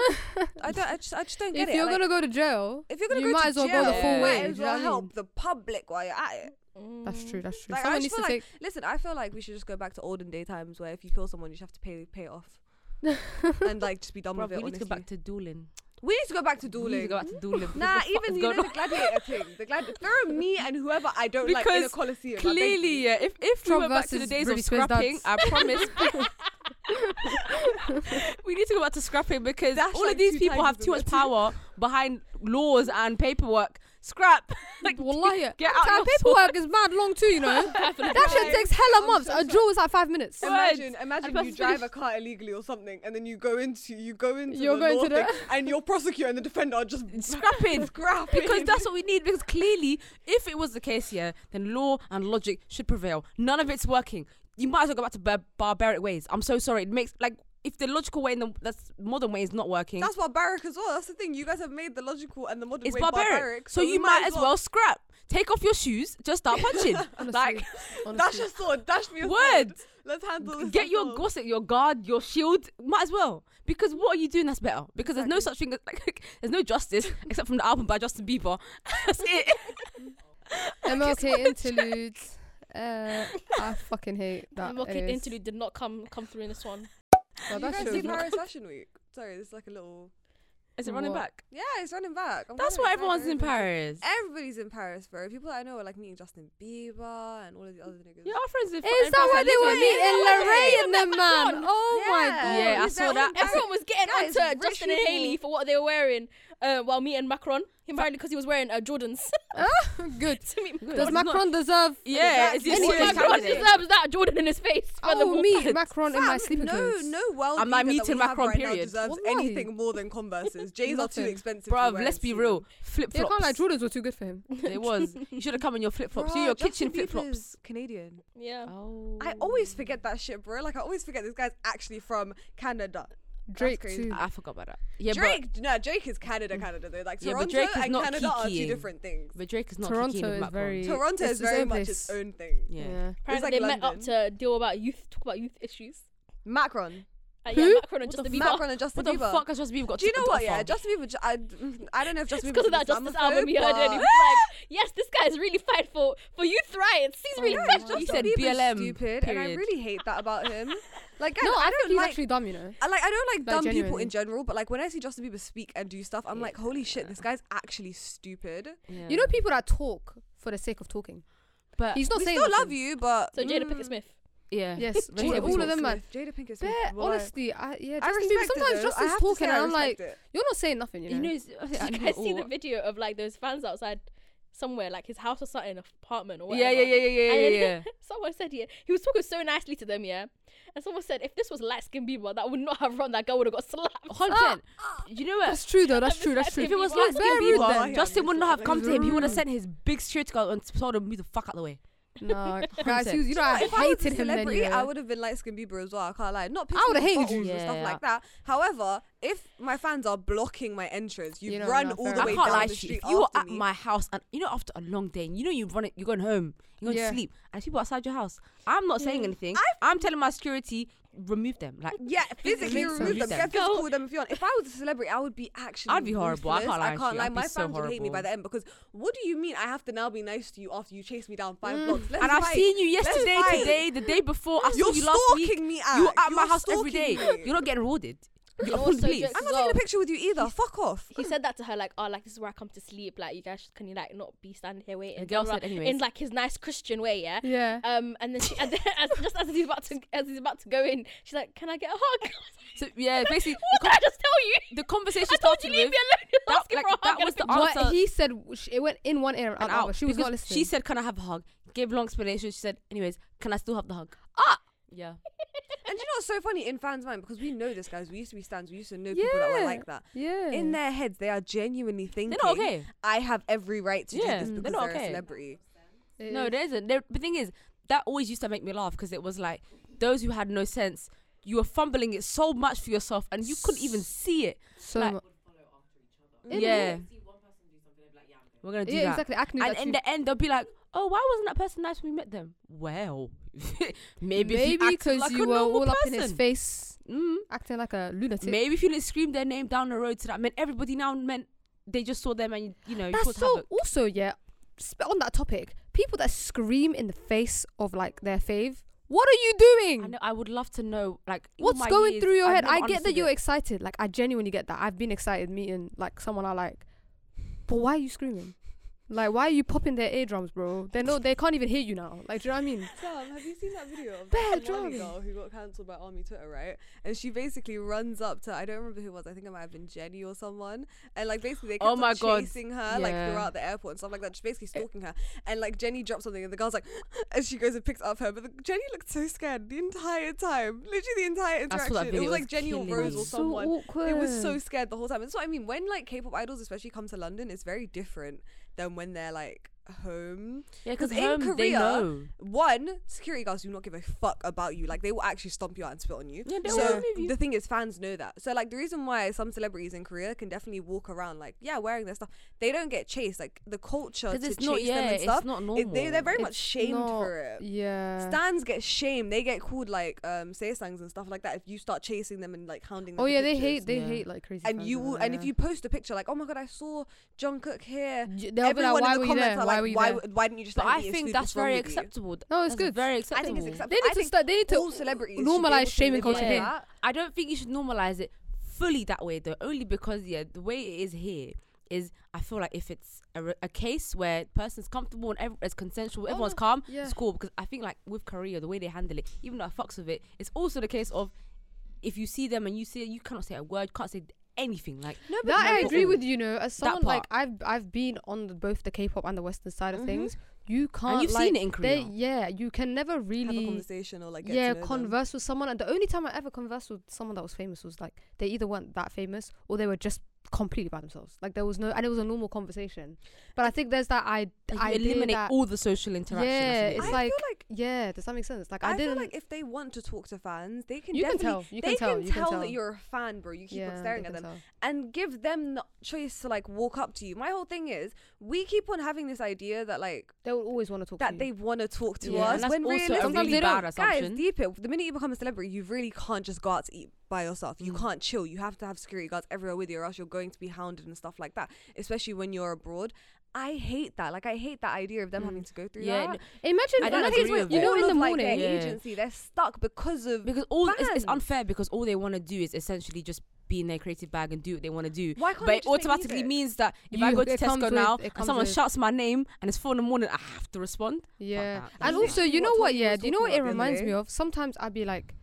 [SPEAKER 3] I don't I just I just don't get
[SPEAKER 4] if
[SPEAKER 3] it.
[SPEAKER 4] you're
[SPEAKER 3] Like,
[SPEAKER 4] gonna go to jail,
[SPEAKER 3] if you're gonna
[SPEAKER 4] you
[SPEAKER 3] go
[SPEAKER 4] might
[SPEAKER 3] to
[SPEAKER 4] as well
[SPEAKER 3] jail,
[SPEAKER 4] go the full
[SPEAKER 1] Yeah.
[SPEAKER 3] might
[SPEAKER 4] way.
[SPEAKER 3] as
[SPEAKER 4] do you know what I
[SPEAKER 3] well
[SPEAKER 4] mean?
[SPEAKER 3] help the public while you're at it.
[SPEAKER 2] Mm.
[SPEAKER 4] That's true. That's true.
[SPEAKER 3] Like, I just
[SPEAKER 4] Someone needs to
[SPEAKER 3] feel like-
[SPEAKER 4] take.
[SPEAKER 3] Listen, I feel like we should just go back to olden day times where if you kill someone, you just have to pay pay it
[SPEAKER 4] [LAUGHS]
[SPEAKER 3] off [LAUGHS] and like just be done
[SPEAKER 1] Bruv,
[SPEAKER 3] with it.
[SPEAKER 1] we need to go
[SPEAKER 3] honestly.
[SPEAKER 1] back to dueling.
[SPEAKER 3] we need to go back to
[SPEAKER 1] We need to
[SPEAKER 3] dueling.
[SPEAKER 1] go back to
[SPEAKER 3] [LAUGHS]
[SPEAKER 1] dueling. What
[SPEAKER 3] Nah,
[SPEAKER 1] the fuck
[SPEAKER 3] even
[SPEAKER 1] is
[SPEAKER 3] you know
[SPEAKER 1] going
[SPEAKER 3] the
[SPEAKER 1] on? [LAUGHS]
[SPEAKER 3] gladiator thing. The gladiator. Throw me and whoever I don't like in a
[SPEAKER 1] Because
[SPEAKER 3] coliseum. I beg
[SPEAKER 1] Clearly,
[SPEAKER 3] you.
[SPEAKER 1] yeah. If if
[SPEAKER 4] Trump
[SPEAKER 1] we went back to the
[SPEAKER 4] versus
[SPEAKER 1] days
[SPEAKER 4] Britney
[SPEAKER 1] of
[SPEAKER 4] Spears
[SPEAKER 1] scrapping, I
[SPEAKER 4] dance. [LAUGHS]
[SPEAKER 1] promise. [LAUGHS] we need to go back to scrapping because
[SPEAKER 3] That's
[SPEAKER 1] all
[SPEAKER 3] like
[SPEAKER 1] of these
[SPEAKER 3] two
[SPEAKER 1] people
[SPEAKER 3] times
[SPEAKER 1] have
[SPEAKER 3] the
[SPEAKER 1] too much
[SPEAKER 3] weight.
[SPEAKER 1] power behind laws and paperwork. Scrap. like,
[SPEAKER 4] [LAUGHS] Wallahi,
[SPEAKER 1] get out
[SPEAKER 4] that
[SPEAKER 1] your
[SPEAKER 4] paperwork is mad long too.
[SPEAKER 3] [LAUGHS]
[SPEAKER 4] You know, that shit
[SPEAKER 3] Guys,
[SPEAKER 4] takes hella
[SPEAKER 3] I'm
[SPEAKER 4] months.
[SPEAKER 3] so
[SPEAKER 4] A draw is like five
[SPEAKER 3] [LAUGHS]
[SPEAKER 4] minutes.
[SPEAKER 1] Yeah.
[SPEAKER 3] Imagine,
[SPEAKER 1] words.
[SPEAKER 3] imagine
[SPEAKER 1] plus
[SPEAKER 3] you drive a
[SPEAKER 1] finish-
[SPEAKER 3] car illegally or something, and then you go into you go into
[SPEAKER 4] You're
[SPEAKER 3] the
[SPEAKER 4] going
[SPEAKER 3] law
[SPEAKER 4] to the-
[SPEAKER 1] [LAUGHS]
[SPEAKER 3] thing, and your prosecutor and the defender are just
[SPEAKER 1] [LAUGHS] Scrapping.
[SPEAKER 3] scrapping [LAUGHS]
[SPEAKER 1] because that's what we need. Because clearly, if it was the case here, then law and logic should prevail. None of it's working. You might as well go back to bar- barbaric ways. I'm so sorry. It makes like if the logical way and the that's modern way is not working,
[SPEAKER 3] that's barbaric as well. That's the thing. You guys have made the logical and the modern
[SPEAKER 1] it's
[SPEAKER 3] way
[SPEAKER 1] barbaric.
[SPEAKER 3] barbaric.
[SPEAKER 1] So,
[SPEAKER 3] we
[SPEAKER 1] you might as well, scrap. Take off your shoes. Just start punching. like
[SPEAKER 3] Dash your sword. Dash me. a sword. [LAUGHS]
[SPEAKER 1] words.
[SPEAKER 3] Let's handle this.
[SPEAKER 1] Get your
[SPEAKER 3] ourselves.
[SPEAKER 1] gosset, your guard, your shield. Might as well. Because what are you doing that's better? Because there's no such thing as [LAUGHS] like there's no justice except from the album by Justin Bieber. That's it.
[SPEAKER 4] MLK interludes. Uh, I fucking hate that.
[SPEAKER 2] Rocket
[SPEAKER 4] anyways.
[SPEAKER 2] interlude did not come come through in this one.
[SPEAKER 4] Well,
[SPEAKER 3] Did
[SPEAKER 4] that
[SPEAKER 3] you
[SPEAKER 4] shit
[SPEAKER 3] guys
[SPEAKER 4] was
[SPEAKER 3] see
[SPEAKER 4] not-
[SPEAKER 3] Paris Fashion Week? Sorry, it's like a little.
[SPEAKER 1] Is it running
[SPEAKER 4] What?
[SPEAKER 1] back?
[SPEAKER 3] Yeah, it's running back. I'm
[SPEAKER 1] That's
[SPEAKER 3] kinda
[SPEAKER 1] why
[SPEAKER 3] excited.
[SPEAKER 1] everyone's in Paris.
[SPEAKER 3] Everybody's in Paris, bro. People that I know are like meeting Justin Bieber and all of the other niggas.
[SPEAKER 1] Yeah, our friends in Fa-
[SPEAKER 4] Is
[SPEAKER 1] in
[SPEAKER 4] that
[SPEAKER 1] France
[SPEAKER 4] why
[SPEAKER 1] are
[SPEAKER 4] they
[SPEAKER 1] literally-
[SPEAKER 4] were meeting Lorraine and them,
[SPEAKER 2] Macron.
[SPEAKER 4] man? Oh my god.
[SPEAKER 1] Yeah, I
[SPEAKER 3] Is
[SPEAKER 1] saw
[SPEAKER 3] all
[SPEAKER 1] that.
[SPEAKER 3] in Paris?
[SPEAKER 2] Everyone was getting
[SPEAKER 3] That is
[SPEAKER 2] onto
[SPEAKER 3] rich
[SPEAKER 2] Justin and Haley for what they were wearing uh, while meeting Macron. Apparently, because he was wearing uh, Jordans.
[SPEAKER 3] [LAUGHS]
[SPEAKER 4] [LAUGHS] Good.
[SPEAKER 2] to meet Macron.
[SPEAKER 4] Does Macron deserve?
[SPEAKER 1] [LAUGHS] Yeah, it's
[SPEAKER 3] Exactly.
[SPEAKER 1] it's
[SPEAKER 2] Anyway,
[SPEAKER 1] serious
[SPEAKER 2] Macron
[SPEAKER 1] happening.
[SPEAKER 2] deserves that Jordan in his face. by the
[SPEAKER 4] Oh,
[SPEAKER 2] wall. [LAUGHS]
[SPEAKER 4] me, Macron in
[SPEAKER 3] Fam,
[SPEAKER 4] my sleeping
[SPEAKER 3] no,
[SPEAKER 4] clothes.
[SPEAKER 3] no world
[SPEAKER 1] And my
[SPEAKER 3] leader that
[SPEAKER 1] meeting
[SPEAKER 3] we have
[SPEAKER 1] Macron
[SPEAKER 3] right now
[SPEAKER 1] period.
[SPEAKER 3] deserves
[SPEAKER 4] Wallahi.
[SPEAKER 3] anything more than Converses. Jays are too
[SPEAKER 4] Nothing.
[SPEAKER 3] expensive. to
[SPEAKER 1] Bruv,
[SPEAKER 3] wear
[SPEAKER 1] let's
[SPEAKER 3] in
[SPEAKER 1] be
[SPEAKER 3] season.
[SPEAKER 1] real. Flip
[SPEAKER 4] They can't like
[SPEAKER 1] flops.
[SPEAKER 4] Jordans were too good for him.
[SPEAKER 1] It was. You should have come in your flip flops.
[SPEAKER 3] Bruh,
[SPEAKER 1] You your
[SPEAKER 3] Justin
[SPEAKER 1] kitchen flip flops.
[SPEAKER 3] Bieber's Canadian.
[SPEAKER 2] Yeah.
[SPEAKER 1] Oh.
[SPEAKER 3] I always forget that shit, bro. Like I always forget this guy's actually from Canada.
[SPEAKER 4] Drake
[SPEAKER 3] crazy.
[SPEAKER 4] too.
[SPEAKER 1] I forgot about that. Yeah,
[SPEAKER 3] Drake, no, Drake is Canada, Canada though. Like
[SPEAKER 1] Yeah,
[SPEAKER 3] Toronto
[SPEAKER 1] but Drake is
[SPEAKER 3] and
[SPEAKER 1] not
[SPEAKER 3] Canada are two
[SPEAKER 1] kikiing.
[SPEAKER 3] different things.
[SPEAKER 1] but but Drake is not
[SPEAKER 4] Toronto
[SPEAKER 1] kicking with
[SPEAKER 4] is
[SPEAKER 1] Macron.
[SPEAKER 4] very- It-
[SPEAKER 3] Toronto
[SPEAKER 4] it's
[SPEAKER 3] is
[SPEAKER 4] its
[SPEAKER 3] very
[SPEAKER 4] own
[SPEAKER 3] much
[SPEAKER 4] place.
[SPEAKER 3] its own thing.
[SPEAKER 1] Yeah.
[SPEAKER 2] Apparently,
[SPEAKER 3] like
[SPEAKER 2] they met up
[SPEAKER 3] London.
[SPEAKER 2] to deal about youth, talk about youth issues.
[SPEAKER 3] Macron,
[SPEAKER 2] Uh,
[SPEAKER 4] Who?
[SPEAKER 2] yeah, Macron and
[SPEAKER 1] What
[SPEAKER 2] Justin
[SPEAKER 1] the
[SPEAKER 2] Bieber.
[SPEAKER 3] Macron and Justin
[SPEAKER 1] What the
[SPEAKER 3] Bieber.
[SPEAKER 1] fuck has Justin Bieber got?
[SPEAKER 3] Do you
[SPEAKER 1] to-
[SPEAKER 3] know
[SPEAKER 1] to
[SPEAKER 3] what? Yeah,
[SPEAKER 1] offer?
[SPEAKER 3] Justin Bieber. j- I, mm, I don't know if
[SPEAKER 2] Just
[SPEAKER 3] Justin Bieber.
[SPEAKER 2] because of that Justice album he heard earlier, he was like, yes, this guy's really fight for for youth rights. He's really
[SPEAKER 3] Oh,
[SPEAKER 4] Yeah,
[SPEAKER 2] fight
[SPEAKER 4] it's
[SPEAKER 2] for
[SPEAKER 1] He
[SPEAKER 3] Justin
[SPEAKER 1] said
[SPEAKER 3] Bieber's
[SPEAKER 1] BLM,
[SPEAKER 3] stupid, and I
[SPEAKER 1] period.
[SPEAKER 3] really hate that about him. Like, guys,
[SPEAKER 4] no,
[SPEAKER 3] I,
[SPEAKER 4] I think
[SPEAKER 3] don't
[SPEAKER 4] he's
[SPEAKER 3] like.
[SPEAKER 4] actually dumb. You know.
[SPEAKER 3] I like I don't like
[SPEAKER 4] Like,
[SPEAKER 3] dumb people
[SPEAKER 4] genuinely.
[SPEAKER 3] in general, but like when I see Justin Bieber speak and do stuff, I'm like, holy shit, this guy's actually stupid.
[SPEAKER 1] Yeah. Uh,
[SPEAKER 4] You know people that talk for the sake of talking.
[SPEAKER 1] but
[SPEAKER 4] He's not
[SPEAKER 3] we
[SPEAKER 4] saying.
[SPEAKER 3] still love
[SPEAKER 4] nothing.
[SPEAKER 3] you, but
[SPEAKER 2] So Jada
[SPEAKER 3] mm,
[SPEAKER 2] Pinkett Smith.
[SPEAKER 1] yeah.
[SPEAKER 4] Yes,
[SPEAKER 1] Jada
[SPEAKER 4] all,
[SPEAKER 1] Pinkett
[SPEAKER 4] all of them, man.
[SPEAKER 3] Smith, Jada Pinkett Smith.
[SPEAKER 4] But
[SPEAKER 3] well, I-
[SPEAKER 4] honestly, I yeah.
[SPEAKER 3] I
[SPEAKER 4] Justin Bieber-
[SPEAKER 3] respect it,
[SPEAKER 4] sometimes
[SPEAKER 3] though. I
[SPEAKER 4] Justin's
[SPEAKER 3] have to
[SPEAKER 4] talking,
[SPEAKER 3] say I
[SPEAKER 4] and I'm like,
[SPEAKER 3] respect it.
[SPEAKER 4] you're not saying nothing. You know.
[SPEAKER 1] You
[SPEAKER 4] [LAUGHS]
[SPEAKER 1] know, it's- [LAUGHS] I
[SPEAKER 2] Did you
[SPEAKER 1] don't
[SPEAKER 2] guys see
[SPEAKER 1] know
[SPEAKER 2] the
[SPEAKER 1] what-
[SPEAKER 2] video of like those fans outside somewhere, like his house or something, an apartment or
[SPEAKER 1] Yeah,
[SPEAKER 2] whatever?
[SPEAKER 1] yeah, yeah, yeah, yeah,
[SPEAKER 2] And
[SPEAKER 1] yeah. [LAUGHS] yeah.
[SPEAKER 2] someone said yeah, he was talking so nicely to them, yeah. And someone said if this was light skinned Bieber, that would not have run. That girl would have got slapped.
[SPEAKER 1] 100%. You know what?
[SPEAKER 4] [LAUGHS] That's true though. That's
[SPEAKER 2] I'm
[SPEAKER 4] true. That's
[SPEAKER 2] just
[SPEAKER 4] true.
[SPEAKER 2] like,
[SPEAKER 1] If it was
[SPEAKER 2] Bieber.
[SPEAKER 1] light skin
[SPEAKER 4] Very
[SPEAKER 1] Bieber,
[SPEAKER 3] rude.
[SPEAKER 1] Justin would not have come to him. He would have
[SPEAKER 4] Rude.
[SPEAKER 1] sent his big security guard and told him to move the fuck out of the way.
[SPEAKER 4] No, guys, you, you know, I
[SPEAKER 3] If I was a
[SPEAKER 4] hated him then.
[SPEAKER 3] celebrity,
[SPEAKER 4] You
[SPEAKER 3] I
[SPEAKER 4] know.
[SPEAKER 3] would have been light skinned Bieber as well. I can't lie. Not
[SPEAKER 4] I would've
[SPEAKER 3] pissing in
[SPEAKER 4] hated you.
[SPEAKER 3] bottles and stuff
[SPEAKER 1] Yeah.
[SPEAKER 3] like that. However, if my fans are blocking my entrance, you,
[SPEAKER 4] You know,
[SPEAKER 3] run
[SPEAKER 4] no,
[SPEAKER 3] all
[SPEAKER 4] fair
[SPEAKER 3] the
[SPEAKER 1] I
[SPEAKER 4] enough.
[SPEAKER 3] way
[SPEAKER 1] can't
[SPEAKER 3] down
[SPEAKER 1] lie
[SPEAKER 3] the
[SPEAKER 1] to you.
[SPEAKER 3] street
[SPEAKER 1] If you were
[SPEAKER 3] after
[SPEAKER 1] at
[SPEAKER 3] me.
[SPEAKER 1] my house and you know after a long day, and you know you run it, you're going home, you're going
[SPEAKER 4] Yeah.
[SPEAKER 1] to sleep, and people outside your house. I'm not saying anything.
[SPEAKER 3] I've-
[SPEAKER 1] i am telling my security, remove them. Like [LAUGHS]
[SPEAKER 3] Yeah, physically
[SPEAKER 1] Makes
[SPEAKER 3] remove them.
[SPEAKER 1] sense.
[SPEAKER 3] Get physical with them if you want. If I was a celebrity, I would be actually.
[SPEAKER 1] I'd be horrible. I
[SPEAKER 3] ruthless.
[SPEAKER 1] can't lie to you. I'd be
[SPEAKER 3] My
[SPEAKER 1] so
[SPEAKER 3] fans would hate me by
[SPEAKER 1] horrible.
[SPEAKER 3] the end because what do you mean? I have to now be nice to you after you chase me down five blocks? Let's
[SPEAKER 1] Mm. and I've
[SPEAKER 3] fight.
[SPEAKER 1] seen you
[SPEAKER 3] Let's
[SPEAKER 1] yesterday,
[SPEAKER 3] fight.
[SPEAKER 1] today, the day before. I saw
[SPEAKER 3] You're
[SPEAKER 1] you last
[SPEAKER 3] stalking
[SPEAKER 1] week.
[SPEAKER 3] me. Out.
[SPEAKER 1] You're at my house every day. You're not getting rewarded. You're
[SPEAKER 2] also
[SPEAKER 1] police.
[SPEAKER 2] just-
[SPEAKER 3] I'm not
[SPEAKER 2] Well,
[SPEAKER 3] taking a picture with you either. Fuck off.
[SPEAKER 2] He said that to her, like, oh, like, this is where I come to sleep. Like, you guys, should- can you, like, not be standing here waiting?
[SPEAKER 1] The girl
[SPEAKER 2] blah, blah,
[SPEAKER 1] said
[SPEAKER 2] blah,"
[SPEAKER 1] anyways.
[SPEAKER 2] In, like, his nice Christian way, yeah?
[SPEAKER 4] Yeah.
[SPEAKER 2] Um, and then she, and then [LAUGHS] as, just as he's about to, as he's about to go in, she's like, "Can I get a hug?" [LAUGHS]
[SPEAKER 1] So yeah, basically,
[SPEAKER 2] what
[SPEAKER 1] the,
[SPEAKER 2] did I just tell you?
[SPEAKER 1] the conversation
[SPEAKER 2] [LAUGHS] I told you
[SPEAKER 1] started
[SPEAKER 2] leave
[SPEAKER 1] with
[SPEAKER 2] me alone. You're
[SPEAKER 1] that-
[SPEAKER 2] asking
[SPEAKER 1] like,
[SPEAKER 2] for a hug.
[SPEAKER 1] that
[SPEAKER 2] and [LAUGHS]
[SPEAKER 1] was
[SPEAKER 2] it's
[SPEAKER 1] the
[SPEAKER 2] like,
[SPEAKER 1] answer-
[SPEAKER 4] What he said, sh- it went in one ear and out.
[SPEAKER 1] an
[SPEAKER 4] the
[SPEAKER 1] hour
[SPEAKER 4] other. She was
[SPEAKER 1] because
[SPEAKER 4] not listening.
[SPEAKER 1] She said, "Can I have a hug?" Gave long explanation. She said, "Anyways, can I still have the hug?" Ah, yeah.
[SPEAKER 3] And do you know what's so funny in fans' mind? Because we know this, guys. We used to be stands. We used to know people that were
[SPEAKER 4] Yeah.
[SPEAKER 3] like that.
[SPEAKER 4] yeah.
[SPEAKER 3] In their heads, they are genuinely thinking,
[SPEAKER 1] They're not okay.
[SPEAKER 3] I have every right to
[SPEAKER 1] Yeah,
[SPEAKER 3] do
[SPEAKER 1] they're
[SPEAKER 3] this because
[SPEAKER 1] not
[SPEAKER 3] they're
[SPEAKER 1] okay.
[SPEAKER 3] a celebrity.
[SPEAKER 4] It
[SPEAKER 1] No,
[SPEAKER 4] is.
[SPEAKER 1] there isn't. There, the thing is, that always used to make me laugh because it was like those who had no sense. You were fumbling it so much for yourself, and you couldn't even see it.
[SPEAKER 4] so
[SPEAKER 1] like,
[SPEAKER 4] mu-
[SPEAKER 1] Yeah,
[SPEAKER 4] Yeah.
[SPEAKER 1] we're gonna do
[SPEAKER 4] yeah,
[SPEAKER 1] that.
[SPEAKER 4] exactly. I can do
[SPEAKER 1] And
[SPEAKER 4] that
[SPEAKER 1] in
[SPEAKER 4] too.
[SPEAKER 1] the end, they'll be like, "Oh, why wasn't that person nice when we met them?" Well, [LAUGHS] maybe if you acted like
[SPEAKER 4] you
[SPEAKER 1] a
[SPEAKER 4] were
[SPEAKER 1] normal
[SPEAKER 4] all
[SPEAKER 1] person.
[SPEAKER 4] up in his face,
[SPEAKER 1] Mm.
[SPEAKER 4] acting like a lunatic.
[SPEAKER 1] Maybe if you didn't scream their name down the road to that man, everybody now meant they just saw them and you know. you
[SPEAKER 4] That's
[SPEAKER 1] caused
[SPEAKER 4] so.
[SPEAKER 1] havoc.
[SPEAKER 4] Also, yeah. sp- On that topic, people that scream in the face of like their fave. What are you doing?
[SPEAKER 1] I know. I would love to know like all
[SPEAKER 4] What's
[SPEAKER 1] my
[SPEAKER 4] going
[SPEAKER 1] years,
[SPEAKER 4] through your
[SPEAKER 1] I've
[SPEAKER 4] head?
[SPEAKER 1] never
[SPEAKER 4] I get that
[SPEAKER 1] understood
[SPEAKER 4] you're
[SPEAKER 1] it.
[SPEAKER 4] excited. Like I genuinely get that. I've been excited meeting like someone I like. But why are you screaming? Like why are you popping their eardrums, bro? They no, they can't even hear you now. Like do you know what I mean?
[SPEAKER 3] Sam, have you seen that video of
[SPEAKER 4] Bad
[SPEAKER 3] that Somali
[SPEAKER 4] driving.
[SPEAKER 3] girl who got cancelled by Army Twitter, right? And she basically runs up to I don't remember who it was. I think it might have been Jenny or someone. And like basically they kept
[SPEAKER 1] Oh my
[SPEAKER 3] on
[SPEAKER 1] God.
[SPEAKER 3] chasing her like
[SPEAKER 1] Yeah.
[SPEAKER 3] throughout the airport and stuff like that, just basically stalking her. And like Jenny drops something and the girl's like, [GASPS] and she goes and picks up her. But the, Jenny looked so scared the entire time, literally the
[SPEAKER 1] I
[SPEAKER 3] entire
[SPEAKER 1] saw
[SPEAKER 3] interaction.
[SPEAKER 1] that
[SPEAKER 3] It
[SPEAKER 1] video,
[SPEAKER 3] was
[SPEAKER 1] it
[SPEAKER 3] like
[SPEAKER 1] was
[SPEAKER 3] Jenny or
[SPEAKER 1] killing
[SPEAKER 3] Rose
[SPEAKER 1] me.
[SPEAKER 3] or
[SPEAKER 1] So
[SPEAKER 3] someone.
[SPEAKER 4] awkward.
[SPEAKER 3] It was so scared the whole time. That's what I mean. When like K-pop idols, especially come to London, it's very different than when they're like home.
[SPEAKER 1] Yeah, because
[SPEAKER 3] 'Cause in
[SPEAKER 1] in Korea, they
[SPEAKER 3] Korea,
[SPEAKER 1] know.
[SPEAKER 3] One, security guards do not give a fuck about you. Like they will actually stomp you out and spit on you.
[SPEAKER 1] Yeah, they
[SPEAKER 3] so
[SPEAKER 1] will remove you.
[SPEAKER 3] the thing is, fans know that. So like the reason why some celebrities in Korea can definitely walk around like yeah, wearing their stuff. They don't get chased. Like the culture to
[SPEAKER 1] Because it's
[SPEAKER 3] chase
[SPEAKER 1] not.
[SPEAKER 3] them
[SPEAKER 1] Yeah,
[SPEAKER 3] and
[SPEAKER 1] it's
[SPEAKER 3] stuff.
[SPEAKER 1] not normal.
[SPEAKER 3] it- they, they're very much
[SPEAKER 4] It's
[SPEAKER 3] shamed
[SPEAKER 4] not-
[SPEAKER 3] for it.
[SPEAKER 4] Yeah.
[SPEAKER 3] Stands get shamed. They get called like um sangs and stuff like that if you start chasing them and like hounding. them
[SPEAKER 4] oh
[SPEAKER 3] for
[SPEAKER 4] yeah, they
[SPEAKER 3] pictures.
[SPEAKER 4] hate they
[SPEAKER 1] yeah.
[SPEAKER 4] hate like crazy.
[SPEAKER 3] And
[SPEAKER 4] fans
[SPEAKER 3] you
[SPEAKER 4] as
[SPEAKER 3] will,
[SPEAKER 4] well,
[SPEAKER 3] and if
[SPEAKER 4] yeah.
[SPEAKER 3] you post a picture like, oh my god, I saw Jungkook here.
[SPEAKER 4] Y- they'll be like,
[SPEAKER 3] Everyone
[SPEAKER 4] why
[SPEAKER 3] in
[SPEAKER 4] were
[SPEAKER 3] the
[SPEAKER 4] you
[SPEAKER 3] comments
[SPEAKER 4] there?
[SPEAKER 3] are
[SPEAKER 4] why
[SPEAKER 3] like,
[SPEAKER 4] were you
[SPEAKER 3] why,
[SPEAKER 4] there?
[SPEAKER 3] w- why didn't you just
[SPEAKER 1] But
[SPEAKER 3] let me
[SPEAKER 1] I
[SPEAKER 3] eat his
[SPEAKER 1] think
[SPEAKER 3] food?
[SPEAKER 1] that's
[SPEAKER 3] What's wrong
[SPEAKER 1] very
[SPEAKER 3] with you?"
[SPEAKER 1] acceptable.
[SPEAKER 4] No, it's
[SPEAKER 1] That's
[SPEAKER 4] good.
[SPEAKER 1] Very
[SPEAKER 3] I
[SPEAKER 1] acceptable.
[SPEAKER 3] think it's acceptable.
[SPEAKER 4] They
[SPEAKER 3] I
[SPEAKER 4] need to
[SPEAKER 3] think
[SPEAKER 4] start. They need
[SPEAKER 3] all
[SPEAKER 4] to
[SPEAKER 3] celebrities
[SPEAKER 4] normalise shaming
[SPEAKER 3] shaming
[SPEAKER 4] culture here.
[SPEAKER 1] I don't think you should normalize it fully that way though, only because yeah, the way it is here is I feel like if it's a, re- a case where person's comfortable and every, it's
[SPEAKER 3] Oh,
[SPEAKER 1] consensual, everyone's
[SPEAKER 4] no,
[SPEAKER 1] calm,
[SPEAKER 4] yeah.
[SPEAKER 1] it's cool. Because I think like with Korea, the way they handle it, even though I fucks with it, it's also the case of if you see them and you see you cannot say a word, can't say anything. Like
[SPEAKER 3] No, but
[SPEAKER 4] that I
[SPEAKER 1] but
[SPEAKER 4] agree
[SPEAKER 1] all-
[SPEAKER 4] with you know as someone like
[SPEAKER 1] part.
[SPEAKER 4] I've I've been on the, both the K-pop and the Western side of
[SPEAKER 3] Mhm.
[SPEAKER 4] things. You can't
[SPEAKER 1] you've
[SPEAKER 4] like,
[SPEAKER 1] seen it in
[SPEAKER 4] they-
[SPEAKER 1] Korea.
[SPEAKER 4] Yeah, you can never
[SPEAKER 3] have a
[SPEAKER 4] really
[SPEAKER 3] conversation or like get
[SPEAKER 4] yeah
[SPEAKER 3] to know them.
[SPEAKER 4] converse with someone. And the only time I ever conversed with someone that was famous was like they either weren't that famous or they were just completely by themselves. Like there was no and it was a normal conversation. But I think there's that I
[SPEAKER 1] you
[SPEAKER 4] I
[SPEAKER 1] eliminate
[SPEAKER 4] that,
[SPEAKER 1] all the social interaction. that's
[SPEAKER 4] Yeah,
[SPEAKER 1] what it
[SPEAKER 4] it's
[SPEAKER 1] is.
[SPEAKER 3] I
[SPEAKER 4] like-
[SPEAKER 3] feel like
[SPEAKER 4] yeah. Does that make sense? Like I,
[SPEAKER 3] I, feel
[SPEAKER 4] didn't.
[SPEAKER 3] like if they want to talk to fans, they can
[SPEAKER 4] you can
[SPEAKER 3] definitely.
[SPEAKER 4] tell. You can
[SPEAKER 3] they
[SPEAKER 4] tell.
[SPEAKER 3] can
[SPEAKER 4] you
[SPEAKER 3] tell
[SPEAKER 4] can tell
[SPEAKER 3] that you're a fan, bro. You keep
[SPEAKER 4] yeah,
[SPEAKER 3] on
[SPEAKER 4] they
[SPEAKER 3] staring
[SPEAKER 4] can
[SPEAKER 3] at them
[SPEAKER 4] tell.
[SPEAKER 3] and give them the choice to like walk up to you. My whole thing is, we keep on having this idea that like
[SPEAKER 4] They will always want to talk. to
[SPEAKER 3] that
[SPEAKER 4] you.
[SPEAKER 3] they want to talk to
[SPEAKER 4] Yeah,
[SPEAKER 3] us
[SPEAKER 1] and that's
[SPEAKER 3] when
[SPEAKER 1] also a
[SPEAKER 3] realistically,
[SPEAKER 4] Sometimes
[SPEAKER 1] really
[SPEAKER 4] they don't.
[SPEAKER 1] bad assumption.
[SPEAKER 3] guys, deep it. The minute you become a celebrity, you really can't just go out to eat by yourself. You
[SPEAKER 1] Mm.
[SPEAKER 3] can't chill. You have to have security guards everywhere with you, or else you're going to be hounded and stuff like that. Especially when you're abroad. I hate that. Like I hate that idea of them
[SPEAKER 4] Mm.
[SPEAKER 3] having to go through
[SPEAKER 1] Yeah,
[SPEAKER 3] that.
[SPEAKER 1] no,
[SPEAKER 4] Imagine
[SPEAKER 1] I
[SPEAKER 3] But
[SPEAKER 1] don't
[SPEAKER 3] that
[SPEAKER 4] like,
[SPEAKER 3] is
[SPEAKER 1] agree
[SPEAKER 3] where
[SPEAKER 1] with you.
[SPEAKER 4] you know
[SPEAKER 3] all
[SPEAKER 4] in the
[SPEAKER 3] of, like,
[SPEAKER 4] morning.
[SPEAKER 1] yeah.
[SPEAKER 3] their agency, they're stuck because of
[SPEAKER 1] because all it's, it's
[SPEAKER 3] fans.
[SPEAKER 1] unfair because all they want to do is essentially just be in their creative bag and do what they want to do.
[SPEAKER 3] why can't
[SPEAKER 1] but
[SPEAKER 3] they
[SPEAKER 1] it
[SPEAKER 3] just make
[SPEAKER 1] automatically
[SPEAKER 3] music?
[SPEAKER 1] means that if I
[SPEAKER 4] You-
[SPEAKER 1] go to
[SPEAKER 4] it comes
[SPEAKER 1] Tesco
[SPEAKER 4] with-
[SPEAKER 1] now
[SPEAKER 4] it
[SPEAKER 1] and
[SPEAKER 4] comes
[SPEAKER 1] someone
[SPEAKER 4] with-
[SPEAKER 1] shouts my name and it's four in the morning, I have to respond.
[SPEAKER 4] Yeah.
[SPEAKER 1] that. Yeah.
[SPEAKER 4] And also,
[SPEAKER 3] Exactly
[SPEAKER 4] you know
[SPEAKER 3] what
[SPEAKER 4] what?
[SPEAKER 3] Tommy
[SPEAKER 4] Yeah.
[SPEAKER 3] was
[SPEAKER 4] Do you know
[SPEAKER 3] talking
[SPEAKER 4] what it
[SPEAKER 3] about the other
[SPEAKER 4] reminds
[SPEAKER 3] day?
[SPEAKER 4] me of? Sometimes I'd be like,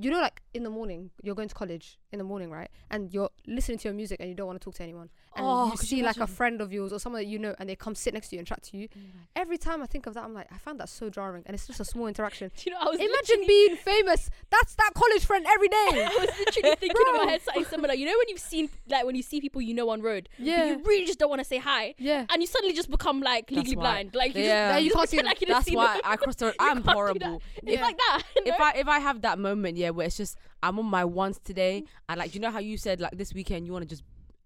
[SPEAKER 4] you know, like in the morning, you're going to college in the morning, right? And you're listening to your music and you don't want to talk to anyone. And
[SPEAKER 1] Oh,
[SPEAKER 4] you
[SPEAKER 1] could you
[SPEAKER 4] see like a
[SPEAKER 1] imagine?
[SPEAKER 4] friend of yours or someone that you know and they come sit next to you and chat to you. Every time I think of that, I'm like, I found that so jarring. And it's just a small interaction.
[SPEAKER 2] Do you know, I was
[SPEAKER 4] Imagine
[SPEAKER 2] literally-
[SPEAKER 4] being famous. That's that college friend every day.
[SPEAKER 2] I was [LAUGHS] literally thinking in
[SPEAKER 4] Bro.
[SPEAKER 2] my head something similar. You know when you've seen like when you see people you know on road, but
[SPEAKER 4] Yeah.
[SPEAKER 2] you really just don't want to say hi,
[SPEAKER 4] Yeah.
[SPEAKER 2] and you suddenly just become like legally
[SPEAKER 1] why.
[SPEAKER 2] blind. Like you
[SPEAKER 1] Yeah.
[SPEAKER 4] Yeah,
[SPEAKER 2] just,
[SPEAKER 4] you can't see
[SPEAKER 2] pretend
[SPEAKER 4] them.
[SPEAKER 2] like you didn't
[SPEAKER 1] That's
[SPEAKER 2] see
[SPEAKER 1] why
[SPEAKER 2] them.
[SPEAKER 1] I cross the road.
[SPEAKER 2] You
[SPEAKER 1] I'm
[SPEAKER 2] can't do that.
[SPEAKER 1] horrible.
[SPEAKER 2] It's
[SPEAKER 4] Yeah.
[SPEAKER 2] like that. you
[SPEAKER 1] If
[SPEAKER 2] know?
[SPEAKER 1] I if I have that moment, yeah, where it's just I'm on my ones today and like you know how you said like this weekend you want to just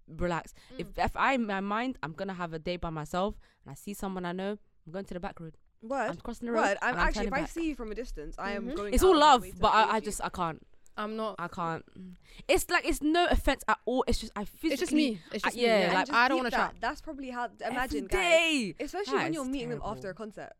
[SPEAKER 1] relax. If if I in my mind I'm gonna have a day by myself and I see someone I know, I'm going to the back road. I'm
[SPEAKER 3] Word.
[SPEAKER 1] crossing the road.
[SPEAKER 3] Word. I'm
[SPEAKER 1] and
[SPEAKER 3] actually,
[SPEAKER 1] turning
[SPEAKER 3] if I
[SPEAKER 1] back. Mm-hmm.
[SPEAKER 3] see you from a distance, I am
[SPEAKER 2] Mhm.
[SPEAKER 3] going.
[SPEAKER 1] It's
[SPEAKER 3] out
[SPEAKER 1] all
[SPEAKER 3] of my
[SPEAKER 1] love,
[SPEAKER 3] way to
[SPEAKER 1] but I,
[SPEAKER 3] engage
[SPEAKER 1] I
[SPEAKER 3] you.
[SPEAKER 1] just I can't.
[SPEAKER 4] I'm not.
[SPEAKER 1] I can't. It's like it's no offense at all. It's just I physically.
[SPEAKER 4] It's just me. It's
[SPEAKER 1] I-
[SPEAKER 4] just
[SPEAKER 1] yeah,
[SPEAKER 4] me.
[SPEAKER 1] like,
[SPEAKER 4] Like,
[SPEAKER 3] Just
[SPEAKER 4] I don't
[SPEAKER 3] keep
[SPEAKER 4] want to
[SPEAKER 3] that.
[SPEAKER 4] chat.
[SPEAKER 3] That's probably how.
[SPEAKER 1] every
[SPEAKER 3] Imagine, guys.
[SPEAKER 1] day.
[SPEAKER 3] especially
[SPEAKER 1] That
[SPEAKER 3] when you're
[SPEAKER 1] is
[SPEAKER 3] meeting them after a
[SPEAKER 1] terrible.
[SPEAKER 3] concert.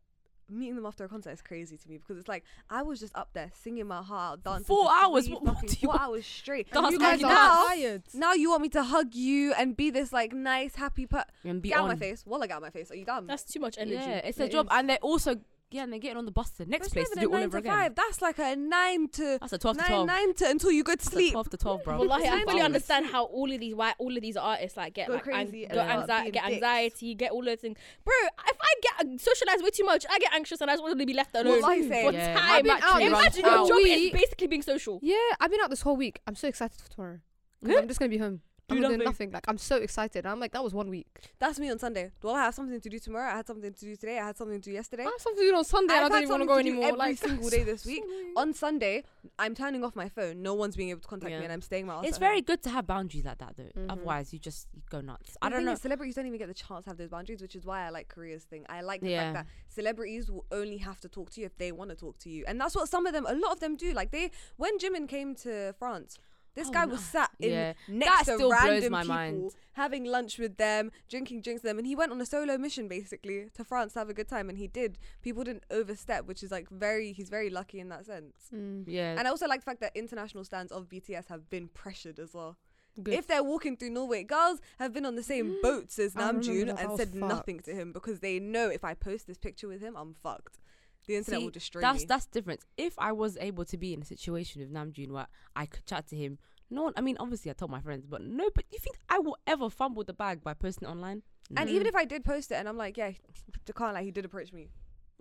[SPEAKER 3] Meeting them after a concert is crazy to me because it's like I was just up there singing my heart out, dancing
[SPEAKER 1] Four
[SPEAKER 3] for
[SPEAKER 1] hours,
[SPEAKER 3] three
[SPEAKER 1] what more
[SPEAKER 3] fucking-
[SPEAKER 1] do you
[SPEAKER 3] four
[SPEAKER 1] want?
[SPEAKER 3] hours straight.
[SPEAKER 1] Dance
[SPEAKER 4] You
[SPEAKER 1] like
[SPEAKER 4] guys
[SPEAKER 1] it
[SPEAKER 4] are
[SPEAKER 1] now.
[SPEAKER 4] tired.
[SPEAKER 3] Now you want me to hug you and be this like nice, happy per
[SPEAKER 1] And be
[SPEAKER 3] Get out
[SPEAKER 1] on.
[SPEAKER 3] my face. Walla, get out my face. Are you dumb?
[SPEAKER 2] That's too much energy.
[SPEAKER 1] Yeah, it's their
[SPEAKER 4] It
[SPEAKER 1] job,
[SPEAKER 4] is.
[SPEAKER 1] and they're also yeah, and they're getting on the bus to the next
[SPEAKER 3] That's
[SPEAKER 1] place to
[SPEAKER 3] never the
[SPEAKER 1] do it all
[SPEAKER 3] nine
[SPEAKER 1] over
[SPEAKER 3] to
[SPEAKER 1] again.
[SPEAKER 3] five. That's like a nine to
[SPEAKER 1] That's a twelve to
[SPEAKER 3] nine,
[SPEAKER 1] twelve.
[SPEAKER 3] nine to until you go to
[SPEAKER 1] That's a
[SPEAKER 3] sleep.
[SPEAKER 1] twelve to twelve, bro.
[SPEAKER 2] Wallahi, I
[SPEAKER 3] Nine
[SPEAKER 2] fully
[SPEAKER 3] hours.
[SPEAKER 2] understand how all of these why all of these artists like get
[SPEAKER 3] Go
[SPEAKER 2] like ang-
[SPEAKER 3] crazy and
[SPEAKER 2] go
[SPEAKER 1] start
[SPEAKER 2] anxi-
[SPEAKER 3] being
[SPEAKER 2] get
[SPEAKER 3] dicks.
[SPEAKER 2] anxiety, get all those things. Bro, if I get socialized way too much, I get anxious and I just want to be left alone
[SPEAKER 3] Wallahi,
[SPEAKER 2] for
[SPEAKER 3] same.
[SPEAKER 1] Yeah.
[SPEAKER 4] I've
[SPEAKER 2] time.
[SPEAKER 4] been out
[SPEAKER 1] Imagine
[SPEAKER 4] this
[SPEAKER 2] Imagine
[SPEAKER 1] you're
[SPEAKER 4] whole
[SPEAKER 2] your job is [LAUGHS]
[SPEAKER 4] week.
[SPEAKER 2] basically being social.
[SPEAKER 4] Yeah, I've been out this whole week. I'm so excited for tomorrow. 'Cause I'm just gonna be home.
[SPEAKER 1] Do
[SPEAKER 4] I'm not doing
[SPEAKER 1] nothing.
[SPEAKER 4] nothing. Like I'm so excited. I'm like that was one week.
[SPEAKER 3] That's me on Sunday. Do I have something to do tomorrow? I had something to do today. I had something to do yesterday.
[SPEAKER 4] I have something to do on Sunday. and I
[SPEAKER 3] I've
[SPEAKER 4] don't
[SPEAKER 3] had
[SPEAKER 4] even want to
[SPEAKER 3] something
[SPEAKER 4] go
[SPEAKER 3] do
[SPEAKER 4] anymore.
[SPEAKER 3] Every
[SPEAKER 1] [LAUGHS]
[SPEAKER 4] like [LAUGHS]
[SPEAKER 3] single day this week.
[SPEAKER 4] annoying.
[SPEAKER 3] On Sunday, I'm turning off my phone. No one's being able to contact
[SPEAKER 1] Yeah.
[SPEAKER 3] me, and I'm staying my. ass
[SPEAKER 1] It's
[SPEAKER 3] at home.
[SPEAKER 1] very good to have boundaries like that, though.
[SPEAKER 4] Mhm.
[SPEAKER 1] Otherwise, you just you go nuts.
[SPEAKER 3] Mm-hmm. The
[SPEAKER 1] I don't
[SPEAKER 3] thing
[SPEAKER 1] know.
[SPEAKER 3] Is celebrities don't even get the chance to have those boundaries, which is why I like Korea's thing. I like the
[SPEAKER 1] Yeah.
[SPEAKER 3] fact that celebrities will only have to talk to you if they want to talk to you, and that's what some of them, a lot of them do. Like they, when Jimin came to France, this
[SPEAKER 1] Oh,
[SPEAKER 3] guy
[SPEAKER 1] no.
[SPEAKER 3] was sat in
[SPEAKER 1] Yeah. That
[SPEAKER 3] next to
[SPEAKER 1] still blows
[SPEAKER 3] random
[SPEAKER 1] my
[SPEAKER 3] people,
[SPEAKER 1] mind.
[SPEAKER 3] having lunch with them, drinking drinks with them, and he went on a solo mission basically to France to have a good time, and he did. People didn't overstep, which is like very, he's very lucky in that sense.
[SPEAKER 4] Mm,
[SPEAKER 1] Yeah,
[SPEAKER 3] And I also like the fact that international stands of BTS have been pressured as well
[SPEAKER 4] good.
[SPEAKER 3] if they're walking through Norway, girls have been on
[SPEAKER 1] [GASPS]
[SPEAKER 3] the same boats as
[SPEAKER 4] I remember
[SPEAKER 3] Namjoon
[SPEAKER 4] that, that
[SPEAKER 3] and
[SPEAKER 4] was
[SPEAKER 3] said nothing to him because they know if I post this picture with him, I'm fucked. The internet
[SPEAKER 1] See,
[SPEAKER 3] will destroy
[SPEAKER 1] that's
[SPEAKER 3] me.
[SPEAKER 1] that's different. If I was able to be in a situation with Namjoon where I could chat to him, no one. I mean, obviously, I told my friends, but no. But you think I will ever fumble the bag by posting it online? No.
[SPEAKER 3] and even if I did post it, and I'm like, yeah, I can't lie, he did approach me.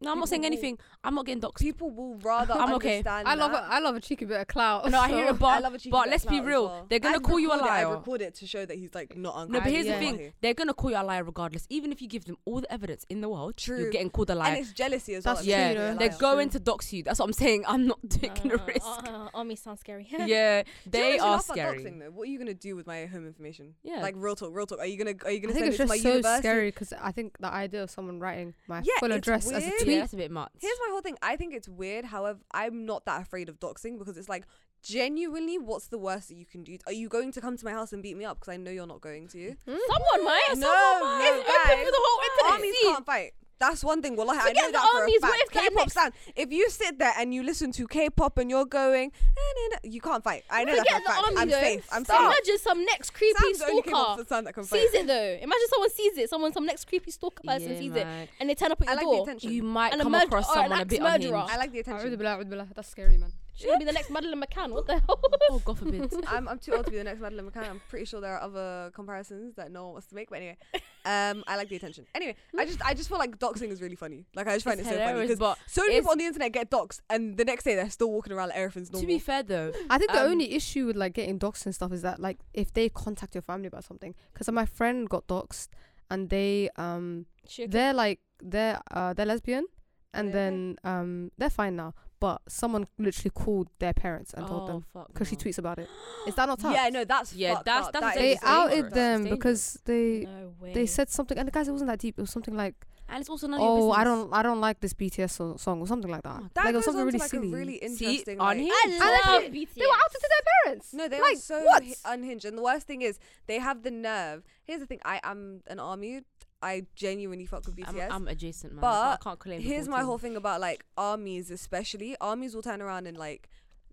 [SPEAKER 1] no, I'm not saying
[SPEAKER 3] people will-
[SPEAKER 1] anything. I'm not getting
[SPEAKER 3] [LAUGHS]
[SPEAKER 1] doxxed.
[SPEAKER 3] People will rather
[SPEAKER 1] I'm okay.
[SPEAKER 3] understand.
[SPEAKER 4] I love a,
[SPEAKER 3] that.
[SPEAKER 4] I love a cheeky bit of [LAUGHS] clout.
[SPEAKER 1] No, I hear
[SPEAKER 4] so-
[SPEAKER 1] it, but
[SPEAKER 3] love a cheeky
[SPEAKER 1] but
[SPEAKER 3] bit
[SPEAKER 1] let's
[SPEAKER 3] of
[SPEAKER 1] be
[SPEAKER 3] clout as
[SPEAKER 1] real.
[SPEAKER 3] well.
[SPEAKER 1] They're gonna
[SPEAKER 3] I've
[SPEAKER 1] call you a
[SPEAKER 3] recorded-
[SPEAKER 1] liar.
[SPEAKER 3] I record it to show that he's like not uncomfortable.
[SPEAKER 1] No, but here's
[SPEAKER 4] Yeah.
[SPEAKER 1] the thing: they're gonna call you a liar regardless. Even if you give them all the evidence in the world,
[SPEAKER 3] True.
[SPEAKER 1] you're getting called a
[SPEAKER 3] and
[SPEAKER 1] liar.
[SPEAKER 3] it's jealousy as
[SPEAKER 4] That's
[SPEAKER 3] well.
[SPEAKER 1] yeah,
[SPEAKER 3] I'm sure
[SPEAKER 4] true,
[SPEAKER 3] you're a
[SPEAKER 1] they're
[SPEAKER 3] liar.
[SPEAKER 1] going to dox you. That's what I'm saying. I'm not [LAUGHS] taking a risk.
[SPEAKER 2] Uh, uh, army sounds scary.
[SPEAKER 1] [LAUGHS] yeah,
[SPEAKER 3] Uh-huh. [LAUGHS] Do you know
[SPEAKER 1] they
[SPEAKER 3] what
[SPEAKER 1] are
[SPEAKER 3] I love about
[SPEAKER 1] scary.
[SPEAKER 3] doxing, though? What are you gonna do with my home information?
[SPEAKER 1] Yeah.
[SPEAKER 3] like real talk, real talk. Are you gonna are you
[SPEAKER 4] I
[SPEAKER 3] gonna send
[SPEAKER 4] think it's
[SPEAKER 3] it to my
[SPEAKER 4] just so
[SPEAKER 3] university?
[SPEAKER 4] scary because I think the idea of someone writing my
[SPEAKER 3] Yeah,
[SPEAKER 4] full
[SPEAKER 3] it's
[SPEAKER 4] address
[SPEAKER 3] weird.
[SPEAKER 4] as a
[SPEAKER 1] Yeah,
[SPEAKER 4] tweet.
[SPEAKER 1] that's a bit much.
[SPEAKER 3] Here's my whole thing. I think it's weird. However, I'm not that afraid of doxing because it's like genuinely, what's the worst that you can do? Are you going to come to my house and beat me up? Because I know you're not going to.
[SPEAKER 2] [LAUGHS] Someone might.
[SPEAKER 3] No,
[SPEAKER 2] someone might.
[SPEAKER 3] no,
[SPEAKER 2] it's open
[SPEAKER 3] guys.
[SPEAKER 2] for the whole internet.
[SPEAKER 3] Armies
[SPEAKER 2] See,
[SPEAKER 3] can't fight. That's one thing. Well, I
[SPEAKER 2] Forget
[SPEAKER 3] know
[SPEAKER 2] the
[SPEAKER 3] that for
[SPEAKER 2] armies,
[SPEAKER 3] a
[SPEAKER 2] what
[SPEAKER 3] fact.
[SPEAKER 2] if that
[SPEAKER 3] K-pop
[SPEAKER 2] next-
[SPEAKER 3] stand. If you sit there and you listen to K-pop and you're going, "Eh, nah, nah," you can't fight. I know that for a
[SPEAKER 2] forget the
[SPEAKER 3] fact.
[SPEAKER 2] army
[SPEAKER 3] I'm
[SPEAKER 2] though.
[SPEAKER 3] safe. I'm
[SPEAKER 2] Stop.
[SPEAKER 3] safe.
[SPEAKER 2] Imagine some next creepy
[SPEAKER 3] Sam's the only K-pop
[SPEAKER 2] stalker.
[SPEAKER 3] stand that can fight.
[SPEAKER 2] Sees it though. Imagine someone sees it. Someone, some next creepy stalker person
[SPEAKER 1] Yeah,
[SPEAKER 2] sees
[SPEAKER 1] man.
[SPEAKER 2] it, and they turn up at
[SPEAKER 3] I
[SPEAKER 2] your
[SPEAKER 3] like the
[SPEAKER 2] door.
[SPEAKER 3] attention.
[SPEAKER 1] You might
[SPEAKER 2] And a
[SPEAKER 1] come
[SPEAKER 2] murder-
[SPEAKER 3] oh,
[SPEAKER 1] across
[SPEAKER 2] or an
[SPEAKER 1] someone a bit
[SPEAKER 2] ex-murderer.
[SPEAKER 1] unhinged.
[SPEAKER 3] I like the
[SPEAKER 4] A'udhu
[SPEAKER 3] attention.
[SPEAKER 4] billah, a'udhu billah. That's scary, man.
[SPEAKER 2] She's gonna be the next Madeline McCann. What the
[SPEAKER 1] [LAUGHS]
[SPEAKER 2] hell?
[SPEAKER 1] [LAUGHS] Oh, God
[SPEAKER 3] [LAUGHS]
[SPEAKER 1] forbid.
[SPEAKER 3] I'm, I'm too old to be the next Madeline McCann. I'm pretty sure there are other comparisons that no one wants to make. But anyway, um, I like the attention. Anyway, I just I just feel like doxing is really funny. Like I just find
[SPEAKER 1] It's
[SPEAKER 3] it so funny
[SPEAKER 1] hilarious,
[SPEAKER 3] because
[SPEAKER 1] but
[SPEAKER 3] so many
[SPEAKER 1] it's-
[SPEAKER 3] people on the internet get doxed, and the next day they're still walking around like everything's normal.
[SPEAKER 1] to be fair though,
[SPEAKER 4] I think the
[SPEAKER 1] Um,
[SPEAKER 4] only issue with like getting doxxed and stuff is that like if they contact your family about something, because my friend got doxxed and they um
[SPEAKER 2] She-
[SPEAKER 4] they're like they're uh they're lesbian and
[SPEAKER 3] they okay?
[SPEAKER 4] then um they're fine now, but someone literally called their parents and
[SPEAKER 1] oh,
[SPEAKER 4] told them
[SPEAKER 1] fuck
[SPEAKER 4] because she
[SPEAKER 1] no.
[SPEAKER 4] tweets about
[SPEAKER 1] [GASPS]
[SPEAKER 4] it. Is that not tough?
[SPEAKER 3] yeah, no, that's
[SPEAKER 1] Yeah,
[SPEAKER 3] fucked
[SPEAKER 1] that's-
[SPEAKER 3] up.
[SPEAKER 1] that's
[SPEAKER 3] That
[SPEAKER 1] They
[SPEAKER 4] They
[SPEAKER 3] is
[SPEAKER 1] dangerous.
[SPEAKER 4] outed
[SPEAKER 3] fucked up.
[SPEAKER 4] them
[SPEAKER 1] dangerous.
[SPEAKER 4] because they
[SPEAKER 2] No way.
[SPEAKER 4] they said something and the guys it wasn't that deep. It was something like
[SPEAKER 1] and it's also none of your
[SPEAKER 4] oh
[SPEAKER 1] business. Oh
[SPEAKER 4] I don't I don't like this BTS so- song or something like that.
[SPEAKER 1] my
[SPEAKER 3] That
[SPEAKER 4] like it
[SPEAKER 3] goes
[SPEAKER 4] was something
[SPEAKER 3] on
[SPEAKER 4] really
[SPEAKER 3] to like
[SPEAKER 4] silly.
[SPEAKER 3] a really
[SPEAKER 1] See,
[SPEAKER 3] interesting.
[SPEAKER 1] on
[SPEAKER 3] like-
[SPEAKER 1] him.
[SPEAKER 2] I
[SPEAKER 4] And
[SPEAKER 2] love BTS.
[SPEAKER 4] they were outed to their parents.
[SPEAKER 3] No, they
[SPEAKER 4] like,
[SPEAKER 3] are so
[SPEAKER 4] what?
[SPEAKER 3] hi- unhinged. And the worst thing is they have the nerve. Here's the thing. I am an army. I genuinely fuck with
[SPEAKER 1] I'm,
[SPEAKER 3] BTS.
[SPEAKER 1] I'm adjacent, man. so I
[SPEAKER 3] But
[SPEAKER 1] can't claim. the
[SPEAKER 3] Here's my
[SPEAKER 1] 14.
[SPEAKER 3] whole thing about like armies, especially armies will turn around and like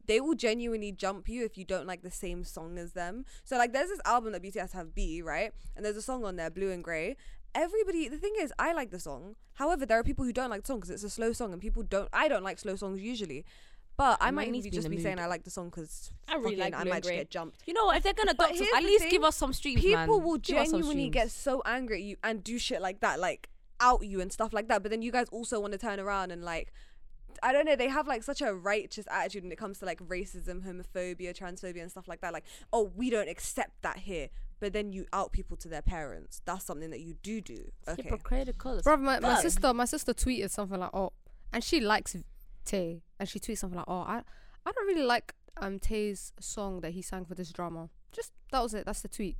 [SPEAKER 3] they will genuinely jump you if you don't like the same song as them. So like there's this album that BTS have B right, and there's a song on there, Blue and Gray. Everybody, the thing is, I like the song. However, there are people who don't like the song because it's a slow song, and people don't. I don't like slow songs usually. But I
[SPEAKER 1] It might
[SPEAKER 3] might
[SPEAKER 1] need to be
[SPEAKER 3] be
[SPEAKER 1] in
[SPEAKER 3] just
[SPEAKER 1] the
[SPEAKER 3] be saying
[SPEAKER 1] mood.
[SPEAKER 3] I like the song because
[SPEAKER 2] I really like
[SPEAKER 3] I
[SPEAKER 2] Blue
[SPEAKER 3] might
[SPEAKER 2] and
[SPEAKER 3] just
[SPEAKER 2] Grey.
[SPEAKER 3] get jumped
[SPEAKER 1] You know what? If they're gonna dox
[SPEAKER 3] But
[SPEAKER 1] us,
[SPEAKER 3] here's
[SPEAKER 1] at
[SPEAKER 3] the
[SPEAKER 1] least
[SPEAKER 3] thing,
[SPEAKER 1] give us some streams,
[SPEAKER 3] people
[SPEAKER 1] man.
[SPEAKER 3] will
[SPEAKER 1] Give us some
[SPEAKER 3] genuinely get
[SPEAKER 1] streams.
[SPEAKER 3] so angry at you and do shit like that like out you and stuff like that but then you guys also want to turn around and like I don't know. They have like such a righteous attitude when it comes to like racism, homophobia, transphobia, and stuff like that. Like, oh, we don't accept that here. But then you out people to their parents. That's something that you do do. Okay.
[SPEAKER 1] hypocritical. as
[SPEAKER 4] Bro, my, my
[SPEAKER 1] fuck.
[SPEAKER 4] sister, my sister tweeted something like, "Oh," and she likes Tay, and she tweets something like, "Oh, I, I don't really like um Tay's song that he sang for this drama." Just that was it. That's the tweet.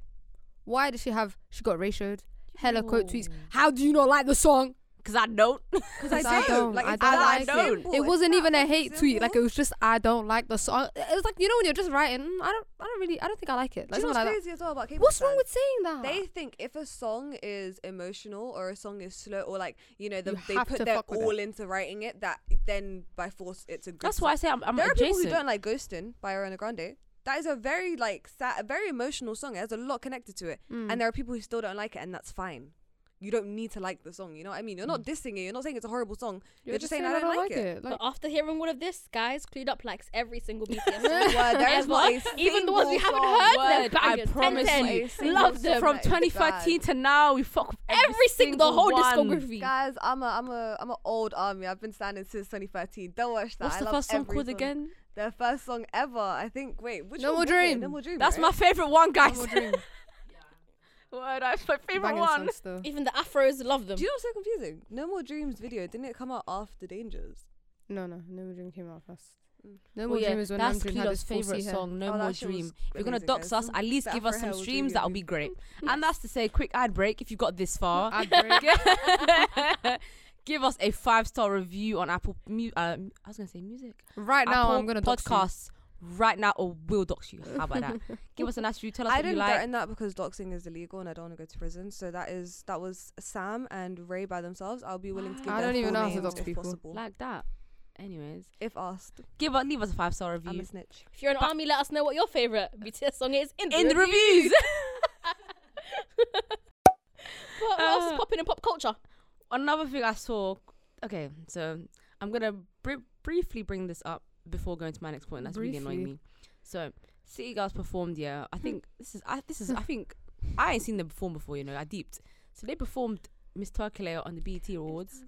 [SPEAKER 4] Why did she have? She got ratioed. Hella quote tweets.
[SPEAKER 1] Yo.
[SPEAKER 4] How do you not like the song?
[SPEAKER 1] because I don't.
[SPEAKER 3] Because
[SPEAKER 4] I don't,
[SPEAKER 3] Like,
[SPEAKER 4] I
[SPEAKER 3] it's
[SPEAKER 4] don't
[SPEAKER 3] that
[SPEAKER 1] like it.
[SPEAKER 3] simple.
[SPEAKER 4] it
[SPEAKER 3] It's
[SPEAKER 4] wasn't
[SPEAKER 3] that
[SPEAKER 4] even a hate tweet. Like it
[SPEAKER 3] simple.
[SPEAKER 4] was just I don't like the song. It was like you know when you're just writing. "Mm, I don't. I don't really. I don't think I like it.
[SPEAKER 3] Do
[SPEAKER 4] Like
[SPEAKER 3] you know what's
[SPEAKER 4] something like that.
[SPEAKER 3] crazy as well about K-pop
[SPEAKER 4] What's wrong
[SPEAKER 3] fans?
[SPEAKER 4] with saying that?
[SPEAKER 3] They think if a song is emotional or a song is slow or like you know the,
[SPEAKER 4] You
[SPEAKER 3] they
[SPEAKER 4] have to
[SPEAKER 3] put their
[SPEAKER 4] fuck with it.
[SPEAKER 3] all into writing it that then by force it's a good.
[SPEAKER 1] That's
[SPEAKER 3] song.
[SPEAKER 1] why I say I'm, I'm
[SPEAKER 3] there are
[SPEAKER 1] adjacent.
[SPEAKER 3] people who don't like Ghostin by Ariana Grande. That is a very like sad, a very emotional song. It has a lot connected to it,
[SPEAKER 4] Mm.
[SPEAKER 3] and there are people who still don't like it, and that's fine. You don't need to like the song. You know what I mean? You're not dissing it. You're not saying it's a horrible song.
[SPEAKER 4] You're,
[SPEAKER 3] just saying, "I don't like it."
[SPEAKER 2] but
[SPEAKER 4] Like,
[SPEAKER 2] after hearing all of this, guys, clued up likes
[SPEAKER 1] [LAUGHS]
[SPEAKER 2] every single BTS song.
[SPEAKER 3] Word, there is
[SPEAKER 2] Ever.
[SPEAKER 3] not a
[SPEAKER 2] Even the ones we
[SPEAKER 3] single
[SPEAKER 2] haven't
[SPEAKER 3] song-
[SPEAKER 2] heard, they're
[SPEAKER 1] Word, I
[SPEAKER 2] bangers. 10,
[SPEAKER 1] promise
[SPEAKER 2] 10.
[SPEAKER 1] you.
[SPEAKER 2] Love them.
[SPEAKER 1] From
[SPEAKER 3] Like,
[SPEAKER 1] 2013 to now, we fuck with every,
[SPEAKER 2] Every single, the whole
[SPEAKER 1] one.
[SPEAKER 2] discography.
[SPEAKER 3] Guys, I'm a I'm a I'm an old army. I've been standing since 2013. Don't watch that.
[SPEAKER 1] What's
[SPEAKER 3] I
[SPEAKER 1] the
[SPEAKER 3] love
[SPEAKER 1] first song
[SPEAKER 3] every
[SPEAKER 1] called again?
[SPEAKER 3] Their first song ever, I think. Wait, which
[SPEAKER 4] No
[SPEAKER 3] one
[SPEAKER 4] More
[SPEAKER 3] was it?
[SPEAKER 4] Dream.
[SPEAKER 3] No more dream.
[SPEAKER 1] That's
[SPEAKER 3] right?
[SPEAKER 1] my favorite one, guys. [LAUGHS]
[SPEAKER 4] One More Dream.
[SPEAKER 1] Word, that's my favorite
[SPEAKER 4] Banging
[SPEAKER 1] one.
[SPEAKER 4] songs though.
[SPEAKER 2] Even the Afros love them.
[SPEAKER 3] Do you know what's so confusing? No more dreams video didn't it come out after Dangers?
[SPEAKER 4] No, no, No More Dream came out first.
[SPEAKER 3] Mm.
[SPEAKER 4] No
[SPEAKER 1] Well,
[SPEAKER 4] More
[SPEAKER 1] Oh, yeah,
[SPEAKER 4] Dream is when
[SPEAKER 1] that's
[SPEAKER 4] Namjoon had
[SPEAKER 1] Kilo's
[SPEAKER 4] his
[SPEAKER 1] favorite
[SPEAKER 4] favorite
[SPEAKER 1] [LAUGHS]
[SPEAKER 4] hair.
[SPEAKER 1] song, No
[SPEAKER 3] Oh, that
[SPEAKER 1] More
[SPEAKER 3] shit was
[SPEAKER 1] Dream. If you're gonna
[SPEAKER 3] amazing,
[SPEAKER 1] dox
[SPEAKER 3] guys.
[SPEAKER 1] us, at least
[SPEAKER 3] The
[SPEAKER 1] give us
[SPEAKER 3] Afro
[SPEAKER 1] some
[SPEAKER 3] hair was really
[SPEAKER 1] streams. That'll be
[SPEAKER 3] amazing.
[SPEAKER 1] great. And that's to say, quick ad break. If you got this far,
[SPEAKER 4] I'd break it.
[SPEAKER 1] [LAUGHS] give us a five star review on Apple. Mu- uh, I was gonna say music.
[SPEAKER 4] [LAUGHS] Right now,
[SPEAKER 1] Apple
[SPEAKER 4] I'm gonna dox you.
[SPEAKER 1] podcasts right now, or we'll dox you. How about that? give us a nice review. Tell us
[SPEAKER 3] I
[SPEAKER 1] what you
[SPEAKER 3] didn't
[SPEAKER 1] like.
[SPEAKER 3] threaten that because doxing is illegal and I don't want to go to prison. So that is that was Sam and Ray by themselves. I'll be willing to give
[SPEAKER 1] I
[SPEAKER 3] their
[SPEAKER 1] don't even
[SPEAKER 3] full
[SPEAKER 1] know how to
[SPEAKER 3] names
[SPEAKER 4] dox
[SPEAKER 3] if
[SPEAKER 4] people.
[SPEAKER 3] possible.
[SPEAKER 1] like that. Anyways,
[SPEAKER 3] if asked,
[SPEAKER 1] give us leave us a five star review.
[SPEAKER 3] I'm a snitch.
[SPEAKER 2] If you're an army, let us know what your favorite BTS song is in the
[SPEAKER 1] in the
[SPEAKER 2] review.
[SPEAKER 1] reviews.
[SPEAKER 2] [LAUGHS] What, what else
[SPEAKER 1] Uh,
[SPEAKER 2] is popping in pop culture?
[SPEAKER 1] Another thing I saw. Okay, so I'm gonna br- briefly bring this up before going to my next point. That's really annoying
[SPEAKER 4] Briefly. Hmm.
[SPEAKER 1] me. So, City Girls performed. Yeah, I think this is. I, this is. I
[SPEAKER 4] [LAUGHS]
[SPEAKER 1] think I ain't seen them perform before. You know, I deeped. So they performed Miss Turkuleo on the BT Awards,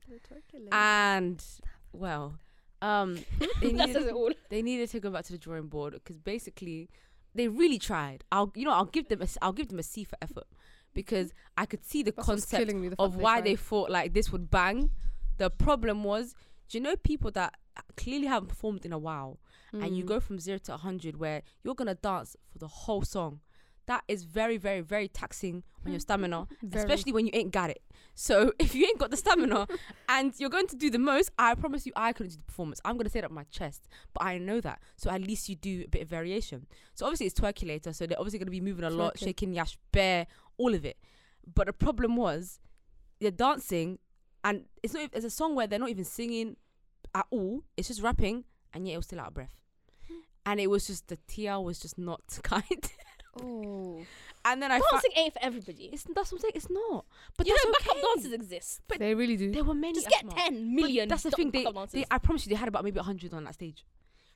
[SPEAKER 1] and well,
[SPEAKER 4] [LAUGHS]
[SPEAKER 1] um, they
[SPEAKER 2] [LAUGHS] That says
[SPEAKER 1] needed,
[SPEAKER 2] it all.
[SPEAKER 1] they needed to go back to the drawing board because basically they really tried. I'll you know I'll give them a, s- I'll give them a C for effort because I could see the
[SPEAKER 4] That's what's
[SPEAKER 1] concept
[SPEAKER 4] killing me, the fact
[SPEAKER 1] of why
[SPEAKER 4] tried.
[SPEAKER 1] they thought like this would bang. The problem was, do you know people that clearly haven't performed in a while, and you
[SPEAKER 4] Mm.
[SPEAKER 1] go from zero to hundred where you're gonna dance for the whole song. That is very, very, very taxing on your
[SPEAKER 4] [LAUGHS]
[SPEAKER 1] stamina,
[SPEAKER 4] Very.
[SPEAKER 1] especially when you ain't got it. So [LAUGHS] if you ain't got the
[SPEAKER 4] [LAUGHS]
[SPEAKER 1] stamina and you're going to do the most, I promise you, I couldn't do the performance. I'm gonna say that on my chest, but I know that. So at least you do a bit of variation. So obviously it's twerculator, so they're obviously gonna be moving a lot,
[SPEAKER 4] Twerking.
[SPEAKER 1] shaking yash bear, all of it. But the problem was they're dancing and it's not ev- it's a song where they're not even singing at all it's just rapping and yet it was still out of breath and it was just the TL was just not [LAUGHS] kind
[SPEAKER 4] Oh,
[SPEAKER 1] and then I found
[SPEAKER 2] Dancing ain't for everybody.
[SPEAKER 1] it's that's what I'm saying it's not but
[SPEAKER 2] you
[SPEAKER 1] that's
[SPEAKER 2] know, backup
[SPEAKER 1] okay
[SPEAKER 2] dances exist.
[SPEAKER 1] But
[SPEAKER 4] they really do.
[SPEAKER 1] there were many
[SPEAKER 2] Just
[SPEAKER 1] Asma.
[SPEAKER 2] get 10
[SPEAKER 1] But
[SPEAKER 2] million.
[SPEAKER 1] that's the
[SPEAKER 2] da-
[SPEAKER 1] thing they,
[SPEAKER 2] backup
[SPEAKER 1] they
[SPEAKER 2] dancers.
[SPEAKER 1] I promise you they had about maybe 100 on that stage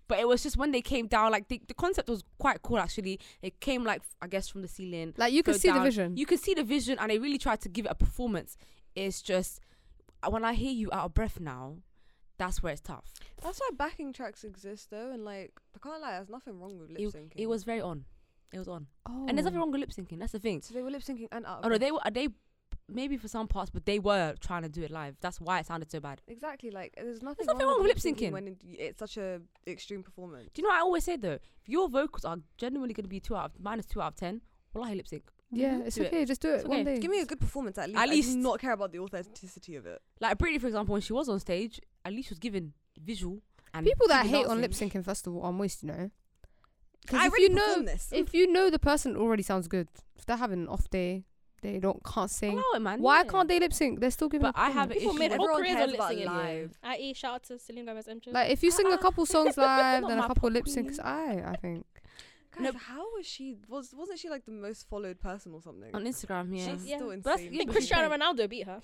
[SPEAKER 1] but it was just when they came down like the, the concept was quite cool actually it came like I guess from the ceiling
[SPEAKER 4] Like you can
[SPEAKER 1] go
[SPEAKER 4] see the
[SPEAKER 1] down.
[SPEAKER 4] vision.
[SPEAKER 1] You can see the vision, and they really tried to give it a performance. It's just uh, when I hear you out of breath now, that's where it's tough.
[SPEAKER 3] That's why backing tracks exist though, and like I can't lie, there's nothing wrong with lip
[SPEAKER 1] It,
[SPEAKER 3] syncing.
[SPEAKER 1] it was very on. It was on, and there's nothing wrong with lip syncing. That's the thing.
[SPEAKER 3] so they were lip syncing and out. of
[SPEAKER 1] Oh no,
[SPEAKER 3] breath.
[SPEAKER 1] they were are they maybe for some parts, but they were trying to do it live. That's why it sounded so bad.
[SPEAKER 3] exactly like there's nothing,
[SPEAKER 1] nothing
[SPEAKER 3] wrong,
[SPEAKER 1] wrong
[SPEAKER 3] with
[SPEAKER 1] with
[SPEAKER 3] lip
[SPEAKER 1] lip-syncing.
[SPEAKER 3] syncing when it, it's such a extreme performance.
[SPEAKER 1] Do you know what I always say though? If your vocals are genuinely going to be two out of, minus two out of ten, well I lip sync.
[SPEAKER 4] Yeah, it's
[SPEAKER 1] Do it.
[SPEAKER 4] okay. Just do it
[SPEAKER 1] It's
[SPEAKER 4] one
[SPEAKER 1] okay.
[SPEAKER 4] day.
[SPEAKER 3] Give me a good performance at least.
[SPEAKER 1] At
[SPEAKER 3] I do
[SPEAKER 1] least.
[SPEAKER 3] not care about the authenticity of it.
[SPEAKER 1] Like Britney, for example, when she was on stage, at least she was given visual. And
[SPEAKER 4] People that
[SPEAKER 1] she was
[SPEAKER 4] hate on lip
[SPEAKER 1] dancing.
[SPEAKER 4] syncing festival are moist, you know. 'Cause
[SPEAKER 3] I
[SPEAKER 4] if
[SPEAKER 3] already
[SPEAKER 4] you know,
[SPEAKER 3] performed this.
[SPEAKER 4] if you know the person already sounds good, if they're having an off day, they don't can't sing.
[SPEAKER 1] Allow it, man.
[SPEAKER 4] Why
[SPEAKER 1] yeah.
[SPEAKER 4] can't they lip sync? They're still giving.
[SPEAKER 1] But I have an
[SPEAKER 2] People
[SPEAKER 1] issue
[SPEAKER 2] made
[SPEAKER 1] with-
[SPEAKER 2] whole
[SPEAKER 3] Everyone
[SPEAKER 2] careers
[SPEAKER 3] cares
[SPEAKER 2] on lip
[SPEAKER 3] about
[SPEAKER 2] singing.
[SPEAKER 3] live.
[SPEAKER 2] I.e. E, shout out to Selena Gomez MJ.
[SPEAKER 4] Like if you sing
[SPEAKER 1] [LAUGHS]
[SPEAKER 4] a couple songs live,
[SPEAKER 1] Not
[SPEAKER 4] then
[SPEAKER 1] my
[SPEAKER 4] a couple
[SPEAKER 1] pop
[SPEAKER 4] lip syncs.
[SPEAKER 1] queen.
[SPEAKER 4] I I think.
[SPEAKER 3] Guys, how was she? Was wasn't she like the most followed person or something?
[SPEAKER 1] on Instagram, yeah.
[SPEAKER 3] She's
[SPEAKER 2] Yeah.
[SPEAKER 3] still
[SPEAKER 2] But
[SPEAKER 1] that's-
[SPEAKER 3] insane.
[SPEAKER 1] yeah,
[SPEAKER 2] Did
[SPEAKER 1] but
[SPEAKER 2] [LAUGHS] Cristiano Ronaldo beat her?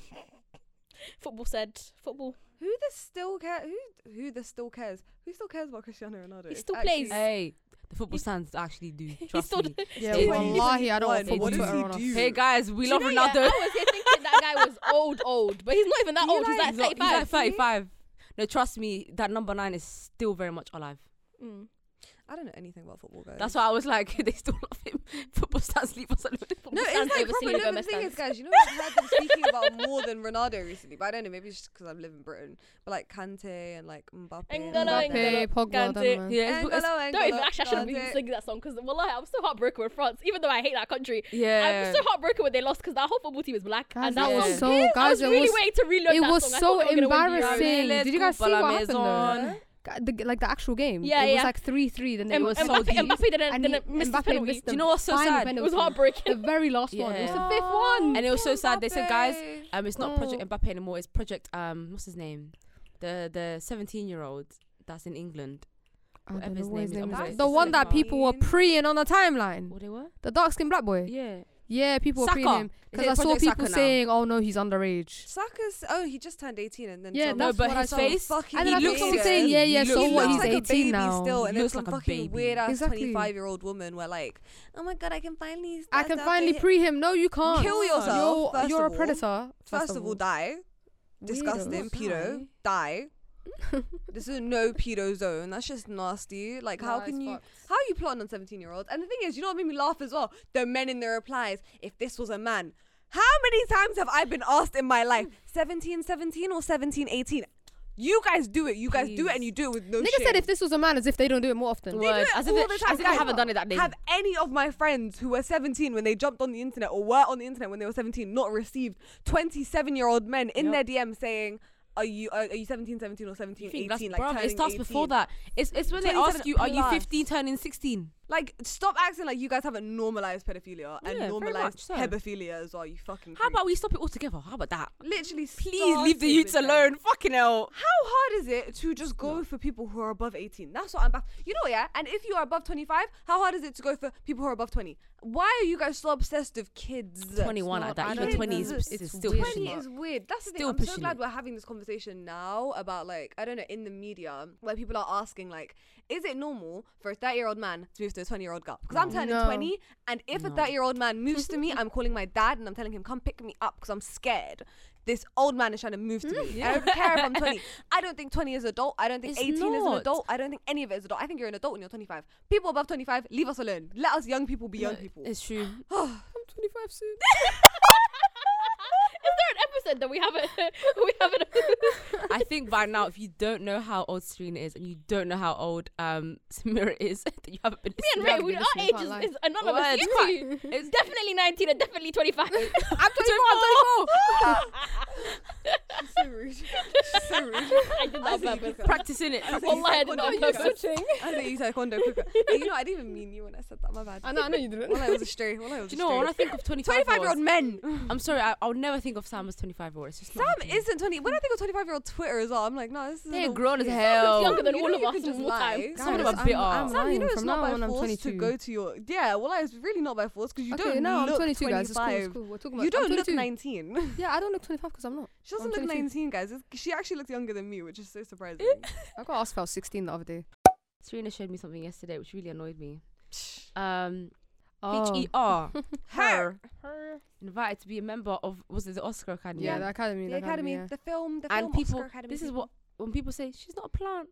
[SPEAKER 2] football said football.
[SPEAKER 3] Who this still care? Who who this still cares? Who still cares about Cristiano Ronaldo?
[SPEAKER 2] He
[SPEAKER 3] It's
[SPEAKER 2] still
[SPEAKER 3] actually-
[SPEAKER 2] plays.
[SPEAKER 1] Hey, the football stands actually
[SPEAKER 4] [LAUGHS]
[SPEAKER 1] do.
[SPEAKER 2] He
[SPEAKER 1] Trust
[SPEAKER 2] still
[SPEAKER 1] me.
[SPEAKER 2] did-
[SPEAKER 4] Yeah,
[SPEAKER 1] They
[SPEAKER 4] wallahi, I don't want
[SPEAKER 1] do.
[SPEAKER 4] football
[SPEAKER 1] What does
[SPEAKER 4] Twitter
[SPEAKER 3] he
[SPEAKER 4] on us.
[SPEAKER 3] do?
[SPEAKER 1] Hey guys, we
[SPEAKER 2] Do
[SPEAKER 1] love
[SPEAKER 2] you know, yeah,
[SPEAKER 1] Ronaldo.
[SPEAKER 2] I was here thinking that
[SPEAKER 1] [LAUGHS]
[SPEAKER 2] guy was old, old, but he's not even that
[SPEAKER 3] Do you
[SPEAKER 2] old. He's
[SPEAKER 3] like-
[SPEAKER 2] like
[SPEAKER 1] He's not- he's
[SPEAKER 2] 35.
[SPEAKER 1] like 35. No, trust me, that number nine is still very much alive.
[SPEAKER 2] Mm.
[SPEAKER 3] I don't know anything about football, guys.
[SPEAKER 1] [LAUGHS] That's why I was like, they still love him. Football stands leave us alone.
[SPEAKER 3] no,
[SPEAKER 2] Stands
[SPEAKER 3] it's like
[SPEAKER 2] over Selena
[SPEAKER 3] no, but
[SPEAKER 2] Gomez
[SPEAKER 3] the thing
[SPEAKER 2] fans.
[SPEAKER 3] is, guys, you know, I've heard them speaking about more than Ronaldo recently, but I don't know, maybe it's just because I live in Britain. But like Kante and like Mbappe. and
[SPEAKER 2] N'Golo, N'Golo.
[SPEAKER 3] Mbappe.
[SPEAKER 4] Mbappe, Pogba, I don't know.
[SPEAKER 1] Yeah, it's- it's-
[SPEAKER 3] N'Golo,
[SPEAKER 2] Don't even,
[SPEAKER 3] N'Golo,
[SPEAKER 2] actually, I shouldn't be
[SPEAKER 3] Kante.
[SPEAKER 2] singing that song because, wallahi, I'm so heartbroken with France, even though I hate that country.
[SPEAKER 1] yeah.
[SPEAKER 2] I'm so heartbroken when they lost because that whole football team is black.
[SPEAKER 4] Guys,
[SPEAKER 2] and that
[SPEAKER 1] it
[SPEAKER 2] was
[SPEAKER 1] was
[SPEAKER 4] so-
[SPEAKER 2] I
[SPEAKER 4] guys,
[SPEAKER 2] was
[SPEAKER 4] it
[SPEAKER 2] really
[SPEAKER 4] was-
[SPEAKER 2] waiting to reload
[SPEAKER 4] it
[SPEAKER 2] that
[SPEAKER 4] was
[SPEAKER 2] song. I
[SPEAKER 4] so
[SPEAKER 2] thought we were gonna win the Euros.
[SPEAKER 4] embarrassing. Did you guys see
[SPEAKER 1] Coupe à la
[SPEAKER 4] what happened
[SPEAKER 1] maison.
[SPEAKER 4] though? Ga- the- like the actual game.
[SPEAKER 2] Yeah,
[SPEAKER 4] it
[SPEAKER 2] yeah.
[SPEAKER 4] was like three three. Then
[SPEAKER 2] Em-
[SPEAKER 4] it was
[SPEAKER 1] so
[SPEAKER 2] Mbappe,
[SPEAKER 4] deep.
[SPEAKER 2] Mbappe didn't,
[SPEAKER 4] And he-
[SPEAKER 2] didn't miss the
[SPEAKER 4] Mbappe
[SPEAKER 2] penalty.
[SPEAKER 1] Do
[SPEAKER 4] missed the
[SPEAKER 1] you know what's so
[SPEAKER 4] final
[SPEAKER 1] sad?
[SPEAKER 4] penalty.
[SPEAKER 2] It was heartbreaking.
[SPEAKER 4] The very last one. It was the fifth one.
[SPEAKER 1] Oh, and it was so sad. They said, guys,
[SPEAKER 3] Mbappe.
[SPEAKER 1] um, it's not Project
[SPEAKER 4] Oh.
[SPEAKER 1] Mbappe anymore. It's Project um, what's his name? The the seventeen year old that's in England.
[SPEAKER 4] I don't
[SPEAKER 1] whatever
[SPEAKER 4] know
[SPEAKER 1] his
[SPEAKER 4] what
[SPEAKER 1] name is, I'm
[SPEAKER 3] sorry,
[SPEAKER 4] The
[SPEAKER 3] it's
[SPEAKER 4] one that
[SPEAKER 3] Slipknot.
[SPEAKER 4] people were preying on the timeline.
[SPEAKER 1] What they were?
[SPEAKER 4] The dark skinned black boy.
[SPEAKER 1] Yeah.
[SPEAKER 4] Yeah, people were preying
[SPEAKER 1] Saka.
[SPEAKER 4] him.
[SPEAKER 1] Is
[SPEAKER 4] Because
[SPEAKER 1] it
[SPEAKER 4] I saw
[SPEAKER 1] Project
[SPEAKER 4] people
[SPEAKER 1] Saka now?
[SPEAKER 4] saying, oh no, he's underage.
[SPEAKER 3] Saka's. Oh, he just turned 18 and then.
[SPEAKER 4] Yeah,
[SPEAKER 3] some-
[SPEAKER 1] no,
[SPEAKER 4] that's
[SPEAKER 1] but
[SPEAKER 4] what I
[SPEAKER 1] his
[SPEAKER 4] saw.
[SPEAKER 1] face.
[SPEAKER 3] fucking
[SPEAKER 4] And then I
[SPEAKER 3] he
[SPEAKER 4] think
[SPEAKER 3] looks
[SPEAKER 4] someone
[SPEAKER 3] like-
[SPEAKER 4] saying, yeah, yeah,
[SPEAKER 1] he
[SPEAKER 4] so
[SPEAKER 1] looks
[SPEAKER 4] what? He's
[SPEAKER 1] like a
[SPEAKER 4] 18
[SPEAKER 3] baby
[SPEAKER 4] now.
[SPEAKER 3] still, and
[SPEAKER 1] He
[SPEAKER 3] then
[SPEAKER 1] looks
[SPEAKER 3] some
[SPEAKER 1] like a
[SPEAKER 3] fucking
[SPEAKER 1] baby.
[SPEAKER 3] weird ass
[SPEAKER 4] Exactly.
[SPEAKER 3] 25 year old woman. We're like, oh my god, I can finally.
[SPEAKER 4] I
[SPEAKER 3] start
[SPEAKER 4] can
[SPEAKER 3] out
[SPEAKER 4] finally
[SPEAKER 3] to hit-
[SPEAKER 4] pre him. No, you can't.
[SPEAKER 3] Kill
[SPEAKER 4] You're,
[SPEAKER 3] yourself. first
[SPEAKER 4] you're
[SPEAKER 3] of
[SPEAKER 4] a
[SPEAKER 3] all.
[SPEAKER 4] predator.
[SPEAKER 3] [LAUGHS] First of all, die. Disgusting,
[SPEAKER 1] Weirdos.
[SPEAKER 3] pedo,
[SPEAKER 1] [LAUGHS]
[SPEAKER 3] die. this is no pedo zone. That's just nasty. Like, how can you? How are you plotting on 17 year olds? And the thing is, you know what made me laugh as well? The men in their replies. If this was a man, how many times have I been asked in my life, 17, 17 or 17, 18? You guys do it. You guys do it and
[SPEAKER 1] Please.
[SPEAKER 3] you do it with no
[SPEAKER 4] Nigga
[SPEAKER 3] shame.
[SPEAKER 4] said if this was a man, as if they don't do it more often.
[SPEAKER 3] They do
[SPEAKER 1] Words.
[SPEAKER 3] it
[SPEAKER 1] As if
[SPEAKER 3] all
[SPEAKER 1] it-
[SPEAKER 3] the
[SPEAKER 1] as
[SPEAKER 3] time.
[SPEAKER 1] if they
[SPEAKER 3] Guys,
[SPEAKER 1] haven't done it that day.
[SPEAKER 3] Have any of my friends who were 17 when they jumped on the internet or were on the internet when they were 17 not received 27 year old men in
[SPEAKER 1] Yep.
[SPEAKER 3] their DM saying, are you are, are you 17, 17 or 17, 18?
[SPEAKER 1] that's
[SPEAKER 3] like
[SPEAKER 1] bruv,
[SPEAKER 3] turning
[SPEAKER 1] It starts
[SPEAKER 3] 18.
[SPEAKER 1] before that. It's it's when they
[SPEAKER 3] 27
[SPEAKER 1] ask you, are you
[SPEAKER 3] plus.
[SPEAKER 1] 15 turning 16?
[SPEAKER 3] Like, stop acting like you guys haven't normalized pedophilia and
[SPEAKER 1] Yeah, very
[SPEAKER 3] normalized
[SPEAKER 1] much so.
[SPEAKER 3] hebephilia as well. You fucking.
[SPEAKER 1] How
[SPEAKER 3] creep.
[SPEAKER 1] about we stop it all together? How about that?
[SPEAKER 3] literally?
[SPEAKER 1] Please leave the
[SPEAKER 3] starting
[SPEAKER 1] youths
[SPEAKER 3] with them.
[SPEAKER 1] alone. Fucking hell.
[SPEAKER 3] How hard is it to just go for people who are above 18? That's what I'm back. You know, yeah. And if you are above 25, how hard is it to go for people who are above 20? Why are you guys so obsessed with kids?
[SPEAKER 1] 21 at
[SPEAKER 4] not- I
[SPEAKER 1] that. Even
[SPEAKER 4] don't
[SPEAKER 1] 20 is,
[SPEAKER 3] even-
[SPEAKER 1] is
[SPEAKER 4] it's
[SPEAKER 1] still
[SPEAKER 4] weird.
[SPEAKER 1] pushing
[SPEAKER 3] 20
[SPEAKER 1] it.
[SPEAKER 3] is weird. That's the thing.
[SPEAKER 1] Still
[SPEAKER 3] I'm so
[SPEAKER 1] pushing
[SPEAKER 3] glad
[SPEAKER 1] it.
[SPEAKER 3] we're having this conversation now about like I don't know in the media where people are asking like, is it normal for a 30 year old man to move to a 20 year old girl? Because I'm
[SPEAKER 4] No.
[SPEAKER 3] turning
[SPEAKER 4] No.
[SPEAKER 3] 20, and if a
[SPEAKER 1] No.
[SPEAKER 3] 30 year old man moves
[SPEAKER 1] [LAUGHS]
[SPEAKER 3] to me, I'm calling my dad and I'm telling him come pick me up because I'm scared. This old man is trying to move to me.
[SPEAKER 1] [LAUGHS]
[SPEAKER 3] I don't care if I'm 20. I don't think 20 is adult. I don't think
[SPEAKER 1] It's
[SPEAKER 3] 18 is an
[SPEAKER 1] not.
[SPEAKER 3] adult. I don't think any of it is adult. I think you're an adult when you're 25. People above 25, leave us alone. Let us young people be young people. [LAUGHS]
[SPEAKER 1] It's true.
[SPEAKER 4] I'm 25 soon.
[SPEAKER 2] Is there an episode that we haven't? [LAUGHS] we haven't.
[SPEAKER 1] I think by now, if you don't know how old Serena is and you don't know how old um [LAUGHS] Samira is, that you haven't been.
[SPEAKER 2] Me
[SPEAKER 1] listening.
[SPEAKER 2] and Ray,
[SPEAKER 4] haven't
[SPEAKER 2] we,
[SPEAKER 4] been
[SPEAKER 2] our
[SPEAKER 4] listening,
[SPEAKER 2] age
[SPEAKER 4] can't lie.
[SPEAKER 2] is, is anonymous.
[SPEAKER 1] Well,
[SPEAKER 2] You
[SPEAKER 1] it's
[SPEAKER 2] two,
[SPEAKER 1] quite-
[SPEAKER 2] it's definitely 19 and definitely 25.
[SPEAKER 1] I'm 24. [LAUGHS] I'm 24.
[SPEAKER 3] so rude. [LAUGHS] so
[SPEAKER 2] [LAUGHS]
[SPEAKER 3] rude.
[SPEAKER 2] I did that on
[SPEAKER 3] think you
[SPEAKER 2] purpose.
[SPEAKER 3] can-
[SPEAKER 1] Practicing
[SPEAKER 3] [LAUGHS]
[SPEAKER 1] it.
[SPEAKER 3] I
[SPEAKER 2] Wallahi, I did that
[SPEAKER 3] Oh,
[SPEAKER 2] on
[SPEAKER 3] you
[SPEAKER 2] purpose. [LAUGHS]
[SPEAKER 3] I think you taekwondo quicker. Hey, you know, I didn't even mean you when I said that. My bad.
[SPEAKER 4] I know, I
[SPEAKER 3] [LAUGHS]
[SPEAKER 4] know you didn't.
[SPEAKER 3] Well, I was a stray. Well, I was
[SPEAKER 1] Do
[SPEAKER 3] a
[SPEAKER 1] you know what? when I
[SPEAKER 3] stray.
[SPEAKER 1] think of 25
[SPEAKER 3] 25 year old
[SPEAKER 4] [LAUGHS]
[SPEAKER 3] men.
[SPEAKER 1] I'm sorry, I, I'll never think of Sam as 25 year old. It's just
[SPEAKER 3] Sam
[SPEAKER 1] not happening.
[SPEAKER 3] isn't 20. When I think of 25 year old Twitter as well, I'm like, no, this is.
[SPEAKER 1] They're grown as
[SPEAKER 2] Looks
[SPEAKER 1] hell.
[SPEAKER 2] younger than
[SPEAKER 3] You know
[SPEAKER 2] all of
[SPEAKER 3] you
[SPEAKER 2] us
[SPEAKER 3] could just
[SPEAKER 2] in war
[SPEAKER 3] lie.
[SPEAKER 2] time.
[SPEAKER 1] Some of them are bit off.
[SPEAKER 3] Sam, you know it's
[SPEAKER 4] From
[SPEAKER 3] not
[SPEAKER 4] now
[SPEAKER 3] by
[SPEAKER 4] on, I'm
[SPEAKER 3] force
[SPEAKER 4] 22.
[SPEAKER 3] to go to your. Yeah, well, it's really not by force because you
[SPEAKER 4] okay,
[SPEAKER 3] don't
[SPEAKER 4] now
[SPEAKER 3] look
[SPEAKER 4] I'm 22, guys. It's cool,
[SPEAKER 3] 25.
[SPEAKER 4] it's cool. We're talking about
[SPEAKER 3] You don't
[SPEAKER 4] I'm
[SPEAKER 3] look
[SPEAKER 4] 22.
[SPEAKER 3] 19.
[SPEAKER 4] Yeah, I don't look 25 because I'm not.
[SPEAKER 3] [LAUGHS] She doesn't
[SPEAKER 4] I'm
[SPEAKER 3] look
[SPEAKER 4] 22.
[SPEAKER 3] 19, guys. It's- She actually looks younger than me, which is so surprising.
[SPEAKER 4] I got asked if I was 16 the other day.
[SPEAKER 1] Serena showed me something yesterday which really annoyed me. Um,
[SPEAKER 4] Oh.
[SPEAKER 1] H E R. [LAUGHS] Her.
[SPEAKER 2] Her.
[SPEAKER 1] Invited to be a member of, was it the Oscar Academy?
[SPEAKER 4] Um, Yeah, the academy.
[SPEAKER 3] the academy, the film, the film
[SPEAKER 1] and people,
[SPEAKER 3] Oscar Academy.
[SPEAKER 1] this is
[SPEAKER 3] people.
[SPEAKER 1] what, when people say, she's not a plant.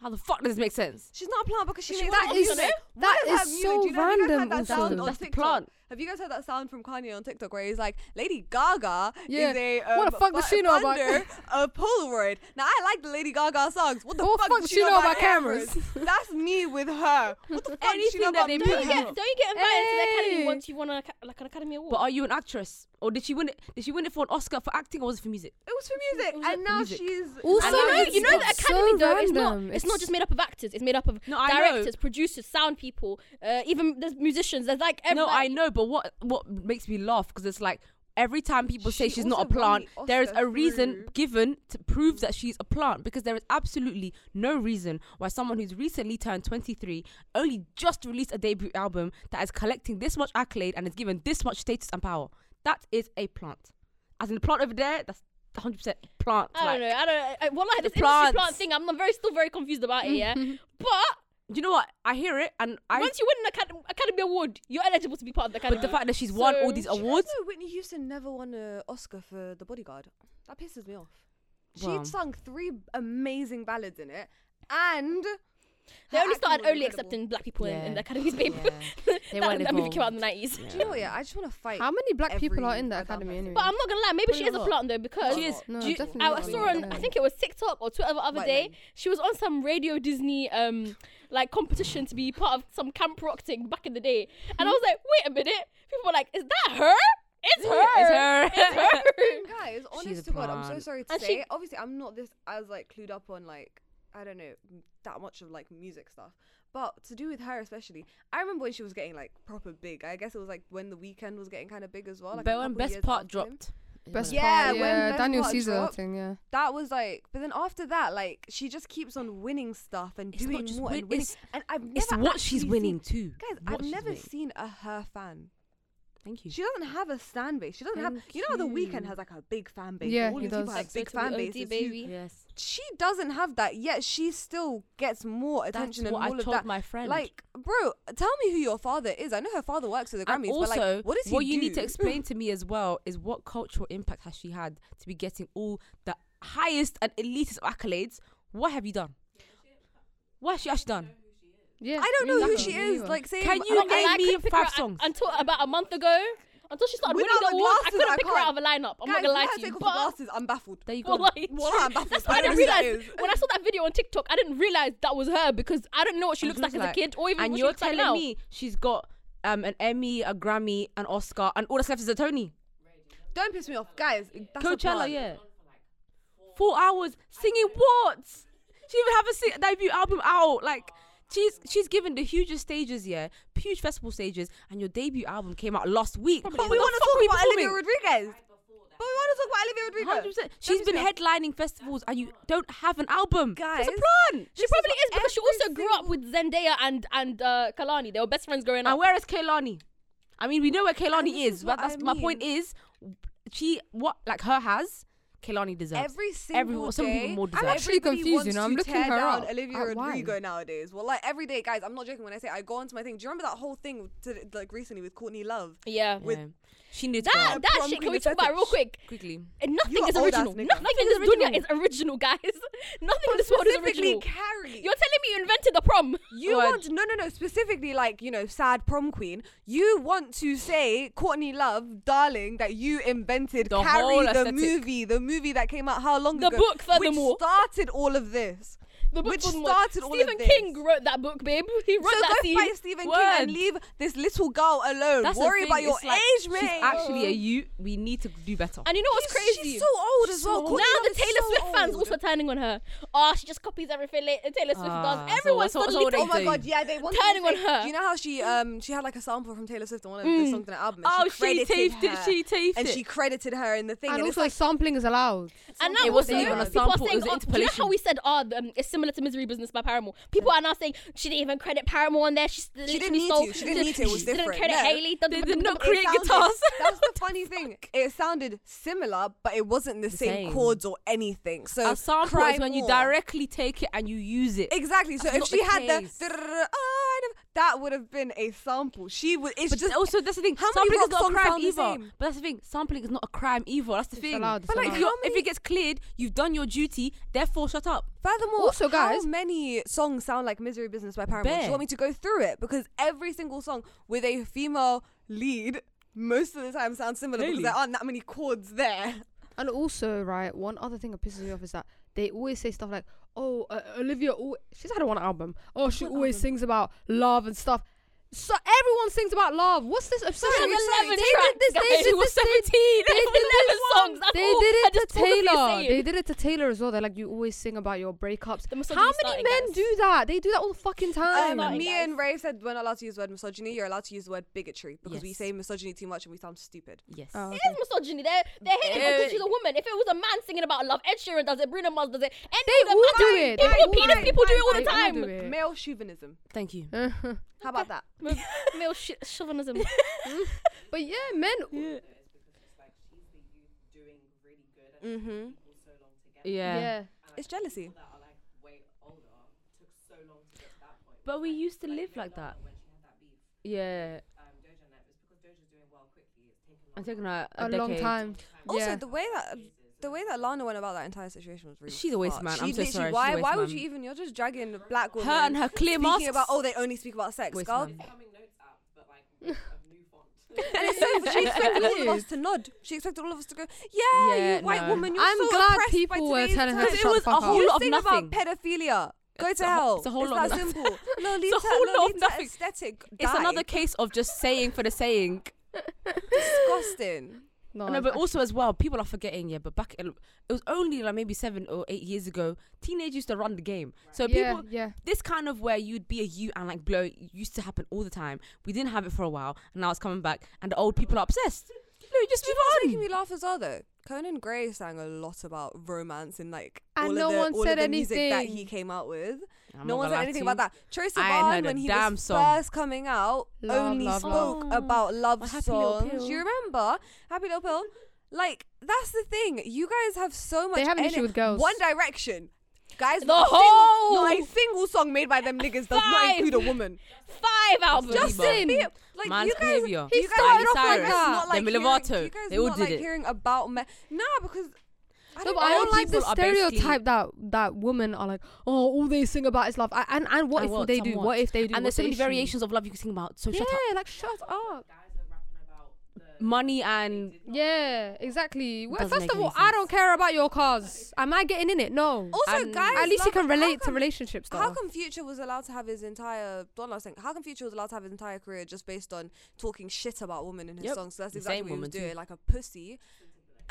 [SPEAKER 1] How the fuck does this make sense?
[SPEAKER 3] She's not a plant because she,
[SPEAKER 4] She
[SPEAKER 3] makes
[SPEAKER 4] that
[SPEAKER 2] "Oh,
[SPEAKER 3] that
[SPEAKER 4] is-
[SPEAKER 3] music.
[SPEAKER 4] that
[SPEAKER 3] What
[SPEAKER 4] is
[SPEAKER 3] music?
[SPEAKER 4] so
[SPEAKER 3] Do you know- have you guys heard
[SPEAKER 4] random
[SPEAKER 3] that sound
[SPEAKER 4] also.
[SPEAKER 3] on
[SPEAKER 1] That's the
[SPEAKER 3] TikTok?
[SPEAKER 1] plant.
[SPEAKER 3] Have you guys heard that sound from Kanye on TikTok where he's like, Lady Gaga
[SPEAKER 4] Yeah.
[SPEAKER 3] is a um,
[SPEAKER 4] What the fuck does she know about-
[SPEAKER 3] funder of Polaroid. Now I like the Lady Gaga songs. What the
[SPEAKER 4] What
[SPEAKER 3] fuck, does she know about cameras? [LAUGHS] That's me with her. What the fuck does she
[SPEAKER 1] Anything
[SPEAKER 3] know
[SPEAKER 1] that
[SPEAKER 3] about
[SPEAKER 1] they
[SPEAKER 3] me?
[SPEAKER 2] Don't you
[SPEAKER 1] Yeah.
[SPEAKER 2] get don't you get invited to the academy
[SPEAKER 4] Hey.
[SPEAKER 2] once you won a, like an academy award?
[SPEAKER 1] But are you an actress? Or did she win it? Did she win it for an Oscar for acting or was it for music?
[SPEAKER 3] It was for music,
[SPEAKER 1] It was
[SPEAKER 3] and
[SPEAKER 1] for
[SPEAKER 3] now
[SPEAKER 1] music.
[SPEAKER 3] she's
[SPEAKER 4] Also,
[SPEAKER 2] And
[SPEAKER 3] and
[SPEAKER 2] you
[SPEAKER 3] now
[SPEAKER 2] know,
[SPEAKER 4] it's
[SPEAKER 2] you know the
[SPEAKER 4] so
[SPEAKER 2] academy though. It's not.
[SPEAKER 4] random.
[SPEAKER 2] It's, not
[SPEAKER 4] It's-
[SPEAKER 2] just made up of actors. It's made up of
[SPEAKER 1] No, I know.
[SPEAKER 2] directors, producers, sound people, uh, even there's musicians. There's like
[SPEAKER 1] No, I
[SPEAKER 2] everybody.
[SPEAKER 1] know, but what what makes me laugh because it's like every time people say
[SPEAKER 3] She
[SPEAKER 1] she's not a
[SPEAKER 3] also won
[SPEAKER 1] plant,
[SPEAKER 3] the
[SPEAKER 1] there is
[SPEAKER 3] Oscar
[SPEAKER 1] a reason
[SPEAKER 3] through-
[SPEAKER 1] given to prove that she's a plant because there is absolutely no reason why someone who's recently turned 23, only just released a debut album that is collecting this much accolade and is given this much status and power. That is a plant. As in the plant over there, that's 100% plant.
[SPEAKER 2] I don't
[SPEAKER 1] like-
[SPEAKER 2] know. I don't. I, well, like
[SPEAKER 1] The
[SPEAKER 2] this industry plant
[SPEAKER 1] plants. Mm-hmm.
[SPEAKER 2] thing, I'm very still very confused about it. Yeah, but
[SPEAKER 1] Do you know what? I hear it and I.
[SPEAKER 2] once you win an academy, academy award, you're eligible to be part of the academy.
[SPEAKER 1] but the fact that she's won all
[SPEAKER 2] So-
[SPEAKER 1] these
[SPEAKER 2] She
[SPEAKER 1] awards,
[SPEAKER 3] No, Whitney Houston never won an Oscar for The Bodyguard. That pisses me off. She'd
[SPEAKER 1] Wow.
[SPEAKER 3] sung three amazing ballads in it, and
[SPEAKER 2] They
[SPEAKER 3] Her
[SPEAKER 2] only
[SPEAKER 3] acting
[SPEAKER 2] started
[SPEAKER 3] was
[SPEAKER 2] only
[SPEAKER 3] incredible.
[SPEAKER 2] accepting black people in, in
[SPEAKER 1] Yeah.
[SPEAKER 2] the academies, babe.
[SPEAKER 1] Yeah. [LAUGHS] They
[SPEAKER 2] that,
[SPEAKER 1] weren't
[SPEAKER 2] that movie came out in
[SPEAKER 1] involved.
[SPEAKER 2] the nineties.
[SPEAKER 3] Do you know? what, Yeah, I just want to fight.
[SPEAKER 4] How many black people are
[SPEAKER 3] every
[SPEAKER 4] in the
[SPEAKER 3] Adam
[SPEAKER 4] academy
[SPEAKER 3] Hessing.
[SPEAKER 4] anyway?
[SPEAKER 2] But I'm not gonna lie, maybe
[SPEAKER 1] Probably
[SPEAKER 2] she is a
[SPEAKER 1] not.
[SPEAKER 2] plant though because
[SPEAKER 1] She is.
[SPEAKER 4] No,
[SPEAKER 2] do you-
[SPEAKER 4] definitely
[SPEAKER 2] I,
[SPEAKER 4] not.
[SPEAKER 2] I saw her on I think it was TikTok or Twitter the other
[SPEAKER 3] White
[SPEAKER 2] day.
[SPEAKER 3] men.
[SPEAKER 2] She was on some radio Disney um like competition to be part of some camp rock thing back in the day,
[SPEAKER 1] Hmm?
[SPEAKER 2] and I was like, wait a minute, people were like, is that her? It's her.
[SPEAKER 1] It's her. [LAUGHS]
[SPEAKER 2] It's her. [LAUGHS]
[SPEAKER 3] Guys,
[SPEAKER 1] a
[SPEAKER 3] honest to God, I'm so
[SPEAKER 1] plant.
[SPEAKER 3] sorry to
[SPEAKER 2] And
[SPEAKER 3] say.
[SPEAKER 2] she-
[SPEAKER 3] it. Obviously, I'm not this as like clued up on like I don't know m- that much of like music stuff, but to do with her especially, I remember when she was getting like proper big. I guess it was like when the weekend was getting kind of big as well. Like a
[SPEAKER 1] but when
[SPEAKER 3] couple
[SPEAKER 1] Best
[SPEAKER 3] years
[SPEAKER 1] Part
[SPEAKER 3] after him.
[SPEAKER 1] dropped.
[SPEAKER 4] Best
[SPEAKER 3] Yeah,
[SPEAKER 4] part,
[SPEAKER 3] when
[SPEAKER 4] yeah,
[SPEAKER 3] Best
[SPEAKER 4] Daniel
[SPEAKER 3] Part
[SPEAKER 4] Caesar
[SPEAKER 3] dropped.
[SPEAKER 4] thing, yeah.
[SPEAKER 3] that was like. But then after that, like she just keeps on winning stuff and
[SPEAKER 1] It's not
[SPEAKER 3] doing
[SPEAKER 1] just
[SPEAKER 3] more
[SPEAKER 1] win-
[SPEAKER 3] and winning.
[SPEAKER 1] it's-
[SPEAKER 3] And I've never
[SPEAKER 1] It's what she's
[SPEAKER 3] actually
[SPEAKER 1] winning too.
[SPEAKER 3] Seen, guys,
[SPEAKER 1] What
[SPEAKER 3] I've
[SPEAKER 1] she's
[SPEAKER 3] never
[SPEAKER 1] winning.
[SPEAKER 3] seen a her fan.
[SPEAKER 1] Thank you.
[SPEAKER 3] She doesn't have a stan base. She doesn't have.
[SPEAKER 1] Thank
[SPEAKER 3] You know how the
[SPEAKER 1] you.
[SPEAKER 3] weekend has like a big fan base.
[SPEAKER 4] Yeah,
[SPEAKER 3] all
[SPEAKER 4] he
[SPEAKER 3] these people
[SPEAKER 4] does.
[SPEAKER 3] have big fan bases. who-
[SPEAKER 1] yes.
[SPEAKER 3] she doesn't have that yet she still gets more attention
[SPEAKER 1] That's
[SPEAKER 3] and
[SPEAKER 1] what I
[SPEAKER 3] all
[SPEAKER 1] told
[SPEAKER 3] of that
[SPEAKER 1] my friend.
[SPEAKER 3] like bro tell me who your father is i know her father works with the
[SPEAKER 1] and
[SPEAKER 3] grammys
[SPEAKER 1] also,
[SPEAKER 3] but like what does he
[SPEAKER 1] you
[SPEAKER 3] do?
[SPEAKER 1] need to
[SPEAKER 3] [LAUGHS]
[SPEAKER 1] explain to me as well is what cultural impact has she had to be getting all the highest and elitist accolades? What have you done? What has she actually done?
[SPEAKER 4] Yeah.
[SPEAKER 3] i don't know who she
[SPEAKER 4] exactly, me
[SPEAKER 3] is
[SPEAKER 4] neither.
[SPEAKER 3] like say
[SPEAKER 1] Can
[SPEAKER 3] my-
[SPEAKER 1] you
[SPEAKER 3] like,
[SPEAKER 1] name
[SPEAKER 2] I
[SPEAKER 1] me
[SPEAKER 2] couldn't pick
[SPEAKER 1] five
[SPEAKER 2] her out
[SPEAKER 1] songs?
[SPEAKER 2] until about a month ago. Until she started
[SPEAKER 3] Without
[SPEAKER 2] winning the
[SPEAKER 3] the
[SPEAKER 2] awards, I
[SPEAKER 3] glasses,
[SPEAKER 2] couldn't
[SPEAKER 3] I
[SPEAKER 2] pick her out of
[SPEAKER 3] can't.
[SPEAKER 2] a lineup. I'm not
[SPEAKER 3] guys,
[SPEAKER 2] gonna lie
[SPEAKER 3] if
[SPEAKER 2] to
[SPEAKER 3] you
[SPEAKER 2] you.
[SPEAKER 3] can't take
[SPEAKER 2] But [LAUGHS]
[SPEAKER 3] off your glasses i'm baffled
[SPEAKER 1] There you go.
[SPEAKER 2] Wallahi,
[SPEAKER 3] Wallah, I'm baffled.
[SPEAKER 2] That's
[SPEAKER 3] I
[SPEAKER 2] why I didn't
[SPEAKER 3] don't know who that
[SPEAKER 2] realize
[SPEAKER 3] is.
[SPEAKER 2] when I saw that video on TikTok. I didn't realize that was her because I didn't know what she looks like as a kid or even
[SPEAKER 1] and
[SPEAKER 2] what she
[SPEAKER 1] you're
[SPEAKER 2] looks like
[SPEAKER 1] telling
[SPEAKER 2] now.
[SPEAKER 1] me she's got um, an Emmy, a Grammy, an Oscar, and all that's left is a Tony.
[SPEAKER 3] don't piss me off guys that's a
[SPEAKER 1] Coachella,
[SPEAKER 3] plant.
[SPEAKER 1] yeah. Four hours singing what? She even have a sing- debut album out. Like she's she's given the hugest stages, yeah, huge festival stages, and your debut album came out last week.
[SPEAKER 3] but we want to talk about olivia rodriguez but we want to talk about olivia
[SPEAKER 1] Hundred
[SPEAKER 3] rodriguez
[SPEAKER 1] percent. She's been headlining festivals, and you don't have an album. it's
[SPEAKER 3] Guys,
[SPEAKER 1] a plant.
[SPEAKER 2] She probably is
[SPEAKER 3] what
[SPEAKER 2] because she
[SPEAKER 3] every
[SPEAKER 2] also grew up with Zendaya and and uh, Kalani. They were best friends growing up.
[SPEAKER 1] And where is Kaylani? I mean, we know where
[SPEAKER 3] this
[SPEAKER 1] Kaylani
[SPEAKER 3] is
[SPEAKER 1] is, but
[SPEAKER 3] what I
[SPEAKER 1] that's my point. Is she what like her has? Kaylani deserves.
[SPEAKER 3] Every single
[SPEAKER 1] Everyone- some people
[SPEAKER 3] day,
[SPEAKER 1] more deserve.
[SPEAKER 4] I'm actually
[SPEAKER 3] everybody
[SPEAKER 4] confused,
[SPEAKER 3] wants
[SPEAKER 4] you know, I'm
[SPEAKER 3] to
[SPEAKER 4] looking
[SPEAKER 3] tear
[SPEAKER 4] her
[SPEAKER 3] down
[SPEAKER 4] up.
[SPEAKER 3] Olivia
[SPEAKER 4] At why?
[SPEAKER 3] Rodrigo nowadays. Well, like every day, guys, I'm not joking when I say I go onto my thing. Do you remember that whole thing to, like recently with Courtney Love?
[SPEAKER 1] Yeah.
[SPEAKER 2] yeah.
[SPEAKER 3] with-
[SPEAKER 1] she needs
[SPEAKER 2] That,
[SPEAKER 1] God.
[SPEAKER 2] that
[SPEAKER 3] Promptly
[SPEAKER 2] shit can we talk
[SPEAKER 3] pathetic.
[SPEAKER 2] about real quick?
[SPEAKER 1] quickly.
[SPEAKER 2] And
[SPEAKER 3] You
[SPEAKER 2] nothing
[SPEAKER 3] are
[SPEAKER 2] is
[SPEAKER 3] old ass
[SPEAKER 2] original.
[SPEAKER 3] nigga.
[SPEAKER 2] Nothing in this dunya is original, guys. [LAUGHS] Nothing in this world is
[SPEAKER 3] Specifically,
[SPEAKER 2] original.
[SPEAKER 3] Carrie.
[SPEAKER 2] You're telling me you invented the prom?
[SPEAKER 3] You
[SPEAKER 1] God.
[SPEAKER 3] want no, no, no. Specifically, like you know, sad prom queen. You want to say Courtney Love, darling, that you invented
[SPEAKER 1] The whole
[SPEAKER 3] Carrie, the
[SPEAKER 1] aesthetic.
[SPEAKER 3] movie, the movie that came out how long
[SPEAKER 2] The
[SPEAKER 3] ago?
[SPEAKER 2] book, furthermore.
[SPEAKER 3] which started all of this.
[SPEAKER 2] The book
[SPEAKER 3] Which
[SPEAKER 2] was more-
[SPEAKER 3] started all of
[SPEAKER 2] Stephen
[SPEAKER 3] this.
[SPEAKER 2] King wrote that book, babe. [LAUGHS] He wrote
[SPEAKER 3] so
[SPEAKER 2] that
[SPEAKER 3] go
[SPEAKER 2] scene.
[SPEAKER 3] fight Stephen King
[SPEAKER 1] Word.
[SPEAKER 3] and leave this little girl alone.
[SPEAKER 1] That's the
[SPEAKER 3] Worry
[SPEAKER 1] thing,
[SPEAKER 3] about your
[SPEAKER 1] it's like,
[SPEAKER 3] age, mate.
[SPEAKER 1] She's actually a you. We need to do better.
[SPEAKER 2] And you know what's
[SPEAKER 3] She's-
[SPEAKER 2] crazy?
[SPEAKER 3] She's so old as
[SPEAKER 1] She's
[SPEAKER 3] well.
[SPEAKER 1] so
[SPEAKER 3] Courtney
[SPEAKER 2] now the
[SPEAKER 3] Love is
[SPEAKER 2] Taylor
[SPEAKER 3] so
[SPEAKER 2] Swift fans
[SPEAKER 3] old.
[SPEAKER 2] also turning on her. Oh, she just copies everything la- Taylor Swift
[SPEAKER 1] Ah, so
[SPEAKER 2] does. Everyone
[SPEAKER 1] what's- what's
[SPEAKER 2] suddenly
[SPEAKER 1] all
[SPEAKER 3] Oh
[SPEAKER 1] they-
[SPEAKER 2] talks-
[SPEAKER 3] my
[SPEAKER 1] Amazing.
[SPEAKER 3] god, yeah, they wanted
[SPEAKER 2] Turning
[SPEAKER 3] to
[SPEAKER 2] on
[SPEAKER 3] say-
[SPEAKER 2] her.
[SPEAKER 3] Do you know how she um she had like a sample from Taylor Swift on one of the songs in the album? And
[SPEAKER 1] Mm. oh,
[SPEAKER 3] she credited
[SPEAKER 1] taped it.
[SPEAKER 3] her,
[SPEAKER 1] She taped
[SPEAKER 3] and
[SPEAKER 1] it.
[SPEAKER 3] she credited her in the thing.
[SPEAKER 4] And,
[SPEAKER 3] and it's
[SPEAKER 4] also, sampling is allowed.
[SPEAKER 2] And now
[SPEAKER 1] It wasn't
[SPEAKER 2] also,
[SPEAKER 1] even a
[SPEAKER 2] people are
[SPEAKER 1] sample, it
[SPEAKER 2] saying,
[SPEAKER 1] was
[SPEAKER 2] oh, do you know how
[SPEAKER 1] interpolation.
[SPEAKER 2] we said, oh, the, um, it's similar to Misery Business by Paramore? People are now saying, she didn't even credit Paramore on there. She,
[SPEAKER 3] She didn't need to. She didn't need to. It was
[SPEAKER 2] didn't
[SPEAKER 3] different. No.
[SPEAKER 2] credit Haley.
[SPEAKER 1] They did not
[SPEAKER 3] It
[SPEAKER 1] create
[SPEAKER 3] sounded-
[SPEAKER 1] guitars.
[SPEAKER 3] That's the
[SPEAKER 1] [LAUGHS]
[SPEAKER 3] funny thing. It sounded similar, but it wasn't the,
[SPEAKER 1] The
[SPEAKER 3] same,
[SPEAKER 1] same.
[SPEAKER 3] chords or anything. So
[SPEAKER 1] a sample
[SPEAKER 3] cry
[SPEAKER 1] is when you
[SPEAKER 3] more.
[SPEAKER 1] directly take it and you use it.
[SPEAKER 3] Exactly. So
[SPEAKER 1] That's
[SPEAKER 3] if
[SPEAKER 1] not
[SPEAKER 3] she
[SPEAKER 1] the
[SPEAKER 3] had
[SPEAKER 1] case.
[SPEAKER 3] the "Drrrr, oh, I never-" that would have been a sample. She would. It's
[SPEAKER 1] But
[SPEAKER 3] just
[SPEAKER 1] also, that's the thing.
[SPEAKER 3] how many
[SPEAKER 1] sampling is
[SPEAKER 3] rock
[SPEAKER 1] not a
[SPEAKER 3] songs
[SPEAKER 1] crime
[SPEAKER 3] sound the
[SPEAKER 1] either.
[SPEAKER 3] same?
[SPEAKER 1] But that's the thing. Sampling is not a crime either. That's the thing.
[SPEAKER 4] allowed, it's
[SPEAKER 1] But like,
[SPEAKER 4] allowed.
[SPEAKER 1] you're-
[SPEAKER 3] How
[SPEAKER 1] if
[SPEAKER 3] many-
[SPEAKER 1] it gets cleared, you've done your duty. Therefore, shut up.
[SPEAKER 3] Furthermore,
[SPEAKER 4] Also,
[SPEAKER 3] how
[SPEAKER 4] guys-
[SPEAKER 3] many songs sound like "Misery Business" by Paramore? Do
[SPEAKER 1] Bare.
[SPEAKER 3] you want me to go through it? Because every single song with a female lead, most of the time, sounds similar
[SPEAKER 1] Really?
[SPEAKER 3] because there aren't that many chords there.
[SPEAKER 4] And also, right, one other thing that pisses me off is that they always say stuff like, "Oh, uh, Olivia, al- she's had one album. Oh, she
[SPEAKER 3] What
[SPEAKER 4] always
[SPEAKER 3] album?
[SPEAKER 4] sings about love and stuff." So everyone sings about love. What's this obsession?
[SPEAKER 3] Sorry, sorry,
[SPEAKER 4] They
[SPEAKER 2] 11
[SPEAKER 4] did this.
[SPEAKER 2] tracks,
[SPEAKER 4] They
[SPEAKER 2] guys.
[SPEAKER 4] did
[SPEAKER 2] She was
[SPEAKER 4] this. They
[SPEAKER 2] 17. [LAUGHS]
[SPEAKER 4] they
[SPEAKER 2] It
[SPEAKER 4] did
[SPEAKER 2] was
[SPEAKER 4] this
[SPEAKER 2] 11 songs. That's
[SPEAKER 4] They
[SPEAKER 2] all.
[SPEAKER 4] did
[SPEAKER 2] I
[SPEAKER 4] it
[SPEAKER 2] just
[SPEAKER 4] to
[SPEAKER 2] pulled up what you're
[SPEAKER 4] Taylor.
[SPEAKER 2] saying.
[SPEAKER 4] They did it to Taylor as well. They're like, you always sing about your breakups.
[SPEAKER 2] The misogyny
[SPEAKER 4] How many
[SPEAKER 2] starting,
[SPEAKER 4] men
[SPEAKER 2] guys.
[SPEAKER 4] do that? They do that all the fucking time.
[SPEAKER 1] Oh
[SPEAKER 3] Um,
[SPEAKER 2] Sorry,
[SPEAKER 3] me
[SPEAKER 2] guys.
[SPEAKER 3] and Ray said we're not allowed to use the word misogyny. You're allowed to use the word bigotry because we
[SPEAKER 1] Yes.
[SPEAKER 3] say misogyny too much and we sound stupid.
[SPEAKER 1] Yes.
[SPEAKER 4] Oh,
[SPEAKER 2] It
[SPEAKER 4] okay.
[SPEAKER 2] is misogyny. They're, they're hating her
[SPEAKER 1] Eh.
[SPEAKER 2] because she's a woman. If it was a man singing about love, Ed Sheeran does it, Bruno Mars does it. Any
[SPEAKER 4] They
[SPEAKER 2] other man
[SPEAKER 4] all do
[SPEAKER 2] does
[SPEAKER 4] it.
[SPEAKER 2] People
[SPEAKER 4] They
[SPEAKER 2] with
[SPEAKER 4] all
[SPEAKER 2] penis
[SPEAKER 4] do it.
[SPEAKER 2] people do it all
[SPEAKER 4] They
[SPEAKER 2] the
[SPEAKER 4] all
[SPEAKER 2] time.
[SPEAKER 4] do it.
[SPEAKER 3] Male chauvinism.
[SPEAKER 1] Thank you.
[SPEAKER 3] How about that?
[SPEAKER 2] M- [LAUGHS] Male sh- chauvinism.
[SPEAKER 4] [LAUGHS] but yeah, men.
[SPEAKER 3] Mm-hmm.
[SPEAKER 1] Yeah.
[SPEAKER 4] Yeah.
[SPEAKER 3] It's jealousy.
[SPEAKER 1] But we used to live like that. Yeah. I'm taking her a,
[SPEAKER 4] a long
[SPEAKER 1] decade.
[SPEAKER 4] time.
[SPEAKER 3] Also,
[SPEAKER 4] yeah.
[SPEAKER 3] the way that the way that Lana went about that entire situation was really.
[SPEAKER 1] She's a waste
[SPEAKER 3] fucked.
[SPEAKER 1] man.
[SPEAKER 3] She
[SPEAKER 1] I'm so
[SPEAKER 3] literally-
[SPEAKER 1] sorry, she's a
[SPEAKER 3] Why?
[SPEAKER 1] waste
[SPEAKER 3] why would
[SPEAKER 1] man.
[SPEAKER 3] you even? You're just dragging a black woman.
[SPEAKER 1] Her and her clear
[SPEAKER 3] speaking
[SPEAKER 1] masks.
[SPEAKER 3] about oh they only speak about sex,
[SPEAKER 1] Waste
[SPEAKER 3] girl.
[SPEAKER 1] man.
[SPEAKER 3] and it's so she expected all of us to nod. She expected all of us to go, yeah,
[SPEAKER 1] Yeah,
[SPEAKER 3] you white
[SPEAKER 1] no.
[SPEAKER 3] woman. You're
[SPEAKER 4] I'm
[SPEAKER 3] so
[SPEAKER 4] glad
[SPEAKER 3] oppressed
[SPEAKER 4] people
[SPEAKER 3] by
[SPEAKER 4] were
[SPEAKER 3] today's
[SPEAKER 4] telling her
[SPEAKER 3] time."
[SPEAKER 1] to
[SPEAKER 4] shut
[SPEAKER 1] It
[SPEAKER 4] the
[SPEAKER 1] was
[SPEAKER 4] fuck
[SPEAKER 1] a
[SPEAKER 4] up.
[SPEAKER 1] whole
[SPEAKER 3] you
[SPEAKER 1] lot of
[SPEAKER 3] sing
[SPEAKER 1] nothing.
[SPEAKER 3] about pedophilia. Go
[SPEAKER 1] It's
[SPEAKER 3] to
[SPEAKER 1] a whole-
[SPEAKER 3] hell.
[SPEAKER 1] it's a whole lot of
[SPEAKER 3] that
[SPEAKER 1] nothing.
[SPEAKER 3] [LAUGHS] simple. Lolita,
[SPEAKER 1] It's a whole lot of
[SPEAKER 3] Lolita
[SPEAKER 1] nothing.
[SPEAKER 3] aesthetic.
[SPEAKER 1] It's
[SPEAKER 3] die. [LAUGHS]
[SPEAKER 1] another case of just saying for the saying.
[SPEAKER 3] disgusting.
[SPEAKER 4] No,
[SPEAKER 1] no, but
[SPEAKER 4] I-
[SPEAKER 1] also as well, people are forgetting. Yeah, but back it it was only like maybe seven or eight years ago. Teenagers used to run the game, so
[SPEAKER 4] yeah,
[SPEAKER 1] people
[SPEAKER 4] yeah.
[SPEAKER 1] this kind of where you'd be a you and like blow used to happen all the time. We didn't have it for a while, and now it's coming back, and the old people are obsessed. No, just move
[SPEAKER 3] It's
[SPEAKER 1] on.
[SPEAKER 3] making me laugh as well though. Conan Gray sang a lot about romance and like
[SPEAKER 4] And
[SPEAKER 3] all
[SPEAKER 4] no
[SPEAKER 3] of the,
[SPEAKER 4] one
[SPEAKER 3] all
[SPEAKER 4] said
[SPEAKER 3] of the music that
[SPEAKER 4] anything.
[SPEAKER 3] he came out with.
[SPEAKER 1] I'm
[SPEAKER 3] no
[SPEAKER 1] not
[SPEAKER 3] one
[SPEAKER 1] gonna
[SPEAKER 3] said
[SPEAKER 1] lie
[SPEAKER 3] anything
[SPEAKER 1] to
[SPEAKER 3] about that. Troye
[SPEAKER 1] I ain't
[SPEAKER 3] Sivan,
[SPEAKER 1] heard a
[SPEAKER 3] when he
[SPEAKER 1] damn
[SPEAKER 3] was
[SPEAKER 1] song.
[SPEAKER 3] first coming out,
[SPEAKER 4] Love,
[SPEAKER 3] only
[SPEAKER 4] love, love.
[SPEAKER 3] spoke
[SPEAKER 1] Oh,
[SPEAKER 3] about love
[SPEAKER 1] my Happy Little
[SPEAKER 3] songs. Do
[SPEAKER 1] Pill.
[SPEAKER 3] you remember Happy Little Pill? Like that's the thing. You guys have so much.
[SPEAKER 4] They have an issue
[SPEAKER 3] ener-
[SPEAKER 4] with girls.
[SPEAKER 3] One Direction. Guys,
[SPEAKER 2] The
[SPEAKER 3] not a single- not
[SPEAKER 2] whole
[SPEAKER 3] a single song made by them niggas does
[SPEAKER 2] five
[SPEAKER 3] not include a
[SPEAKER 1] [LAUGHS]
[SPEAKER 3] woman.
[SPEAKER 2] [LAUGHS] Five albums.
[SPEAKER 1] Justin
[SPEAKER 3] Justin,
[SPEAKER 1] Bieber.
[SPEAKER 3] like
[SPEAKER 1] Man's
[SPEAKER 3] you guys,
[SPEAKER 1] behavior.
[SPEAKER 3] you
[SPEAKER 1] He
[SPEAKER 3] guys
[SPEAKER 1] started
[SPEAKER 3] not like
[SPEAKER 1] Cyrus,
[SPEAKER 3] that.
[SPEAKER 1] Demi
[SPEAKER 3] Like
[SPEAKER 1] Lovato.
[SPEAKER 3] hearing- You guys
[SPEAKER 1] They all
[SPEAKER 3] not
[SPEAKER 1] did
[SPEAKER 3] like
[SPEAKER 1] it.
[SPEAKER 3] hearing about men. Nah, because I
[SPEAKER 4] No,
[SPEAKER 3] don't
[SPEAKER 4] but I
[SPEAKER 3] know.
[SPEAKER 4] don't like the
[SPEAKER 1] people are basically-
[SPEAKER 4] stereotype that that women are like, oh, all they sing about is love. I, and and what
[SPEAKER 1] And
[SPEAKER 4] if
[SPEAKER 1] what,
[SPEAKER 4] they do?
[SPEAKER 1] somewhat.
[SPEAKER 4] What if they do?
[SPEAKER 1] And there's
[SPEAKER 4] What's
[SPEAKER 1] so
[SPEAKER 4] the
[SPEAKER 1] many
[SPEAKER 4] issue?
[SPEAKER 1] variations of love you can sing about. So
[SPEAKER 4] Yeah,
[SPEAKER 1] shut up.
[SPEAKER 4] like shut up.
[SPEAKER 1] Money and
[SPEAKER 4] Yeah, exactly. Well,
[SPEAKER 1] Doesn't
[SPEAKER 4] first
[SPEAKER 1] make
[SPEAKER 4] of
[SPEAKER 1] any
[SPEAKER 4] all, I
[SPEAKER 1] sense.
[SPEAKER 4] don't care about your cars. Am I getting in it? No.
[SPEAKER 3] Also,
[SPEAKER 1] And-
[SPEAKER 3] guys,
[SPEAKER 4] At least you
[SPEAKER 3] like,
[SPEAKER 4] can relate
[SPEAKER 3] how
[SPEAKER 4] to
[SPEAKER 3] come-
[SPEAKER 4] relationship stuff.
[SPEAKER 3] How come Future was allowed to have his entire? One last thing. How come Future was allowed to have his entire career just based on talking shit about women in his
[SPEAKER 1] Yep.
[SPEAKER 3] songs? So that's
[SPEAKER 1] The
[SPEAKER 3] exactly
[SPEAKER 1] same
[SPEAKER 3] what he was
[SPEAKER 1] woman too.
[SPEAKER 3] doing, like a pussy,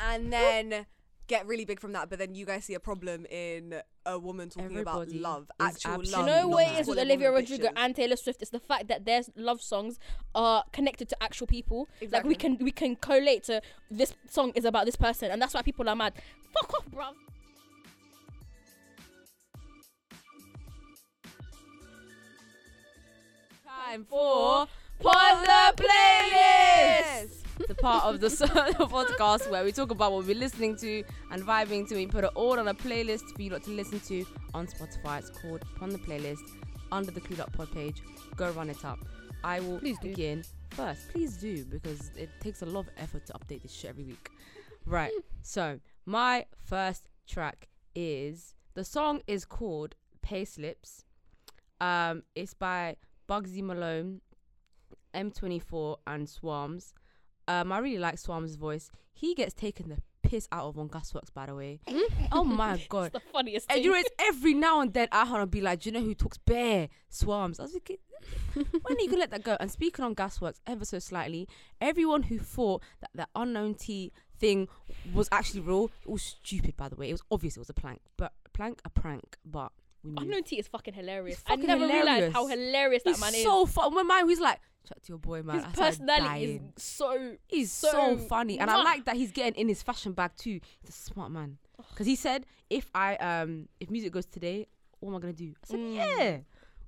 [SPEAKER 3] and then get really big from that. But then you guys see a problem in a woman talking
[SPEAKER 1] Everybody
[SPEAKER 3] about love,
[SPEAKER 1] is
[SPEAKER 3] actual love.
[SPEAKER 1] absolutely
[SPEAKER 2] you know
[SPEAKER 1] not
[SPEAKER 2] what
[SPEAKER 1] that.
[SPEAKER 2] it is with
[SPEAKER 3] calling
[SPEAKER 2] Olivia
[SPEAKER 3] women
[SPEAKER 2] Rodrigo
[SPEAKER 3] bitches.
[SPEAKER 2] and Taylor Swift? It's the fact that their love songs are connected to actual people. Like
[SPEAKER 3] Exactly.
[SPEAKER 2] we can we can collate to this song is about this person, and that's why people are mad. Fuck off, [LAUGHS] bruv.
[SPEAKER 1] time for Pon the Playlist. the part of the [LAUGHS] s- podcast where we talk about what we're listening to and vibing to. We put it all on a playlist for you lot to listen to on Spotify. It's called Upon the Playlist under the Clued Up Pod page. Go run it up. I will
[SPEAKER 4] Please do.
[SPEAKER 1] begin first. Please do because it takes a lot of effort to update this shit every week. Right.
[SPEAKER 4] [LAUGHS]
[SPEAKER 1] so my first track is the song is called Pay Slips. Um, it's by Bugsy Malone, M24, and Swarms. Um, I really like Swam's voice. He gets taken the piss out of on Gasworks, by the way. oh
[SPEAKER 2] [LAUGHS]
[SPEAKER 1] my god!
[SPEAKER 2] It's the funniest
[SPEAKER 1] And
[SPEAKER 2] thing.
[SPEAKER 1] you know, it's every now and then I wanna be like, do you know who talks bare Swams? I was
[SPEAKER 2] [LAUGHS]
[SPEAKER 1] like, when are you gonna let that go? And speaking on Gasworks, ever so slightly, everyone who thought that the unknown tea thing was actually real it was stupid. By the way, it was obvious it was a plank, but plank a prank, but. We moved.
[SPEAKER 2] Unknown T is fucking hilarious.
[SPEAKER 1] He's
[SPEAKER 2] I
[SPEAKER 1] fucking
[SPEAKER 2] never realized how
[SPEAKER 1] hilarious.
[SPEAKER 2] hilarious
[SPEAKER 1] He's
[SPEAKER 2] that man
[SPEAKER 1] so fun. My mind, he's like, chat to your boy, man.
[SPEAKER 2] is.
[SPEAKER 1] I
[SPEAKER 2] His
[SPEAKER 1] started
[SPEAKER 2] personality
[SPEAKER 1] dying.
[SPEAKER 2] is so.
[SPEAKER 1] He's so,
[SPEAKER 2] So,
[SPEAKER 1] funny, and I
[SPEAKER 2] mwah.
[SPEAKER 1] like that he's getting in his fashion bag too. He's a smart man because he said, "If I um if music goes today, what am I gonna do?" I said,
[SPEAKER 2] Mm.
[SPEAKER 1] "Yeah,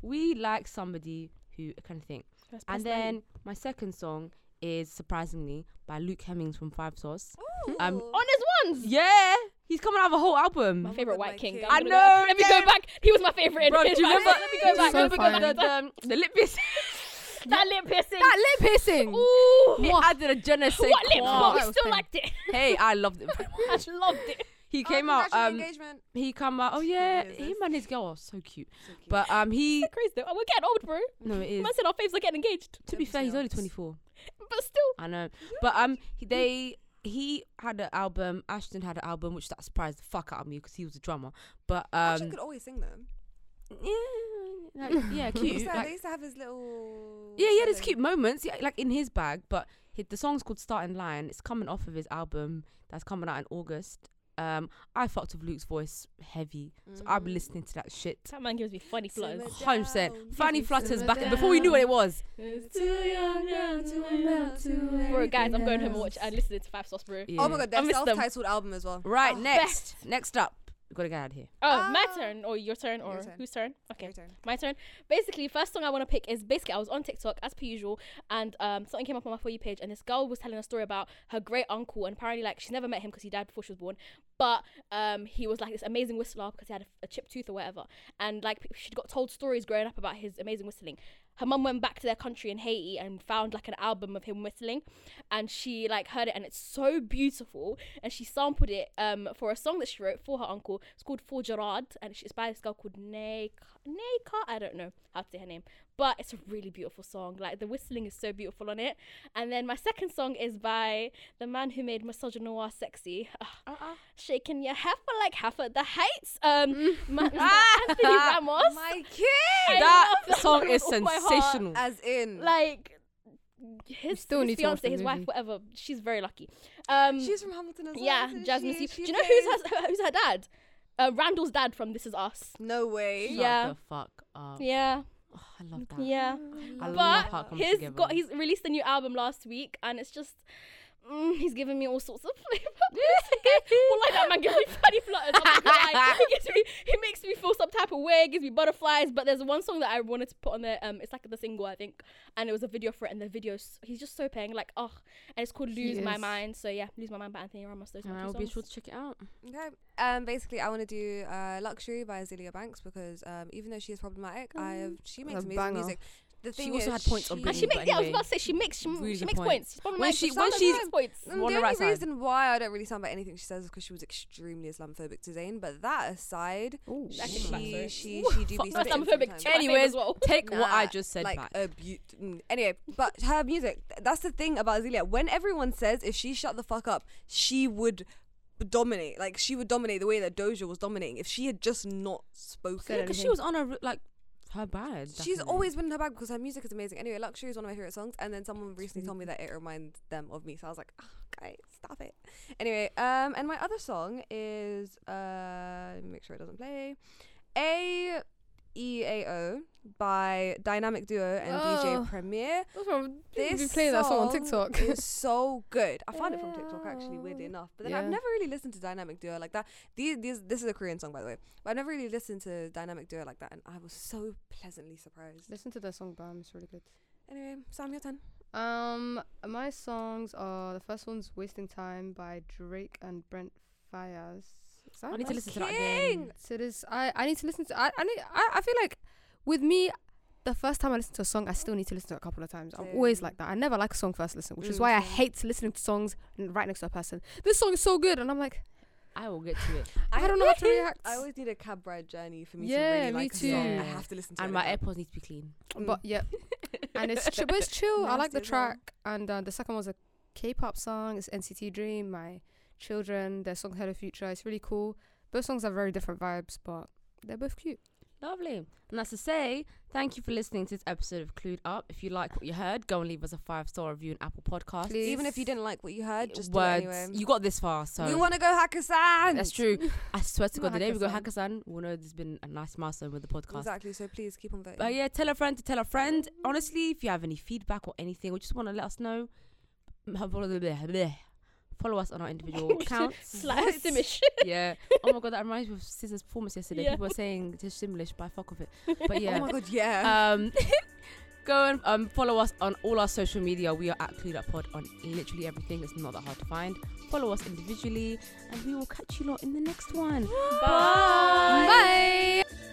[SPEAKER 1] we like somebody who kind of thing."
[SPEAKER 2] His
[SPEAKER 1] And
[SPEAKER 2] personality.
[SPEAKER 1] then my second song is surprisingly by Luke Hemmings from Five Sauce. Um,
[SPEAKER 3] Ooh.
[SPEAKER 2] honest ones.
[SPEAKER 1] Yeah, he's coming out of a whole
[SPEAKER 2] My
[SPEAKER 1] album.
[SPEAKER 3] Mama
[SPEAKER 2] favorite
[SPEAKER 3] with
[SPEAKER 2] White
[SPEAKER 3] my
[SPEAKER 2] King.
[SPEAKER 3] king.
[SPEAKER 2] I'm
[SPEAKER 1] I
[SPEAKER 2] gonna
[SPEAKER 1] know,
[SPEAKER 2] Go, let me
[SPEAKER 1] yeah.
[SPEAKER 2] go back. He was my favorite.
[SPEAKER 1] Bro, do
[SPEAKER 2] [LAUGHS]
[SPEAKER 1] you remember?
[SPEAKER 2] Let me go back.
[SPEAKER 4] So
[SPEAKER 2] let me go
[SPEAKER 4] funny.
[SPEAKER 2] back.
[SPEAKER 1] The, um, the, the lip piercing.
[SPEAKER 2] That lip piercing.
[SPEAKER 4] that lip piercing.
[SPEAKER 2] Oh
[SPEAKER 1] [LAUGHS]
[SPEAKER 2] Ooh.
[SPEAKER 1] he added a je ne sais
[SPEAKER 2] what lip?
[SPEAKER 1] quoi.
[SPEAKER 2] But we
[SPEAKER 4] That was
[SPEAKER 2] still
[SPEAKER 4] funny.
[SPEAKER 2] liked it.
[SPEAKER 1] Hey, I loved it. [LAUGHS] very
[SPEAKER 2] [LAUGHS] I
[SPEAKER 1] much.
[SPEAKER 2] loved it.
[SPEAKER 1] He
[SPEAKER 3] Oh,
[SPEAKER 1] came out.
[SPEAKER 3] congratulations,
[SPEAKER 1] Um,
[SPEAKER 3] engagement.
[SPEAKER 1] he come out. Oh yeah,
[SPEAKER 3] Yeah, it
[SPEAKER 1] him
[SPEAKER 3] is.
[SPEAKER 1] and his girl are so cute.
[SPEAKER 3] [LAUGHS]
[SPEAKER 1] But um, he
[SPEAKER 2] [LAUGHS] Crazy though. We're getting old, bro.
[SPEAKER 1] no, it is.
[SPEAKER 2] Man said our faves are getting engaged,
[SPEAKER 1] To be fair, he's only
[SPEAKER 3] else.
[SPEAKER 1] 24.
[SPEAKER 2] but still.
[SPEAKER 1] I know. But um, he, they he had an album. Ashton had an album, which that surprised the fuck out of me because he was a drummer. But
[SPEAKER 3] Actually,
[SPEAKER 1] um,
[SPEAKER 3] could always sing them.
[SPEAKER 1] yeah, like,
[SPEAKER 3] [LAUGHS]
[SPEAKER 1] yeah,
[SPEAKER 3] They
[SPEAKER 1] cute.
[SPEAKER 3] used to- they
[SPEAKER 1] Like,
[SPEAKER 3] used to have his little.
[SPEAKER 1] yeah, yeah, there's
[SPEAKER 3] selling.
[SPEAKER 1] cute moments, yeah, like in his bag. But he, the song's called "Starting Line." It's coming off of his album that's coming out in August. Um, I fucked with Luke's voice heavy, so I'll be
[SPEAKER 3] Mhm.
[SPEAKER 1] listening to that shit.
[SPEAKER 2] That man gives me funny
[SPEAKER 3] Simmer
[SPEAKER 2] flows.
[SPEAKER 1] Hundred percent.
[SPEAKER 3] down.
[SPEAKER 1] Fanny
[SPEAKER 3] Give me
[SPEAKER 1] flutters
[SPEAKER 3] simmer
[SPEAKER 1] back before we knew what it was.
[SPEAKER 3] It's too young now to amount to
[SPEAKER 2] Bro, guys, I'm going home
[SPEAKER 3] anything
[SPEAKER 2] and watch and listen to Five Sauce, bro.
[SPEAKER 1] Yeah.
[SPEAKER 3] Oh my god,
[SPEAKER 2] I
[SPEAKER 3] their
[SPEAKER 2] miss them.
[SPEAKER 3] self-titled album as well.
[SPEAKER 1] Right,
[SPEAKER 2] Oh,
[SPEAKER 1] next. Next up. we gotta get out of here.
[SPEAKER 2] Oh, my
[SPEAKER 3] Ah.
[SPEAKER 2] turn or your turn or
[SPEAKER 3] Your turn.
[SPEAKER 2] whose turn? Okay.
[SPEAKER 3] Your turn.
[SPEAKER 2] my turn. Basically, first song I want to pick is basically I was on TikTok as per usual, and um, something came up on my for you page, and this girl was telling a story about her great uncle, and apparently like she's never met him because he died before she was born, but um, he was like this amazing whistler because he had a, a chipped tooth or whatever, and like she got told stories growing up about his amazing whistling. her mum went back to their country in Haiti and found like an album of him whistling, and she like heard it and it's so beautiful. And she sampled it um for a song that she wrote for her uncle. It's called For Gerard, and it's by this girl called Neka. Neka, I don't know how to say her name, but it's a really beautiful song. Like the whistling is so beautiful on it. And then my second song is by the man who made Misogynoir sexy. Ah,
[SPEAKER 1] Uh-uh.
[SPEAKER 2] shaking your heifer like half at the heights. Um, Ma- Anthony Ramos.
[SPEAKER 3] My kid.
[SPEAKER 2] I
[SPEAKER 1] that
[SPEAKER 2] love
[SPEAKER 1] [LAUGHS] song is
[SPEAKER 2] with all my heart.
[SPEAKER 1] sensational.
[SPEAKER 3] As in,
[SPEAKER 2] Like his,
[SPEAKER 4] still
[SPEAKER 2] his
[SPEAKER 4] need to watch
[SPEAKER 2] fiance,
[SPEAKER 4] the
[SPEAKER 2] his wife,
[SPEAKER 4] movie.
[SPEAKER 2] whatever. She's very lucky. Um,
[SPEAKER 3] she's from Hamilton as well.
[SPEAKER 2] yeah,
[SPEAKER 3] isn't
[SPEAKER 2] Jasmine.
[SPEAKER 3] she?
[SPEAKER 2] Steve. Do you
[SPEAKER 3] She
[SPEAKER 2] know who's
[SPEAKER 3] plays-
[SPEAKER 2] her, [LAUGHS] who's her dad? Uh, Randall's dad from This Is Us.
[SPEAKER 3] No way.
[SPEAKER 1] Shut
[SPEAKER 2] Yeah.
[SPEAKER 1] the fuck up.
[SPEAKER 2] Yeah,
[SPEAKER 1] Oh, I love that.
[SPEAKER 2] yeah.
[SPEAKER 1] I love
[SPEAKER 2] But
[SPEAKER 1] how it comes
[SPEAKER 2] He's
[SPEAKER 1] together.
[SPEAKER 2] got he's released a new album last week, and it's just. Mm, he's giving me all sorts of [LAUGHS] flavour. well, like that man gives me funny flutters. I'm not gonna [LAUGHS] lie. he gives me, he makes me feel some type of way. Gives me butterflies. But there's one song that I wanted to put on there. Um, it's like the single I think, and it was a video for it. And the video, he's just so paying. Like, oh, and it's called "Lose My
[SPEAKER 4] is.
[SPEAKER 2] Mind." So yeah, "Lose My Mind" by Anthony Ramos. Those are my
[SPEAKER 1] I
[SPEAKER 2] two
[SPEAKER 1] will be
[SPEAKER 2] songs.
[SPEAKER 1] sure to check it out.
[SPEAKER 3] Okay. Um. Basically, I want to do uh, "Luxury" by Azealia Banks because um, even though she is problematic, I
[SPEAKER 2] Mm.
[SPEAKER 3] have she makes
[SPEAKER 4] a
[SPEAKER 3] amazing
[SPEAKER 4] banger.
[SPEAKER 3] music. The
[SPEAKER 1] She
[SPEAKER 3] thing
[SPEAKER 1] also
[SPEAKER 3] is,
[SPEAKER 1] had points on
[SPEAKER 3] she- Mm,
[SPEAKER 1] Britney,
[SPEAKER 2] And she makes.
[SPEAKER 1] But
[SPEAKER 2] Yeah, I was
[SPEAKER 1] anyway,
[SPEAKER 2] about to say she makes. She,
[SPEAKER 1] really
[SPEAKER 2] she
[SPEAKER 1] good
[SPEAKER 2] makes
[SPEAKER 1] point.
[SPEAKER 2] points. She's probably
[SPEAKER 1] When
[SPEAKER 2] my-
[SPEAKER 1] she-
[SPEAKER 2] she's
[SPEAKER 1] when
[SPEAKER 2] probably
[SPEAKER 1] she's-
[SPEAKER 2] my points.
[SPEAKER 3] And
[SPEAKER 1] One on
[SPEAKER 3] the only
[SPEAKER 1] our side.
[SPEAKER 3] reason why I don't really sound about anything she says is because she was extremely Islamophobic to Zayn. But that aside,
[SPEAKER 4] Ooh,
[SPEAKER 2] That could be
[SPEAKER 1] back, sorry.
[SPEAKER 2] [LAUGHS]
[SPEAKER 3] she she she do
[SPEAKER 2] Fuck,
[SPEAKER 3] be
[SPEAKER 2] that's
[SPEAKER 3] spitting
[SPEAKER 2] Islamophobic
[SPEAKER 3] sometimes.
[SPEAKER 2] too. my
[SPEAKER 1] Anyways,
[SPEAKER 2] favourite as well.
[SPEAKER 1] Take what I
[SPEAKER 3] Nah,
[SPEAKER 1] just said
[SPEAKER 3] like
[SPEAKER 1] back.
[SPEAKER 3] abu- mm, anyway, but her music. th- That's the thing about Azealia. When everyone says if she shut the fuck up, she would dominate. Like she would dominate the way that Doja was dominating. If she had just not
[SPEAKER 4] Said
[SPEAKER 3] spoken.
[SPEAKER 4] it.
[SPEAKER 1] Because she was on her like her bad.
[SPEAKER 3] She's always been in her bag because her music is amazing. Anyway, Luxury is one of my favorite songs. And then someone recently told me that it reminds them of me. So I was like, oh, guys, stop it. Anyway, um, and my other song is uh, let me make sure it doesn't play. A E A O by Dynamic Duo and
[SPEAKER 4] Oh.
[SPEAKER 3] DJ Premier.
[SPEAKER 4] That's from
[SPEAKER 3] This
[SPEAKER 4] be playing that song on
[SPEAKER 3] song
[SPEAKER 4] TikTok. [LAUGHS]
[SPEAKER 3] It's so good. I found it from TikTok actually, weirdly
[SPEAKER 4] Yeah.
[SPEAKER 3] enough. But then I've
[SPEAKER 4] Yeah.
[SPEAKER 3] never really listened to Dynamic Duo like that. These, these, this is a Korean song, by the way. But I've never really listened to Dynamic Duo like that, and I was so pleasantly surprised.
[SPEAKER 4] Listen to the song, Bam. It's really good.
[SPEAKER 3] Anyway, Sam, your turn.
[SPEAKER 4] Um, my songs are the first one's "Wasting Time" by Drake and Brent Fayez. Is that
[SPEAKER 1] I need to
[SPEAKER 4] right?
[SPEAKER 1] listen to that again.
[SPEAKER 4] So this, I, I need to listen to. I, I need. I, I feel like with me, the first time I listen to a song, I still need to listen to it a couple of times. I'm always
[SPEAKER 3] Same.
[SPEAKER 4] like that. I never like a song first listen, which
[SPEAKER 3] Mm,
[SPEAKER 4] is why I
[SPEAKER 3] same.
[SPEAKER 4] hate listening to songs n- right next to a person. This song is so good, and I'm like,
[SPEAKER 1] I will get [LAUGHS] to it.
[SPEAKER 4] I don't know how to react.
[SPEAKER 3] [LAUGHS] I always need a cab ride journey for me to
[SPEAKER 4] Yeah,
[SPEAKER 3] really
[SPEAKER 4] me
[SPEAKER 3] like a song.
[SPEAKER 1] too.
[SPEAKER 3] I have to listen to it.
[SPEAKER 1] And
[SPEAKER 3] in
[SPEAKER 1] my
[SPEAKER 3] a cab.
[SPEAKER 1] AirPods need to be clean.
[SPEAKER 4] but
[SPEAKER 3] [LAUGHS]
[SPEAKER 4] yeah, and it's chi- but it's chill. I like the
[SPEAKER 3] Mm. Nasty as well.
[SPEAKER 4] track, and uh, the second one's a K-pop song. It's NCT Dream. My children, their song "Hello Future." It's really cool. Both songs have very different vibes, but they're both cute.
[SPEAKER 1] Lovely. And that's to say, thank you for listening to this episode of Clued Up. If you like what you heard, go and leave us a five star review on Apple Podcasts.
[SPEAKER 4] Please.
[SPEAKER 3] Even if you didn't like what you heard, just do it
[SPEAKER 1] Words.
[SPEAKER 3] anyway.
[SPEAKER 1] You got this far, so
[SPEAKER 3] we want to go Hakusan.
[SPEAKER 1] that's true. I swear
[SPEAKER 3] [LAUGHS]
[SPEAKER 1] to
[SPEAKER 4] Not
[SPEAKER 1] God, the day we go
[SPEAKER 4] Hackerson.
[SPEAKER 1] Hackerson, we'll know there's been a nice milestone with the podcast.
[SPEAKER 3] Exactly. So please keep on voting.
[SPEAKER 1] But yeah, tell a friend to tell a friend. Honestly, if you have any feedback or anything, or just want to let us know, follow us on our
[SPEAKER 3] [LAUGHS]
[SPEAKER 1] individual accounts.
[SPEAKER 2] [LAUGHS] Slight
[SPEAKER 3] What?
[SPEAKER 2] Simish.
[SPEAKER 3] [LAUGHS]
[SPEAKER 1] yeah. Oh my god, that reminds me of Scissor's performance yesterday.
[SPEAKER 2] Yeah.
[SPEAKER 1] People were saying it's Simlish, but I fuck
[SPEAKER 3] [LAUGHS]
[SPEAKER 1] with it. But yeah.
[SPEAKER 3] Oh my god,
[SPEAKER 4] Uh,
[SPEAKER 3] yeah.
[SPEAKER 1] um [LAUGHS] go and um, follow us on all our social media we are at clued up pod on literally everything it's not that hard to find follow us individually and we will catch you lot in the next one
[SPEAKER 2] Bye.
[SPEAKER 4] Bye.